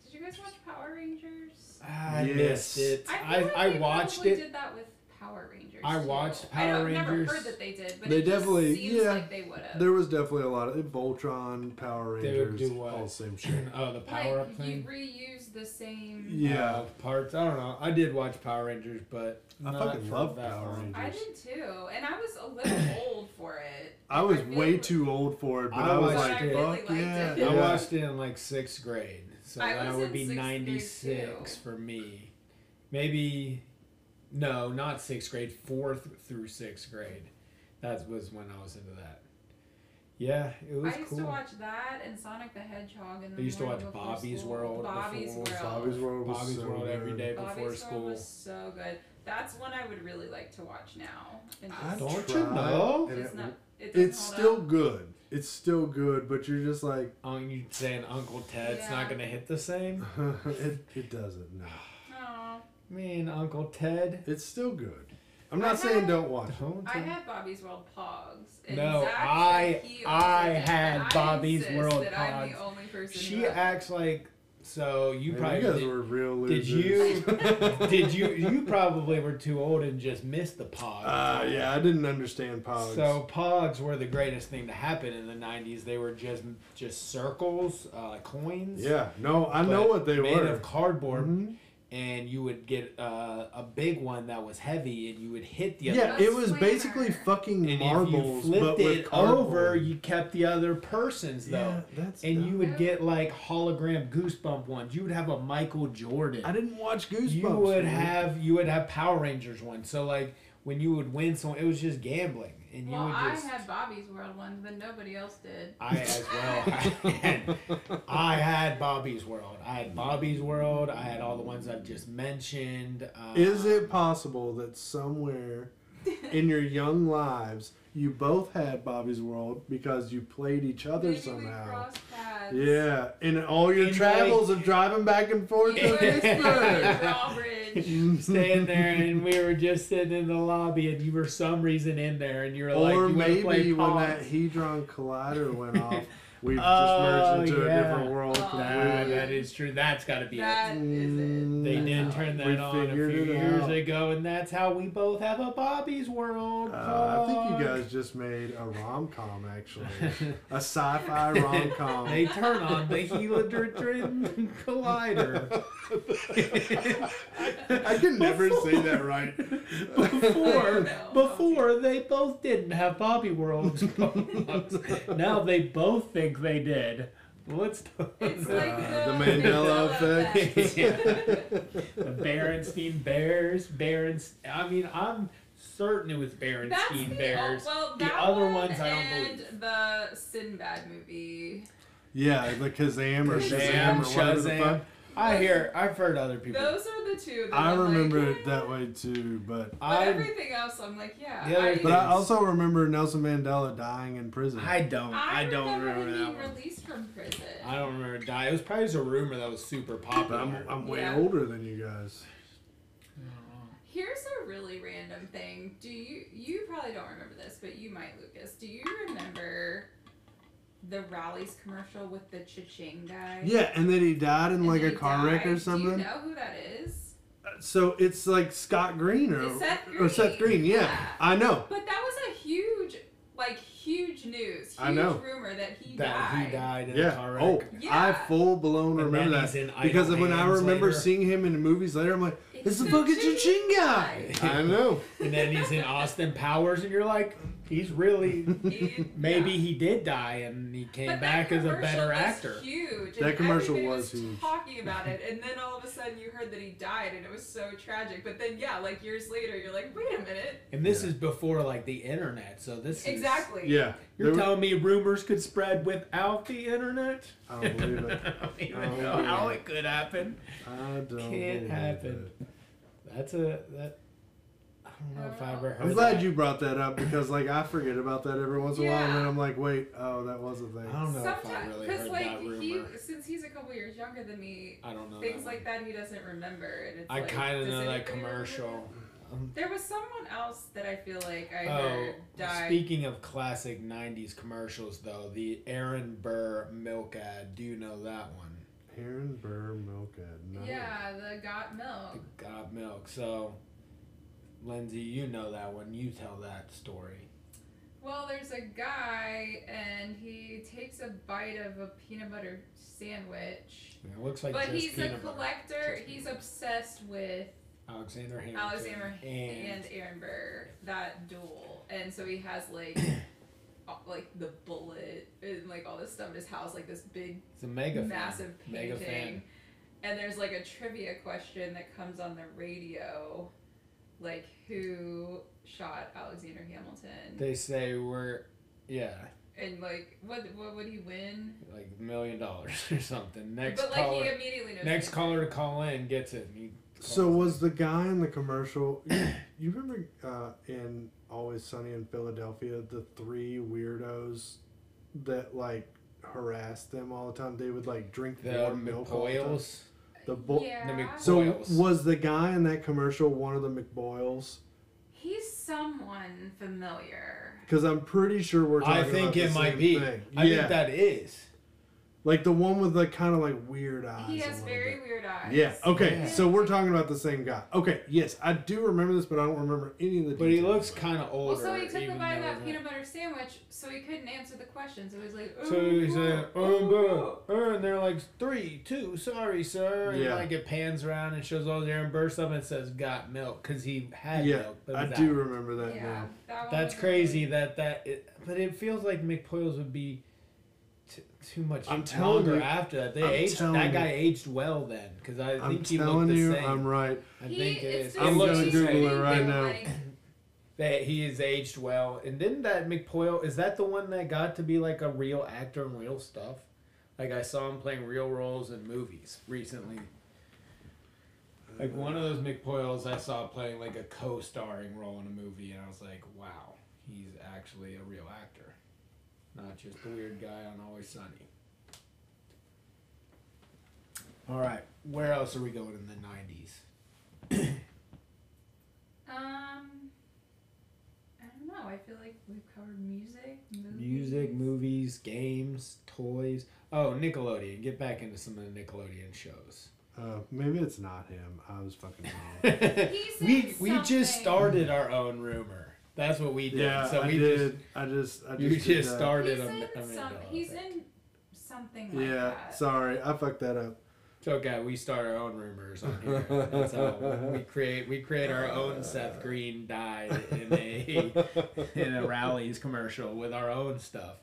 [SPEAKER 1] Did you guys watch Power Rangers?
[SPEAKER 2] I
[SPEAKER 3] Yes.
[SPEAKER 2] missed it. I,
[SPEAKER 1] feel like
[SPEAKER 2] I
[SPEAKER 1] they
[SPEAKER 2] watched
[SPEAKER 1] probably
[SPEAKER 2] it.
[SPEAKER 1] Did that with Power Rangers.
[SPEAKER 2] I
[SPEAKER 1] too.
[SPEAKER 2] watched
[SPEAKER 1] I don't,
[SPEAKER 2] Power
[SPEAKER 1] Never
[SPEAKER 2] Rangers.
[SPEAKER 1] heard that they did, but
[SPEAKER 3] They
[SPEAKER 1] it just
[SPEAKER 3] definitely-
[SPEAKER 1] seems
[SPEAKER 3] yeah.
[SPEAKER 1] like they would have.
[SPEAKER 3] there was definitely a lot of Voltron, Power
[SPEAKER 2] They would
[SPEAKER 3] Rangers,
[SPEAKER 2] do what?
[SPEAKER 3] all the same shit.
[SPEAKER 2] Oh, the power up
[SPEAKER 1] Like you
[SPEAKER 2] thing.
[SPEAKER 1] reuse the same.
[SPEAKER 3] Yeah,
[SPEAKER 2] Uh, parts. I don't know. I did watch Power Rangers, but
[SPEAKER 3] I
[SPEAKER 2] not
[SPEAKER 3] fucking
[SPEAKER 2] for
[SPEAKER 3] love
[SPEAKER 2] that
[SPEAKER 3] Power
[SPEAKER 2] long.
[SPEAKER 3] Rangers.
[SPEAKER 1] I did too, and I was a little old for it.
[SPEAKER 3] I was
[SPEAKER 1] feel
[SPEAKER 3] way
[SPEAKER 1] like-
[SPEAKER 3] too old for it, but
[SPEAKER 2] I
[SPEAKER 3] I, was
[SPEAKER 2] watched
[SPEAKER 3] like,
[SPEAKER 2] it. I
[SPEAKER 1] really
[SPEAKER 3] fuck
[SPEAKER 1] liked
[SPEAKER 3] yeah.
[SPEAKER 1] it.
[SPEAKER 2] I
[SPEAKER 3] yeah.
[SPEAKER 2] watched it in like sixth grade, so
[SPEAKER 1] I
[SPEAKER 2] that
[SPEAKER 1] was
[SPEAKER 2] would
[SPEAKER 1] in
[SPEAKER 2] be
[SPEAKER 1] sixth grade,
[SPEAKER 2] ninety six
[SPEAKER 1] too.
[SPEAKER 2] for me. Maybe, no, not sixth grade. Fourth through sixth grade, that was when I was into that. Yeah, it was
[SPEAKER 1] I used
[SPEAKER 2] cool.
[SPEAKER 1] to watch that and Sonic the Hedgehog. And
[SPEAKER 2] I used to watch Bobby's World
[SPEAKER 1] Bobby's
[SPEAKER 2] before-
[SPEAKER 1] World.
[SPEAKER 3] Bobby's World was
[SPEAKER 2] Bobby's
[SPEAKER 3] so
[SPEAKER 2] World every
[SPEAKER 3] good.
[SPEAKER 2] day
[SPEAKER 1] Bobby's
[SPEAKER 2] before
[SPEAKER 1] World
[SPEAKER 2] school.
[SPEAKER 1] was so good. That's one I would really like to watch now. And just-
[SPEAKER 3] I
[SPEAKER 2] Don't you
[SPEAKER 3] tried,
[SPEAKER 2] know?
[SPEAKER 3] and
[SPEAKER 1] it's
[SPEAKER 3] it-
[SPEAKER 1] not. It doesn't
[SPEAKER 3] it's
[SPEAKER 1] hold
[SPEAKER 3] still
[SPEAKER 1] up.
[SPEAKER 3] good. It's still good, but you're just like,
[SPEAKER 2] Um, you saying Uncle Ted's not
[SPEAKER 1] Yeah.
[SPEAKER 2] gonna hit the same?
[SPEAKER 3] it, it doesn't. No,
[SPEAKER 1] Aw.
[SPEAKER 2] Man, Uncle Ted.
[SPEAKER 3] it's still good. I'm
[SPEAKER 1] I
[SPEAKER 3] not saying
[SPEAKER 1] had-
[SPEAKER 3] don't watch it.
[SPEAKER 2] Don't
[SPEAKER 1] I
[SPEAKER 2] tell-
[SPEAKER 1] had Bobby's World Pogs. and
[SPEAKER 2] No,
[SPEAKER 1] Zach said
[SPEAKER 2] I-
[SPEAKER 1] he
[SPEAKER 2] I
[SPEAKER 1] owns it,
[SPEAKER 2] had
[SPEAKER 1] and I
[SPEAKER 2] Bobby's
[SPEAKER 1] insist
[SPEAKER 2] World
[SPEAKER 1] that I'm the
[SPEAKER 2] Pogs.
[SPEAKER 1] only person.
[SPEAKER 2] She
[SPEAKER 1] who
[SPEAKER 2] acts like so. You
[SPEAKER 3] Man,
[SPEAKER 2] probably
[SPEAKER 3] you guys
[SPEAKER 2] did-
[SPEAKER 3] were real
[SPEAKER 2] Did
[SPEAKER 3] losers.
[SPEAKER 2] you? did you? You probably were too old and just missed the pods.
[SPEAKER 3] Uh, yeah, I didn't understand pogs.
[SPEAKER 2] So pods were the greatest thing to happen in the '90s. They were just just circles, uh, coins.
[SPEAKER 3] yeah, no, I
[SPEAKER 2] but
[SPEAKER 3] know what they
[SPEAKER 2] made
[SPEAKER 3] were.
[SPEAKER 2] of cardboard,
[SPEAKER 3] Mhm.
[SPEAKER 2] and you would get uh, a big one that was heavy, and you would hit the
[SPEAKER 3] Yeah,
[SPEAKER 2] other.
[SPEAKER 3] it was
[SPEAKER 1] Slammer.
[SPEAKER 3] basically fucking
[SPEAKER 2] And if
[SPEAKER 3] marbles,
[SPEAKER 2] you
[SPEAKER 3] but
[SPEAKER 2] flipped
[SPEAKER 3] with
[SPEAKER 2] it
[SPEAKER 3] cardboard.
[SPEAKER 2] over, you kept the other person's
[SPEAKER 3] yeah,
[SPEAKER 2] though.
[SPEAKER 3] that's
[SPEAKER 2] And
[SPEAKER 3] dumb.
[SPEAKER 2] you would get like hologram goosebump ones. You would have a Michael Jordan.
[SPEAKER 3] I didn't watch Goosebumps.
[SPEAKER 2] you would
[SPEAKER 3] man.
[SPEAKER 2] have you would have Power Rangers one. So like when you would win, so it was just gambling, and you
[SPEAKER 1] Well,
[SPEAKER 2] would just.
[SPEAKER 1] I had Bobby's World ones, but nobody else did.
[SPEAKER 2] I as well. had- I had Bobby's World. I had Bobby's World. I had all the ones I've just mentioned. Um,
[SPEAKER 3] Is it possible that somewhere in your young lives you both had Bobby's World because you played each other
[SPEAKER 1] Maybe we
[SPEAKER 3] somehow?
[SPEAKER 1] crossed paths.
[SPEAKER 3] Yeah, in all your
[SPEAKER 2] In
[SPEAKER 3] travels of driving back and
[SPEAKER 1] You
[SPEAKER 3] forth
[SPEAKER 1] were
[SPEAKER 3] to
[SPEAKER 1] at the
[SPEAKER 3] Vicksburg.
[SPEAKER 1] drawbridge.
[SPEAKER 2] staying there, and we were just sitting in the lobby, and you were some reason in there, and you were like,
[SPEAKER 3] or
[SPEAKER 2] you wanna
[SPEAKER 3] maybe
[SPEAKER 2] play
[SPEAKER 3] when
[SPEAKER 2] Pong?"
[SPEAKER 3] that Hedron Collider went off, we've
[SPEAKER 2] Oh,
[SPEAKER 3] just merged into a
[SPEAKER 2] yeah.
[SPEAKER 3] different world
[SPEAKER 1] Oh.
[SPEAKER 2] Nah,
[SPEAKER 3] completely.
[SPEAKER 2] that is true. That's got to be it.
[SPEAKER 1] That is it.
[SPEAKER 3] Mm,
[SPEAKER 2] They
[SPEAKER 1] That's
[SPEAKER 2] did
[SPEAKER 1] how
[SPEAKER 2] turn
[SPEAKER 3] we
[SPEAKER 2] that on a few
[SPEAKER 3] figured it
[SPEAKER 2] years
[SPEAKER 3] out.
[SPEAKER 2] ago, and that's how we both have a Bobby's World.
[SPEAKER 3] Uh, I think
[SPEAKER 2] Pog.
[SPEAKER 3] you guys just made a rom com, actually. a sci fi rom
[SPEAKER 2] They
[SPEAKER 3] com.
[SPEAKER 2] turn on the helidron collider.
[SPEAKER 3] I can never say that right.
[SPEAKER 2] Before,
[SPEAKER 1] No.
[SPEAKER 2] before they both didn't have Bobby Worlds. now they both think they did. What's the,
[SPEAKER 1] It's
[SPEAKER 2] the
[SPEAKER 1] like
[SPEAKER 3] Uh, the
[SPEAKER 1] the
[SPEAKER 3] Mandela effect.
[SPEAKER 2] Berenstein Bears? Berenst- I mean, I'm certain it was Berenstein
[SPEAKER 1] That's the,
[SPEAKER 2] Bears.
[SPEAKER 1] well,
[SPEAKER 2] the
[SPEAKER 1] that
[SPEAKER 2] other
[SPEAKER 1] one
[SPEAKER 2] ones I don't
[SPEAKER 1] and
[SPEAKER 2] believe.
[SPEAKER 1] the Sinbad movie.
[SPEAKER 3] Yeah, the Kazam or
[SPEAKER 2] Shazam,
[SPEAKER 3] Shazam or whatever the
[SPEAKER 2] Shazam.
[SPEAKER 3] fuck.
[SPEAKER 2] I hear. I've heard other people.
[SPEAKER 1] Those are the two. That
[SPEAKER 3] I
[SPEAKER 1] I'm
[SPEAKER 3] remember
[SPEAKER 1] like,
[SPEAKER 3] it that way too, but
[SPEAKER 1] But
[SPEAKER 2] I.
[SPEAKER 1] everything else, I'm like, yeah.
[SPEAKER 2] The other
[SPEAKER 1] I,
[SPEAKER 2] thing-
[SPEAKER 3] but I also remember Nelson Mandela dying in prison.
[SPEAKER 2] I don't. I, don't
[SPEAKER 1] remember, him
[SPEAKER 2] remember that
[SPEAKER 1] being
[SPEAKER 2] one.
[SPEAKER 1] released from prison.
[SPEAKER 2] I don't remember. Die. It was probably just a rumor that was super
[SPEAKER 3] but
[SPEAKER 2] popular.
[SPEAKER 3] I'm I'm way
[SPEAKER 1] Yeah.
[SPEAKER 3] older than you guys.
[SPEAKER 1] Here's a really random thing. Do you you probably don't remember this, but you might, Lucas. Do you remember the Rallies commercial with the cha-ching guy?
[SPEAKER 3] Yeah, and then he died in
[SPEAKER 1] And
[SPEAKER 3] like
[SPEAKER 1] then
[SPEAKER 3] a
[SPEAKER 1] he
[SPEAKER 3] car wreck
[SPEAKER 1] died?
[SPEAKER 3] or something.
[SPEAKER 1] Do you know who that is?
[SPEAKER 3] Uh, So it's like Scott Green or
[SPEAKER 1] It's Seth
[SPEAKER 3] or Seth
[SPEAKER 1] Green,
[SPEAKER 3] Green. Yeah,
[SPEAKER 1] yeah.
[SPEAKER 3] I know.
[SPEAKER 1] But that was a huge, like, huge news, huge
[SPEAKER 3] I know.
[SPEAKER 1] rumor that he
[SPEAKER 2] that
[SPEAKER 1] died.
[SPEAKER 2] he died in a
[SPEAKER 3] Yeah.
[SPEAKER 2] car wreck.
[SPEAKER 3] Oh, I
[SPEAKER 1] Yeah.
[SPEAKER 3] full blown
[SPEAKER 2] And
[SPEAKER 3] remember
[SPEAKER 2] then
[SPEAKER 3] that
[SPEAKER 2] he's in
[SPEAKER 3] because
[SPEAKER 2] Idle
[SPEAKER 3] when I
[SPEAKER 2] Hands
[SPEAKER 3] remember
[SPEAKER 2] later.
[SPEAKER 3] seeing him in movies later, I'm like, it's, the
[SPEAKER 1] the
[SPEAKER 3] fucking
[SPEAKER 1] Cha-Ching
[SPEAKER 3] cha-ching guy.
[SPEAKER 2] guy.
[SPEAKER 3] I know.
[SPEAKER 2] and then he's in Austin Powers, and you're like, he's really.
[SPEAKER 1] He-
[SPEAKER 2] Maybe
[SPEAKER 1] yeah.
[SPEAKER 2] he did die, and he came
[SPEAKER 1] But
[SPEAKER 2] back
[SPEAKER 1] that
[SPEAKER 2] as a
[SPEAKER 1] commercial
[SPEAKER 2] better
[SPEAKER 1] was
[SPEAKER 2] actor.
[SPEAKER 1] Huge.
[SPEAKER 3] That
[SPEAKER 1] and
[SPEAKER 3] commercial
[SPEAKER 1] everybody
[SPEAKER 3] was huge.
[SPEAKER 1] Talking about it, and then all of a sudden you heard that he died, and it was so tragic. But then, yeah, like years later, you're like, wait a minute.
[SPEAKER 2] And this
[SPEAKER 3] Yeah.
[SPEAKER 2] is before like the internet, so this is-
[SPEAKER 1] Exactly.
[SPEAKER 3] Yeah,
[SPEAKER 2] You're
[SPEAKER 3] There-
[SPEAKER 2] telling me rumors could spread without the internet?
[SPEAKER 3] I don't believe it.
[SPEAKER 2] I don't even
[SPEAKER 3] I don't
[SPEAKER 2] know
[SPEAKER 3] believe
[SPEAKER 2] how
[SPEAKER 3] it.
[SPEAKER 2] it could happen.
[SPEAKER 3] I don't.
[SPEAKER 2] Can't
[SPEAKER 3] believe
[SPEAKER 2] happen.
[SPEAKER 3] it.
[SPEAKER 2] That's a that. I don't know if I ever heard.
[SPEAKER 3] I'm glad
[SPEAKER 2] that.
[SPEAKER 3] you brought that up because like I forget about that every once in a while, and then
[SPEAKER 1] Yeah.
[SPEAKER 3] I'm like, wait, oh, that was a
[SPEAKER 2] I
[SPEAKER 3] thing.
[SPEAKER 2] don't know if I
[SPEAKER 1] Sometimes-
[SPEAKER 2] really
[SPEAKER 1] 'cause,
[SPEAKER 2] heard
[SPEAKER 1] like
[SPEAKER 2] that rumor.
[SPEAKER 1] he, since he's a couple years younger than me,
[SPEAKER 2] I don't know.
[SPEAKER 1] things
[SPEAKER 2] that
[SPEAKER 1] like that he doesn't remember, and it's
[SPEAKER 2] I
[SPEAKER 1] like,
[SPEAKER 2] kind of
[SPEAKER 1] does
[SPEAKER 2] know that
[SPEAKER 1] anybody remember
[SPEAKER 2] commercial.
[SPEAKER 1] that?
[SPEAKER 2] Um,
[SPEAKER 1] There was someone else that I feel like I
[SPEAKER 2] oh,
[SPEAKER 1] heard died.
[SPEAKER 2] speaking of classic '90s commercials, though, the Aaron Burr milk ad. Do you know that one?
[SPEAKER 3] Aaron Burr milk ad. No.
[SPEAKER 1] Yeah, the got
[SPEAKER 2] The
[SPEAKER 1] milk.
[SPEAKER 2] God milk. So, Lindsay, you know that one. You tell that story.
[SPEAKER 1] Well, there's a guy and he takes a bite of a peanut butter sandwich.
[SPEAKER 2] It looks like
[SPEAKER 1] but
[SPEAKER 2] just
[SPEAKER 1] he's a
[SPEAKER 2] peanut butter.
[SPEAKER 1] collector.
[SPEAKER 2] Just
[SPEAKER 1] He's
[SPEAKER 2] peanut
[SPEAKER 1] obsessed with
[SPEAKER 2] Alexander Hamilton.
[SPEAKER 1] Alexander
[SPEAKER 2] and,
[SPEAKER 1] and Aaron Burr that duel, and so he has like, all- like the bullet and like all this stuff in his house, like this big
[SPEAKER 2] it's a mega fan.
[SPEAKER 1] massive
[SPEAKER 2] Mega
[SPEAKER 1] painting.
[SPEAKER 2] fan.
[SPEAKER 1] And there's like a trivia question that comes on the radio, like who shot Alexander Hamilton,
[SPEAKER 2] They say we're yeah,
[SPEAKER 1] and like what what would he win?
[SPEAKER 2] like a million dollars or something. Next
[SPEAKER 1] but like
[SPEAKER 2] caller.
[SPEAKER 1] he immediately knows.
[SPEAKER 2] next
[SPEAKER 1] who-
[SPEAKER 2] caller to call in gets it. And he calls
[SPEAKER 3] So
[SPEAKER 2] it.
[SPEAKER 3] was the guy in the commercial? You remember uh, in Always Sunny in Philadelphia, the three weirdos that like harassed them all the time. They would like drink
[SPEAKER 2] the
[SPEAKER 3] warm milk all the time.
[SPEAKER 2] McCoyles.
[SPEAKER 3] The bo-
[SPEAKER 1] yeah.
[SPEAKER 2] the Mc-
[SPEAKER 3] So
[SPEAKER 2] Boyles.
[SPEAKER 3] was the guy in that commercial one of the McBoyles?
[SPEAKER 1] He's someone familiar.
[SPEAKER 3] Because I'm pretty sure we're talking
[SPEAKER 2] I
[SPEAKER 3] about
[SPEAKER 2] think
[SPEAKER 3] the
[SPEAKER 2] it might
[SPEAKER 3] same
[SPEAKER 2] be.
[SPEAKER 3] thing.
[SPEAKER 2] I
[SPEAKER 3] yeah,
[SPEAKER 2] think that is.
[SPEAKER 3] like the one with the kind of like weird eyes.
[SPEAKER 1] He
[SPEAKER 3] a
[SPEAKER 1] has
[SPEAKER 3] little
[SPEAKER 1] very
[SPEAKER 3] bit.
[SPEAKER 1] weird eyes.
[SPEAKER 3] Yeah. Okay.
[SPEAKER 2] Yeah.
[SPEAKER 3] So we're talking about the same guy. Okay. Yes, I do remember this, but I don't remember any of the.
[SPEAKER 2] But he
[SPEAKER 3] details.
[SPEAKER 2] looks kind of older.
[SPEAKER 1] Well, so he took the
[SPEAKER 2] even
[SPEAKER 1] bite of
[SPEAKER 2] though
[SPEAKER 1] that
[SPEAKER 2] he's
[SPEAKER 1] peanut butter sandwich, so he couldn't answer the question. So he was like, oh,
[SPEAKER 2] So he said,
[SPEAKER 1] whoa,
[SPEAKER 2] "Oh,
[SPEAKER 1] whoa."
[SPEAKER 2] bro," uh, and they're like, three, two, sorry, sir. And
[SPEAKER 3] Yeah.
[SPEAKER 2] like it pans around and shows all the Aaron Burr stuff and it says, got milk, because he had
[SPEAKER 3] Yeah,
[SPEAKER 2] milk. but
[SPEAKER 3] I
[SPEAKER 2] without
[SPEAKER 3] do
[SPEAKER 2] it.
[SPEAKER 3] remember that
[SPEAKER 1] yeah,
[SPEAKER 3] now.
[SPEAKER 1] that one
[SPEAKER 2] That's
[SPEAKER 1] was
[SPEAKER 2] crazy that that, it, but it feels like McPoyles would be t- too much
[SPEAKER 3] I'm telling
[SPEAKER 2] longer
[SPEAKER 3] you-
[SPEAKER 2] after that. They
[SPEAKER 3] I'm
[SPEAKER 2] aged,
[SPEAKER 3] telling
[SPEAKER 2] that
[SPEAKER 3] you.
[SPEAKER 2] guy aged well then, because I
[SPEAKER 3] I'm
[SPEAKER 2] think he looked
[SPEAKER 3] telling
[SPEAKER 2] the
[SPEAKER 3] you,
[SPEAKER 2] same.
[SPEAKER 3] I'm right.
[SPEAKER 2] I
[SPEAKER 1] He-
[SPEAKER 2] think it
[SPEAKER 1] it's
[SPEAKER 2] is.
[SPEAKER 1] the
[SPEAKER 2] He
[SPEAKER 3] I'm gonna
[SPEAKER 2] looks the
[SPEAKER 1] same
[SPEAKER 3] Google
[SPEAKER 2] same.
[SPEAKER 3] it
[SPEAKER 1] thing,
[SPEAKER 3] right
[SPEAKER 1] but,
[SPEAKER 3] now.
[SPEAKER 1] like,
[SPEAKER 2] That he is aged well. And didn't that McPoyle is that the one that got to be like a real actor in real stuff? Like I saw him playing real roles in movies recently. Like one of those McPoyles I saw playing like a co starring role in a movie and I was like, Wow, he's actually a real actor. Not just the weird guy on Always Sunny. Alright, where else are we going in the nineties?
[SPEAKER 1] Um, I don't know. I feel like we've covered music, movies.
[SPEAKER 2] Music, movies, games, toys. Oh, Nickelodeon. Get back into some of the Nickelodeon shows.
[SPEAKER 3] Uh, maybe it's not him. I was fucking wrong.
[SPEAKER 1] He's
[SPEAKER 2] we we just
[SPEAKER 1] something.
[SPEAKER 2] started our own rumor. That's what we did.
[SPEAKER 3] yeah,
[SPEAKER 2] so
[SPEAKER 3] I
[SPEAKER 2] we
[SPEAKER 3] did.
[SPEAKER 2] just
[SPEAKER 3] I just. I just.
[SPEAKER 2] you
[SPEAKER 3] did
[SPEAKER 2] just
[SPEAKER 3] that.
[SPEAKER 2] started
[SPEAKER 1] He's
[SPEAKER 2] a,
[SPEAKER 1] in,
[SPEAKER 2] a
[SPEAKER 1] some,
[SPEAKER 2] mandala
[SPEAKER 1] he's
[SPEAKER 2] effect.
[SPEAKER 1] in something like
[SPEAKER 3] Yeah.
[SPEAKER 1] that.
[SPEAKER 3] Sorry, I fucked that up.
[SPEAKER 2] It's okay. We start our own rumors on here. That's how we create. We create our own Seth Green died in a in a rallies commercial with our own stuff.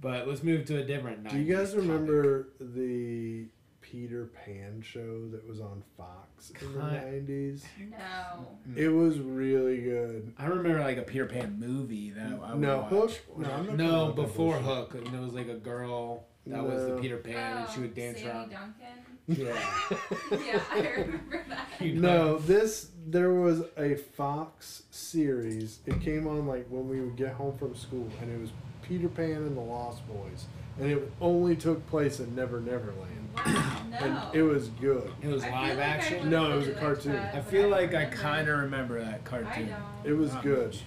[SPEAKER 2] But let's move to a different.
[SPEAKER 3] Do you
[SPEAKER 2] 90s
[SPEAKER 3] guys
[SPEAKER 2] topic.
[SPEAKER 3] remember the Peter Pan show that was on Fox in the
[SPEAKER 2] Kind-
[SPEAKER 3] nineties?
[SPEAKER 1] no.
[SPEAKER 3] It was really good.
[SPEAKER 2] I remember like a Peter Pan movie that I would
[SPEAKER 3] No,
[SPEAKER 2] watch.
[SPEAKER 3] Hook? No, I'm not talking
[SPEAKER 2] no,
[SPEAKER 3] about that
[SPEAKER 2] before
[SPEAKER 3] bullshit.
[SPEAKER 2] Hook, and it was like a girl that was the
[SPEAKER 3] No.
[SPEAKER 2] Peter Pan, and she
[SPEAKER 1] Oh,
[SPEAKER 2] would dance
[SPEAKER 1] Sandy
[SPEAKER 2] around.
[SPEAKER 1] Duncan.
[SPEAKER 2] Yeah.
[SPEAKER 1] yeah, I remember that.
[SPEAKER 2] You know.
[SPEAKER 3] No, this there was a Fox series. It came on like when we would get home from school, and it was Peter Pan and the Lost Boys, and it only took place in Never Never Land,
[SPEAKER 1] Wow,
[SPEAKER 3] and
[SPEAKER 1] no.
[SPEAKER 3] it was good.
[SPEAKER 2] It was
[SPEAKER 1] I feel like
[SPEAKER 2] live
[SPEAKER 1] I
[SPEAKER 2] action.
[SPEAKER 1] would've
[SPEAKER 3] No, it
[SPEAKER 1] really
[SPEAKER 3] was a
[SPEAKER 1] liked
[SPEAKER 3] cartoon.
[SPEAKER 1] that,
[SPEAKER 2] I
[SPEAKER 1] but
[SPEAKER 2] feel like I
[SPEAKER 1] remember.
[SPEAKER 2] kind of remember that
[SPEAKER 1] I
[SPEAKER 2] cartoon.
[SPEAKER 1] don't.
[SPEAKER 3] It was
[SPEAKER 2] Not
[SPEAKER 3] good.
[SPEAKER 2] much.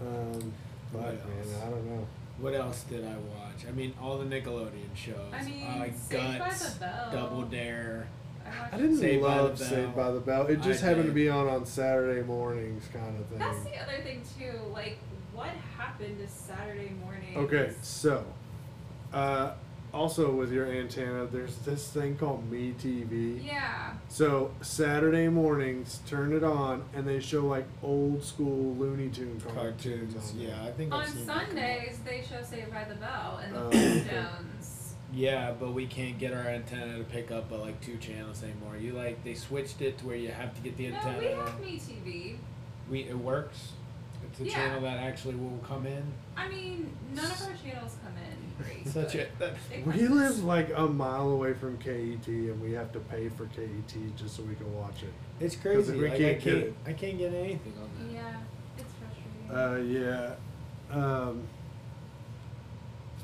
[SPEAKER 3] Um, but
[SPEAKER 2] What
[SPEAKER 3] man,
[SPEAKER 2] else?
[SPEAKER 3] I don't know.
[SPEAKER 2] What else did I watch? I mean, all the Nickelodeon shows.
[SPEAKER 1] I mean,
[SPEAKER 2] uh,
[SPEAKER 1] Saved by
[SPEAKER 2] Guts,
[SPEAKER 1] the Bell.
[SPEAKER 2] Double Dare.
[SPEAKER 1] I watched
[SPEAKER 3] I didn't
[SPEAKER 2] Saved by the
[SPEAKER 3] love
[SPEAKER 2] Bell.
[SPEAKER 3] Saved by the Bell. It
[SPEAKER 2] I
[SPEAKER 3] just happened
[SPEAKER 2] did.
[SPEAKER 3] to be on on Saturday mornings, kind of thing.
[SPEAKER 1] That's the other thing too. Like, what happened to Saturday morning?
[SPEAKER 3] Okay, so uh, also with your antenna, there's this thing called Me TV.
[SPEAKER 1] Yeah.
[SPEAKER 3] So Saturday mornings, turn it on, and they show like old school Looney Tune cartoons.
[SPEAKER 2] Cartoons.
[SPEAKER 3] on there.
[SPEAKER 2] Yeah, I think
[SPEAKER 1] On
[SPEAKER 2] I've seen that come up.
[SPEAKER 1] Sundays, they show Saved by the Bell and the
[SPEAKER 3] Oh, okay.
[SPEAKER 1] Flintstones.
[SPEAKER 2] Yeah, but we can't get our antenna to pick up but like two channels anymore. You like they switched it to where you have to get uh, the
[SPEAKER 1] No,
[SPEAKER 2] antenna.
[SPEAKER 1] we have Me TV.
[SPEAKER 2] We- it works. It's a
[SPEAKER 1] Yeah.
[SPEAKER 2] channel that actually will come in.
[SPEAKER 1] I mean, none of our channels come in great.
[SPEAKER 2] Such
[SPEAKER 1] but
[SPEAKER 2] a that,
[SPEAKER 1] they
[SPEAKER 3] We
[SPEAKER 1] come-
[SPEAKER 3] live like a mile away from KET, and we have to pay for KET just so we can watch it.
[SPEAKER 2] it's crazy.
[SPEAKER 3] we
[SPEAKER 2] like, I
[SPEAKER 3] can't
[SPEAKER 2] can't
[SPEAKER 3] get it.
[SPEAKER 2] I can't get anything on that.
[SPEAKER 1] Yeah, it's frustrating.
[SPEAKER 3] Uh, yeah. Um,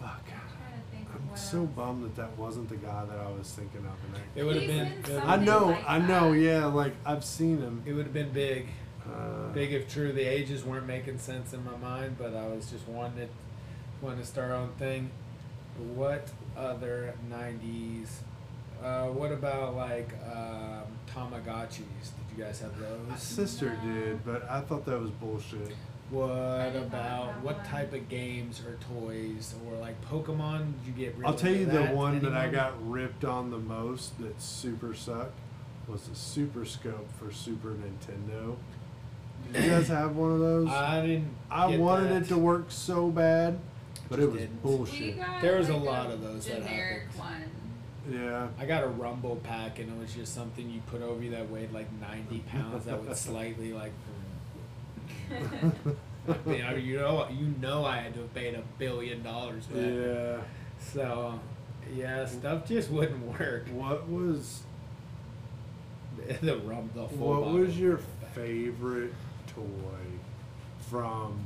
[SPEAKER 3] fuck.
[SPEAKER 1] I'm trying to think of
[SPEAKER 3] I'm
[SPEAKER 1] what
[SPEAKER 3] so
[SPEAKER 1] else.
[SPEAKER 3] bummed that that wasn't the guy that I was thinking of. And I,
[SPEAKER 2] It would have
[SPEAKER 1] He's
[SPEAKER 2] been.
[SPEAKER 1] in
[SPEAKER 2] it would've
[SPEAKER 1] some
[SPEAKER 3] I
[SPEAKER 2] been-
[SPEAKER 3] know,
[SPEAKER 1] like
[SPEAKER 3] I know,
[SPEAKER 1] that.
[SPEAKER 3] yeah. Like I've seen him.
[SPEAKER 2] It would have been big.
[SPEAKER 3] Uh,
[SPEAKER 2] Big if true. The ages weren't making sense in my mind, but I was just wanting to, wanting to start our own thing. What other '90s? Uh, what about like um, Tamagotchis? Did you guys have
[SPEAKER 3] My
[SPEAKER 2] those?
[SPEAKER 3] sister
[SPEAKER 1] No.
[SPEAKER 3] did, but I thought that was bullshit.
[SPEAKER 2] What
[SPEAKER 1] did not
[SPEAKER 2] about
[SPEAKER 1] have
[SPEAKER 2] what
[SPEAKER 1] one.
[SPEAKER 2] type of games or toys or like Pokemon? Did you get? Really
[SPEAKER 3] I'll tell
[SPEAKER 2] into
[SPEAKER 3] you
[SPEAKER 2] that
[SPEAKER 3] the one that I
[SPEAKER 2] anymore?
[SPEAKER 3] got ripped on the most that super sucked was the Super Scope for Super Nintendo. Did you guys have one of those?
[SPEAKER 2] I didn't.
[SPEAKER 3] I
[SPEAKER 2] get
[SPEAKER 3] wanted
[SPEAKER 2] that.
[SPEAKER 3] it to work so bad, but
[SPEAKER 2] Just
[SPEAKER 3] it was
[SPEAKER 2] didn't.
[SPEAKER 1] We
[SPEAKER 3] bullshit.
[SPEAKER 1] got
[SPEAKER 2] There was a
[SPEAKER 1] like,
[SPEAKER 2] lot of those that
[SPEAKER 1] Generic
[SPEAKER 2] happened.
[SPEAKER 1] one.
[SPEAKER 3] Yeah.
[SPEAKER 2] I got a Rumble pack, and it was just something you put over you that weighed like ninety pounds. that would slightly like. I mean, I mean, you know, you know, I had to have paid a billion dollars for that.
[SPEAKER 3] yeah.
[SPEAKER 2] So, yeah, stuff just wouldn't work.
[SPEAKER 3] What was
[SPEAKER 2] the rum, the full
[SPEAKER 3] what
[SPEAKER 2] bottle
[SPEAKER 3] was your
[SPEAKER 2] Rumble pack.
[SPEAKER 3] favorite toy from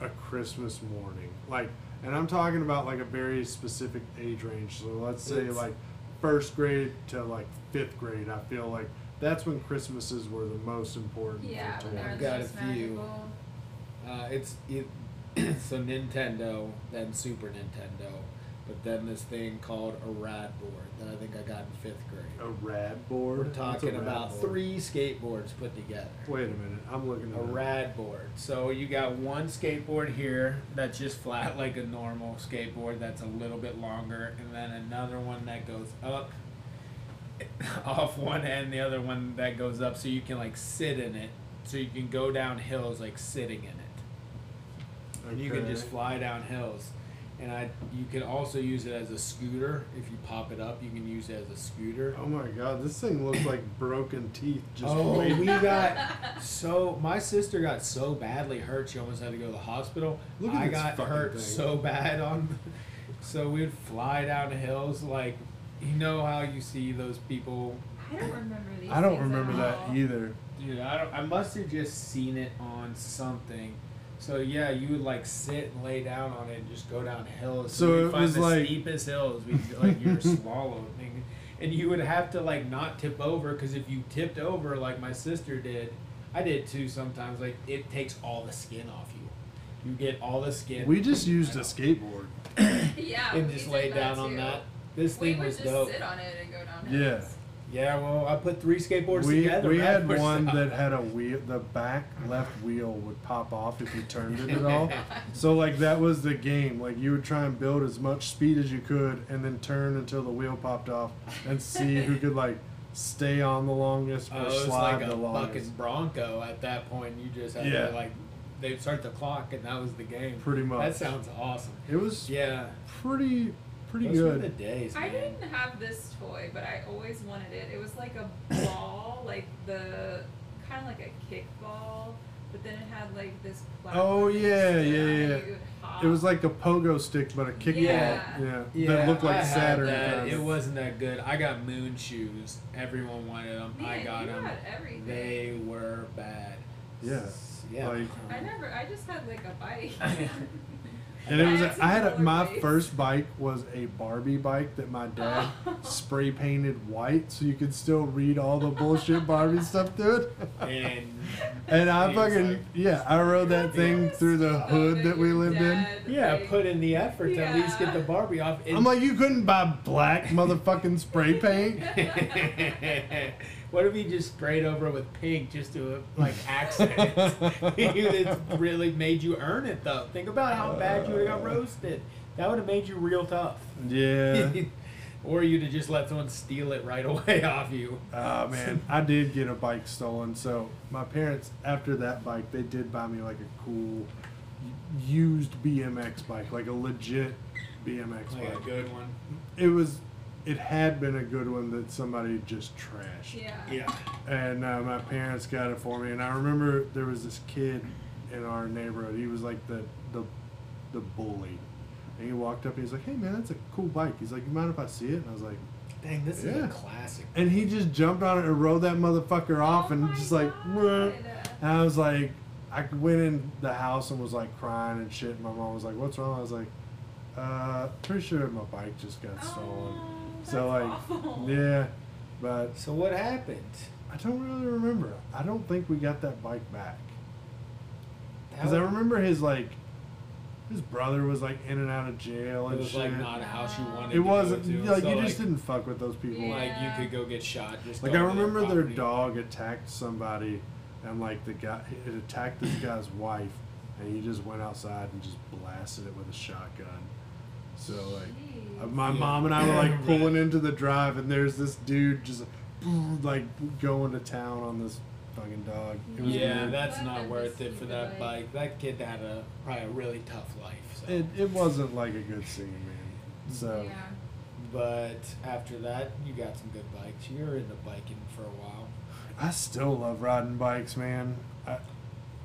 [SPEAKER 3] a Christmas morning? Like, and I'm talking about like a very specific age range. So let's say
[SPEAKER 2] It's-
[SPEAKER 3] like first grade to like fifth grade. I feel like that's when Christmases were the most important. for
[SPEAKER 1] Yeah, but
[SPEAKER 3] toys.
[SPEAKER 1] there was
[SPEAKER 2] Got a
[SPEAKER 1] just
[SPEAKER 2] few.
[SPEAKER 1] magical.
[SPEAKER 2] Uh, it's it, so Nintendo, then Super Nintendo, but then this thing called a rad board that I think I got in fifth grade.
[SPEAKER 3] a rad board.
[SPEAKER 2] We're
[SPEAKER 3] What's a
[SPEAKER 2] talking
[SPEAKER 3] rad
[SPEAKER 2] about
[SPEAKER 3] board?
[SPEAKER 2] three skateboards put together.
[SPEAKER 3] Wait a minute, I'm looking at
[SPEAKER 2] A rad board. So you got one skateboard here that's just flat like a normal skateboard that's a little bit longer, and then another one that goes up off one end, the other one that goes up so you can like sit in it. So you can go down hills like sitting in it. And you can just
[SPEAKER 3] Okay.
[SPEAKER 2] fly down hills. And I, you can also use it as a scooter. If you pop it up, you can use it as a scooter.
[SPEAKER 3] Oh my god, this thing looks like broken teeth. Just
[SPEAKER 2] oh,
[SPEAKER 3] waiting.
[SPEAKER 2] we got so my sister got so badly hurt she almost had to go to the hospital.
[SPEAKER 3] Look at
[SPEAKER 2] I
[SPEAKER 3] this
[SPEAKER 2] got
[SPEAKER 3] fucking
[SPEAKER 2] hurt
[SPEAKER 3] thing.
[SPEAKER 2] so bad on, so we'd fly down the hills like, you know how you see those people.
[SPEAKER 1] I don't remember these.
[SPEAKER 3] I don't
[SPEAKER 1] things at
[SPEAKER 3] remember that
[SPEAKER 1] all.
[SPEAKER 3] either.
[SPEAKER 2] Dude, I don't, I must have just seen it on something. So yeah, you would like sit and lay down on it and just go down hills.
[SPEAKER 3] So
[SPEAKER 2] we'd
[SPEAKER 3] it
[SPEAKER 2] find
[SPEAKER 3] was
[SPEAKER 2] the
[SPEAKER 3] like-
[SPEAKER 2] steepest hills. We like you're swallowed, and, and you would have to like not tip over because if you tipped over like my sister did, I did too sometimes. Like it takes all the skin off you. You get all the skin.
[SPEAKER 3] We just used a
[SPEAKER 2] know.
[SPEAKER 3] skateboard.
[SPEAKER 1] Yeah.
[SPEAKER 2] and
[SPEAKER 1] we
[SPEAKER 2] just
[SPEAKER 1] did
[SPEAKER 2] laid
[SPEAKER 1] that
[SPEAKER 2] down
[SPEAKER 1] too.
[SPEAKER 2] on that. This
[SPEAKER 1] We
[SPEAKER 2] thing
[SPEAKER 1] would
[SPEAKER 2] was
[SPEAKER 1] just
[SPEAKER 2] dope.
[SPEAKER 1] sit on it and go down.
[SPEAKER 3] Yeah.
[SPEAKER 1] hills.
[SPEAKER 2] Yeah, well, I put three skateboards
[SPEAKER 3] we
[SPEAKER 2] together.
[SPEAKER 3] we
[SPEAKER 2] right?
[SPEAKER 3] had
[SPEAKER 2] We're
[SPEAKER 3] one
[SPEAKER 2] so-
[SPEAKER 3] that had a wheel. The back left wheel would pop off if you turned it at all. So like that was the game. Like you would try and build as much speed as you could, and then turn until the wheel popped off, and see who could like stay on the longest or
[SPEAKER 2] Oh, it's
[SPEAKER 3] slide
[SPEAKER 2] like a
[SPEAKER 3] the longest.
[SPEAKER 2] fucking Bronco at that point. You just had
[SPEAKER 3] Yeah.
[SPEAKER 2] to like they'd start the clock and that was the game.
[SPEAKER 3] Pretty much.
[SPEAKER 2] That sounds awesome.
[SPEAKER 3] It was
[SPEAKER 2] Yeah.
[SPEAKER 3] pretty pretty
[SPEAKER 2] Those were
[SPEAKER 3] good.
[SPEAKER 2] the days,
[SPEAKER 1] I
[SPEAKER 2] man.
[SPEAKER 1] didn't have this toy, but I always wanted it. It was like a ball, like the kind of like a kickball, but then it had like this.
[SPEAKER 3] Oh,
[SPEAKER 1] platform that you
[SPEAKER 3] yeah,
[SPEAKER 1] stood
[SPEAKER 3] Oh, yeah,
[SPEAKER 1] on
[SPEAKER 3] yeah.
[SPEAKER 1] and you would hop
[SPEAKER 4] off.
[SPEAKER 3] It was like a pogo stick, but a kick.
[SPEAKER 2] Yeah.
[SPEAKER 3] yeah.
[SPEAKER 2] Yeah,
[SPEAKER 3] That looked
[SPEAKER 2] I
[SPEAKER 3] like
[SPEAKER 2] had
[SPEAKER 3] Saturn.
[SPEAKER 2] that.
[SPEAKER 3] kind
[SPEAKER 2] It
[SPEAKER 3] of.
[SPEAKER 2] wasn't that good. I got moon shoes. Everyone wanted them.
[SPEAKER 1] Man,
[SPEAKER 2] I got
[SPEAKER 1] you
[SPEAKER 2] them.
[SPEAKER 1] had everything.
[SPEAKER 2] They were bad.
[SPEAKER 3] Yeah,
[SPEAKER 2] S- Yeah.
[SPEAKER 3] like-
[SPEAKER 1] I never. I just had like a bike.
[SPEAKER 3] And it was.
[SPEAKER 1] had
[SPEAKER 3] A, I had a,
[SPEAKER 1] some
[SPEAKER 3] my
[SPEAKER 1] rollerblades.
[SPEAKER 3] first bike was a Barbie bike that my dad
[SPEAKER 1] Oh.
[SPEAKER 3] spray painted white, so you could still read all the bullshit Barbie stuff through it.
[SPEAKER 2] and
[SPEAKER 3] And I
[SPEAKER 2] He was
[SPEAKER 3] fucking
[SPEAKER 2] like-
[SPEAKER 3] yeah, I rode that thing through the hood that we lived in.
[SPEAKER 2] yeah, put in the effort to at least get the
[SPEAKER 1] Yeah.
[SPEAKER 2] Barbie off. And-
[SPEAKER 3] I'm like, you couldn't buy black motherfucking spray paint.
[SPEAKER 2] what if he just sprayed over it with pink just to like accident? it really made you earn it though. Think about how bad you would have got roasted. That would have made you real tough.
[SPEAKER 3] Yeah.
[SPEAKER 2] or you'd have just let someone steal it right away off you.
[SPEAKER 3] Oh man, I did get a bike stolen. So my parents, after that bike, they did buy me like a cool u- used BMX bike, like a legit BMX
[SPEAKER 2] Like a
[SPEAKER 3] bike.
[SPEAKER 2] good one.
[SPEAKER 3] It was, it had been a good one that somebody just trashed.
[SPEAKER 1] Yeah.
[SPEAKER 2] Yeah.
[SPEAKER 3] and uh, my parents got it for me. And I remember there was this kid in our neighborhood. He was like the the the bully, and he walked up and he's like, "Hey man, that's a cool bike." He's like, "You mind if I see it?" And I was like,
[SPEAKER 2] Dang, this is
[SPEAKER 3] Yeah.
[SPEAKER 2] a classic.
[SPEAKER 3] and he just jumped on it and rode that motherfucker off,
[SPEAKER 1] Oh
[SPEAKER 3] and
[SPEAKER 1] my
[SPEAKER 3] just like,
[SPEAKER 1] God. uh,
[SPEAKER 3] "Meh." and I was like, I went in the house and was like crying and shit. And my mom was like, "What's wrong?" I was like, "Uh, pretty sure my bike just got stolen."
[SPEAKER 1] Oh, that's
[SPEAKER 3] so like,
[SPEAKER 1] awful.
[SPEAKER 3] yeah, but
[SPEAKER 2] So what happened?
[SPEAKER 3] I don't really remember. I don't think we got that bike back.
[SPEAKER 2] That
[SPEAKER 3] Because I remember his like, his brother was like in and out of jail
[SPEAKER 2] it
[SPEAKER 3] and
[SPEAKER 2] was
[SPEAKER 3] shit.
[SPEAKER 2] like not a house you wanted.
[SPEAKER 3] it
[SPEAKER 2] to go
[SPEAKER 3] wasn't
[SPEAKER 2] to,
[SPEAKER 3] like
[SPEAKER 2] so,
[SPEAKER 3] you just didn't fuck with those people.
[SPEAKER 1] Yeah.
[SPEAKER 2] Like you could go get shot. Just
[SPEAKER 3] Like I
[SPEAKER 2] go to
[SPEAKER 3] remember their
[SPEAKER 2] property.
[SPEAKER 3] dog attacked somebody, and like the guy it attacked this guy's wife, and he just went outside and just blasted it with a shotgun. So like, uh,
[SPEAKER 1] Jeez.
[SPEAKER 3] my
[SPEAKER 2] Yeah.
[SPEAKER 3] mom and I were like
[SPEAKER 2] Right.
[SPEAKER 3] pulling into the drive, and there's this dude just like going to town on this fucking dog. It was
[SPEAKER 2] yeah,
[SPEAKER 3] weird.
[SPEAKER 2] that's
[SPEAKER 1] What
[SPEAKER 2] not
[SPEAKER 1] happened
[SPEAKER 2] worth
[SPEAKER 1] to
[SPEAKER 2] it for
[SPEAKER 1] Stupid
[SPEAKER 2] that
[SPEAKER 1] Bike?
[SPEAKER 2] bike. That kid had a probably a really tough life. So.
[SPEAKER 3] It, it wasn't like a good scene, man. So
[SPEAKER 1] Yeah.
[SPEAKER 2] but after that, you got some good bikes. You were into biking for a while.
[SPEAKER 3] I still love riding bikes, man. I,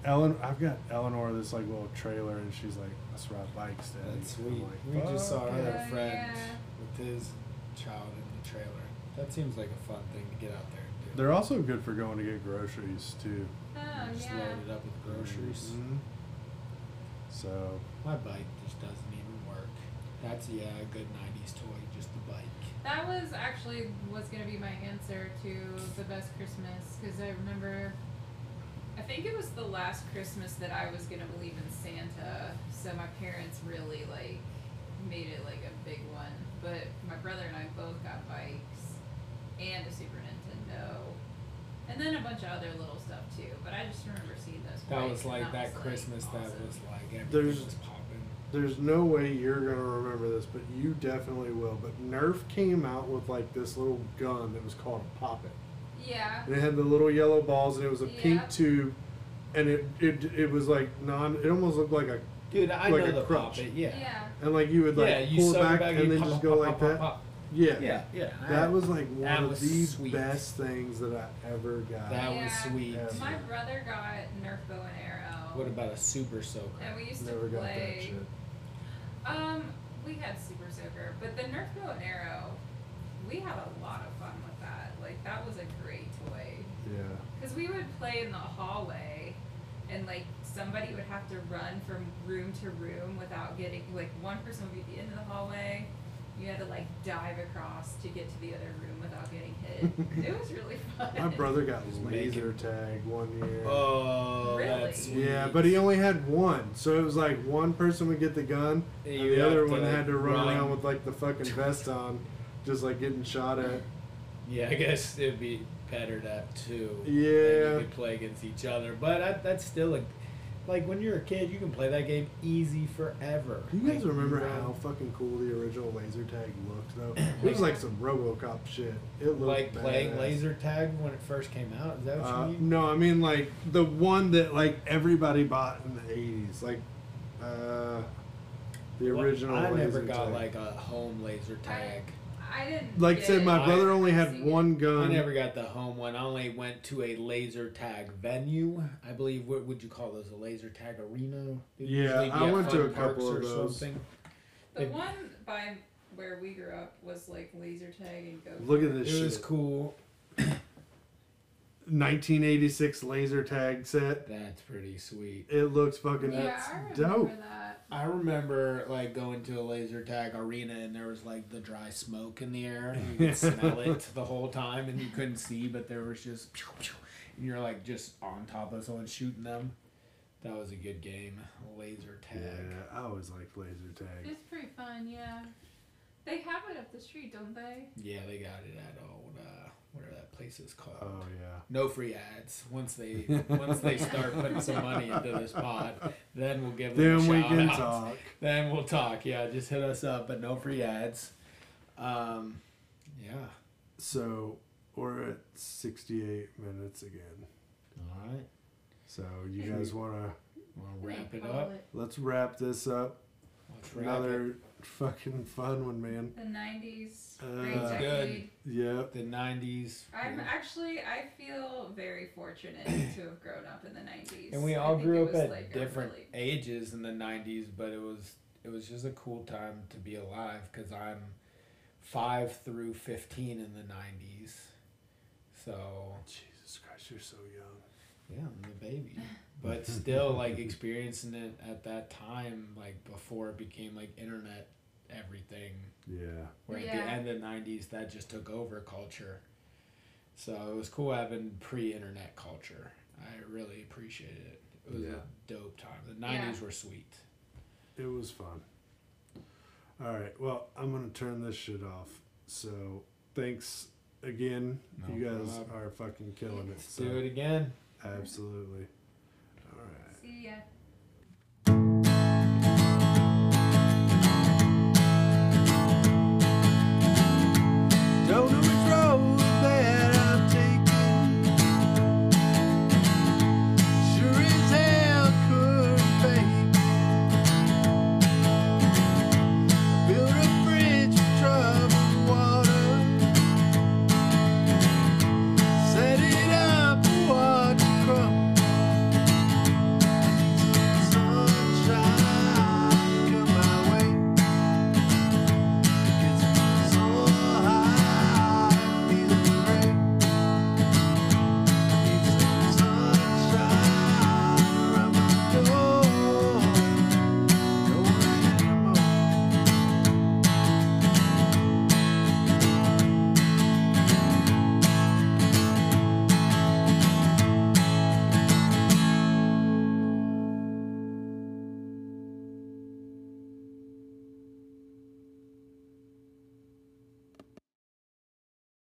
[SPEAKER 3] Ellen, I've got Eleanor this like little trailer, and she's like, "Let's ride bikes, Daddy."
[SPEAKER 2] That's
[SPEAKER 3] I'm
[SPEAKER 2] sweet.
[SPEAKER 3] like,
[SPEAKER 2] we just saw
[SPEAKER 3] "Fuck
[SPEAKER 2] our
[SPEAKER 3] yeah."
[SPEAKER 2] other
[SPEAKER 1] Oh,
[SPEAKER 2] friend
[SPEAKER 1] yeah.
[SPEAKER 2] with his child in the trailer. That seems like a fun thing to get out there and do.
[SPEAKER 3] They're also good for going to get groceries too.
[SPEAKER 1] Oh,
[SPEAKER 2] just
[SPEAKER 1] yeah.
[SPEAKER 2] loaded up with groceries.
[SPEAKER 3] Mhm. So
[SPEAKER 2] My bike just doesn't even work. That's yeah, a good '90s toy, just the bike.
[SPEAKER 1] That was actually was gonna be my answer to the best Christmas because I remember. I think it was the last Christmas that I was gonna believe in Santa, so my parents really like made it like a big one. But my brother and I both got bikes and a Super Nintendo, and then a bunch of other little stuff too. But I just remember seeing those.
[SPEAKER 2] That
[SPEAKER 1] bikes,
[SPEAKER 2] was
[SPEAKER 1] and
[SPEAKER 2] like that
[SPEAKER 1] was, like,
[SPEAKER 2] Christmas. That
[SPEAKER 1] awesome.
[SPEAKER 2] was like everything
[SPEAKER 3] There's-
[SPEAKER 2] was popping.
[SPEAKER 3] there's no way you're gonna remember this, but you definitely will. But Nerf came out with like this little gun that was called a poppet.
[SPEAKER 1] Yeah.
[SPEAKER 3] and it had the little yellow balls and it was a
[SPEAKER 1] Yeah.
[SPEAKER 3] pink tube and it, it it was like non it almost looked like a
[SPEAKER 2] Dude, I
[SPEAKER 3] Like
[SPEAKER 2] know
[SPEAKER 3] a
[SPEAKER 2] the
[SPEAKER 3] crutch.
[SPEAKER 2] pop it.
[SPEAKER 1] Yeah.
[SPEAKER 2] Yeah.
[SPEAKER 3] and like you would like
[SPEAKER 2] yeah, you
[SPEAKER 3] pull it
[SPEAKER 2] sew
[SPEAKER 3] back,
[SPEAKER 2] back
[SPEAKER 3] and
[SPEAKER 2] you
[SPEAKER 3] then
[SPEAKER 2] pop,
[SPEAKER 3] just
[SPEAKER 2] pop,
[SPEAKER 3] go
[SPEAKER 2] pop,
[SPEAKER 3] like
[SPEAKER 2] pop,
[SPEAKER 3] that
[SPEAKER 2] pop.
[SPEAKER 3] yeah
[SPEAKER 2] Yeah, yeah.
[SPEAKER 3] that was like one
[SPEAKER 2] That
[SPEAKER 3] of
[SPEAKER 2] was
[SPEAKER 3] the
[SPEAKER 2] sweet.
[SPEAKER 3] best things that i ever got
[SPEAKER 2] that was
[SPEAKER 1] Yeah.
[SPEAKER 2] sweet.
[SPEAKER 3] Yeah.
[SPEAKER 1] My brother got Nerf bow and arrow.
[SPEAKER 2] What about a super soaker?
[SPEAKER 1] and we used
[SPEAKER 3] never
[SPEAKER 1] to
[SPEAKER 3] got that
[SPEAKER 1] play.
[SPEAKER 3] shit
[SPEAKER 1] Um, we had Super Soaker, but the Nerf bow and arrow, we had a lot of fun with that. Like that was a great toy
[SPEAKER 3] yeah
[SPEAKER 1] because we would play in the hallway, and like somebody would have to run from room to room without getting like one person would be at the end of the hallway. You had to like dive across to get to the other room without getting hit. it was really fun.
[SPEAKER 3] my brother got
[SPEAKER 2] Just
[SPEAKER 3] laser tag one year
[SPEAKER 2] Oh,
[SPEAKER 1] Really?
[SPEAKER 2] that's sweet.
[SPEAKER 3] yeah, but he only had one, so it was like one person would get the gun,
[SPEAKER 2] And
[SPEAKER 3] and
[SPEAKER 2] you
[SPEAKER 3] the other
[SPEAKER 2] have to,
[SPEAKER 3] one
[SPEAKER 2] like,
[SPEAKER 3] had to run,
[SPEAKER 2] run.
[SPEAKER 3] around with like the fucking vest on, just like getting shot at.
[SPEAKER 2] Yeah, I guess it'd be better to have two. than
[SPEAKER 3] Yeah.
[SPEAKER 2] You could play against each other, but I, that's still a, like when you're a kid, you can play that game easy forever.
[SPEAKER 3] Do you guys
[SPEAKER 2] Like,
[SPEAKER 3] remember
[SPEAKER 2] run-
[SPEAKER 3] how fucking cool the original laser tag looked though? It was like some RoboCop shit. It looked
[SPEAKER 2] Like playing
[SPEAKER 3] badass.
[SPEAKER 2] laser tag when it first came out. Is that what
[SPEAKER 3] Uh,
[SPEAKER 2] you mean?
[SPEAKER 3] no, I mean like the one that like everybody bought in the eighties, like uh, the
[SPEAKER 2] Well,
[SPEAKER 3] original.
[SPEAKER 2] I
[SPEAKER 3] laser
[SPEAKER 2] never got
[SPEAKER 3] tag.
[SPEAKER 2] like a home laser tag.
[SPEAKER 1] I didn't.
[SPEAKER 3] Like I
[SPEAKER 1] get
[SPEAKER 3] said, my
[SPEAKER 2] I-
[SPEAKER 3] brother only
[SPEAKER 1] see
[SPEAKER 3] had
[SPEAKER 1] it.
[SPEAKER 3] one
[SPEAKER 2] I
[SPEAKER 3] gun.
[SPEAKER 2] never got the home one. I only went to a laser tag venue. I believe. What would you call those? A laser tag arena? They'd
[SPEAKER 3] Yeah,
[SPEAKER 2] usually be
[SPEAKER 3] I
[SPEAKER 2] at
[SPEAKER 3] went to
[SPEAKER 2] fun
[SPEAKER 3] a
[SPEAKER 2] parks
[SPEAKER 3] couple of
[SPEAKER 2] or
[SPEAKER 3] those.
[SPEAKER 2] Something.
[SPEAKER 1] The
[SPEAKER 2] It-
[SPEAKER 1] one by where we grew up was like laser tag and go.
[SPEAKER 3] Look at
[SPEAKER 2] It
[SPEAKER 3] this
[SPEAKER 2] was
[SPEAKER 3] shit.
[SPEAKER 2] cool.
[SPEAKER 3] 1986 laser tag set.
[SPEAKER 2] That's pretty sweet.
[SPEAKER 3] It looks fucking
[SPEAKER 1] Yeah,
[SPEAKER 3] that's
[SPEAKER 1] I remember
[SPEAKER 3] dope.
[SPEAKER 1] that.
[SPEAKER 2] I remember like going to a laser tag arena and there was like the dry smoke in the air. And you could smell it the whole time and you couldn't see, but there was just pew, pew, and you're like just on top of someone shooting them. That was a good game, laser tag.
[SPEAKER 3] Yeah, I always liked laser tag.
[SPEAKER 1] It's pretty fun, yeah. They have it up the street, don't they?
[SPEAKER 2] Yeah, they got it at old uh, whatever that place is called.
[SPEAKER 3] Oh yeah.
[SPEAKER 2] No free ads. Once they once they start putting some money into this pod, then we'll give them.
[SPEAKER 3] Then
[SPEAKER 2] a
[SPEAKER 3] we
[SPEAKER 2] shout
[SPEAKER 3] can
[SPEAKER 2] out.
[SPEAKER 3] talk.
[SPEAKER 2] Then we'll talk. Yeah, just hit us up, but no free ads. Um, yeah.
[SPEAKER 3] So we're at 68 minutes again.
[SPEAKER 2] All right.
[SPEAKER 3] So you guys wanna
[SPEAKER 2] Want to
[SPEAKER 1] They
[SPEAKER 2] wrap it
[SPEAKER 1] call
[SPEAKER 2] up?
[SPEAKER 3] let's wrap this up.
[SPEAKER 2] Let's wrap it.
[SPEAKER 3] Another fucking fun one, man.
[SPEAKER 1] The '90s,
[SPEAKER 3] Uh,
[SPEAKER 1] great
[SPEAKER 3] It's good.
[SPEAKER 1] decade.
[SPEAKER 3] Yep.
[SPEAKER 2] The '90s.
[SPEAKER 1] I'm actually, I feel very fortunate to have grown up in the '90s.
[SPEAKER 2] and we
[SPEAKER 1] I
[SPEAKER 2] all
[SPEAKER 1] think
[SPEAKER 2] grew
[SPEAKER 1] it
[SPEAKER 2] up
[SPEAKER 1] was,
[SPEAKER 2] at
[SPEAKER 1] like, a
[SPEAKER 2] different
[SPEAKER 1] really-
[SPEAKER 2] ages in the 90s but it was it was just a cool time to be alive because i'm 5 through 15 in the 90s so
[SPEAKER 3] Jesus Christ, you're so young.
[SPEAKER 2] yeah i'm the baby but still like experiencing it at that time like before it became like internet everything
[SPEAKER 3] Yeah.
[SPEAKER 2] where
[SPEAKER 1] Yeah.
[SPEAKER 2] at the end of the 90s that just took over culture so it was cool having pre-internet culture i really appreciated it it was
[SPEAKER 3] Yeah.
[SPEAKER 2] a dope time the 90s
[SPEAKER 1] Yeah.
[SPEAKER 2] were sweet
[SPEAKER 3] It was fun. All right. Well, I'm going to turn this shit off. So thanks again.
[SPEAKER 2] No
[SPEAKER 3] you guys
[SPEAKER 2] problem.
[SPEAKER 3] are fucking killing it.
[SPEAKER 2] let's
[SPEAKER 3] So,
[SPEAKER 2] do it again
[SPEAKER 3] Absolutely. All right.
[SPEAKER 1] See ya.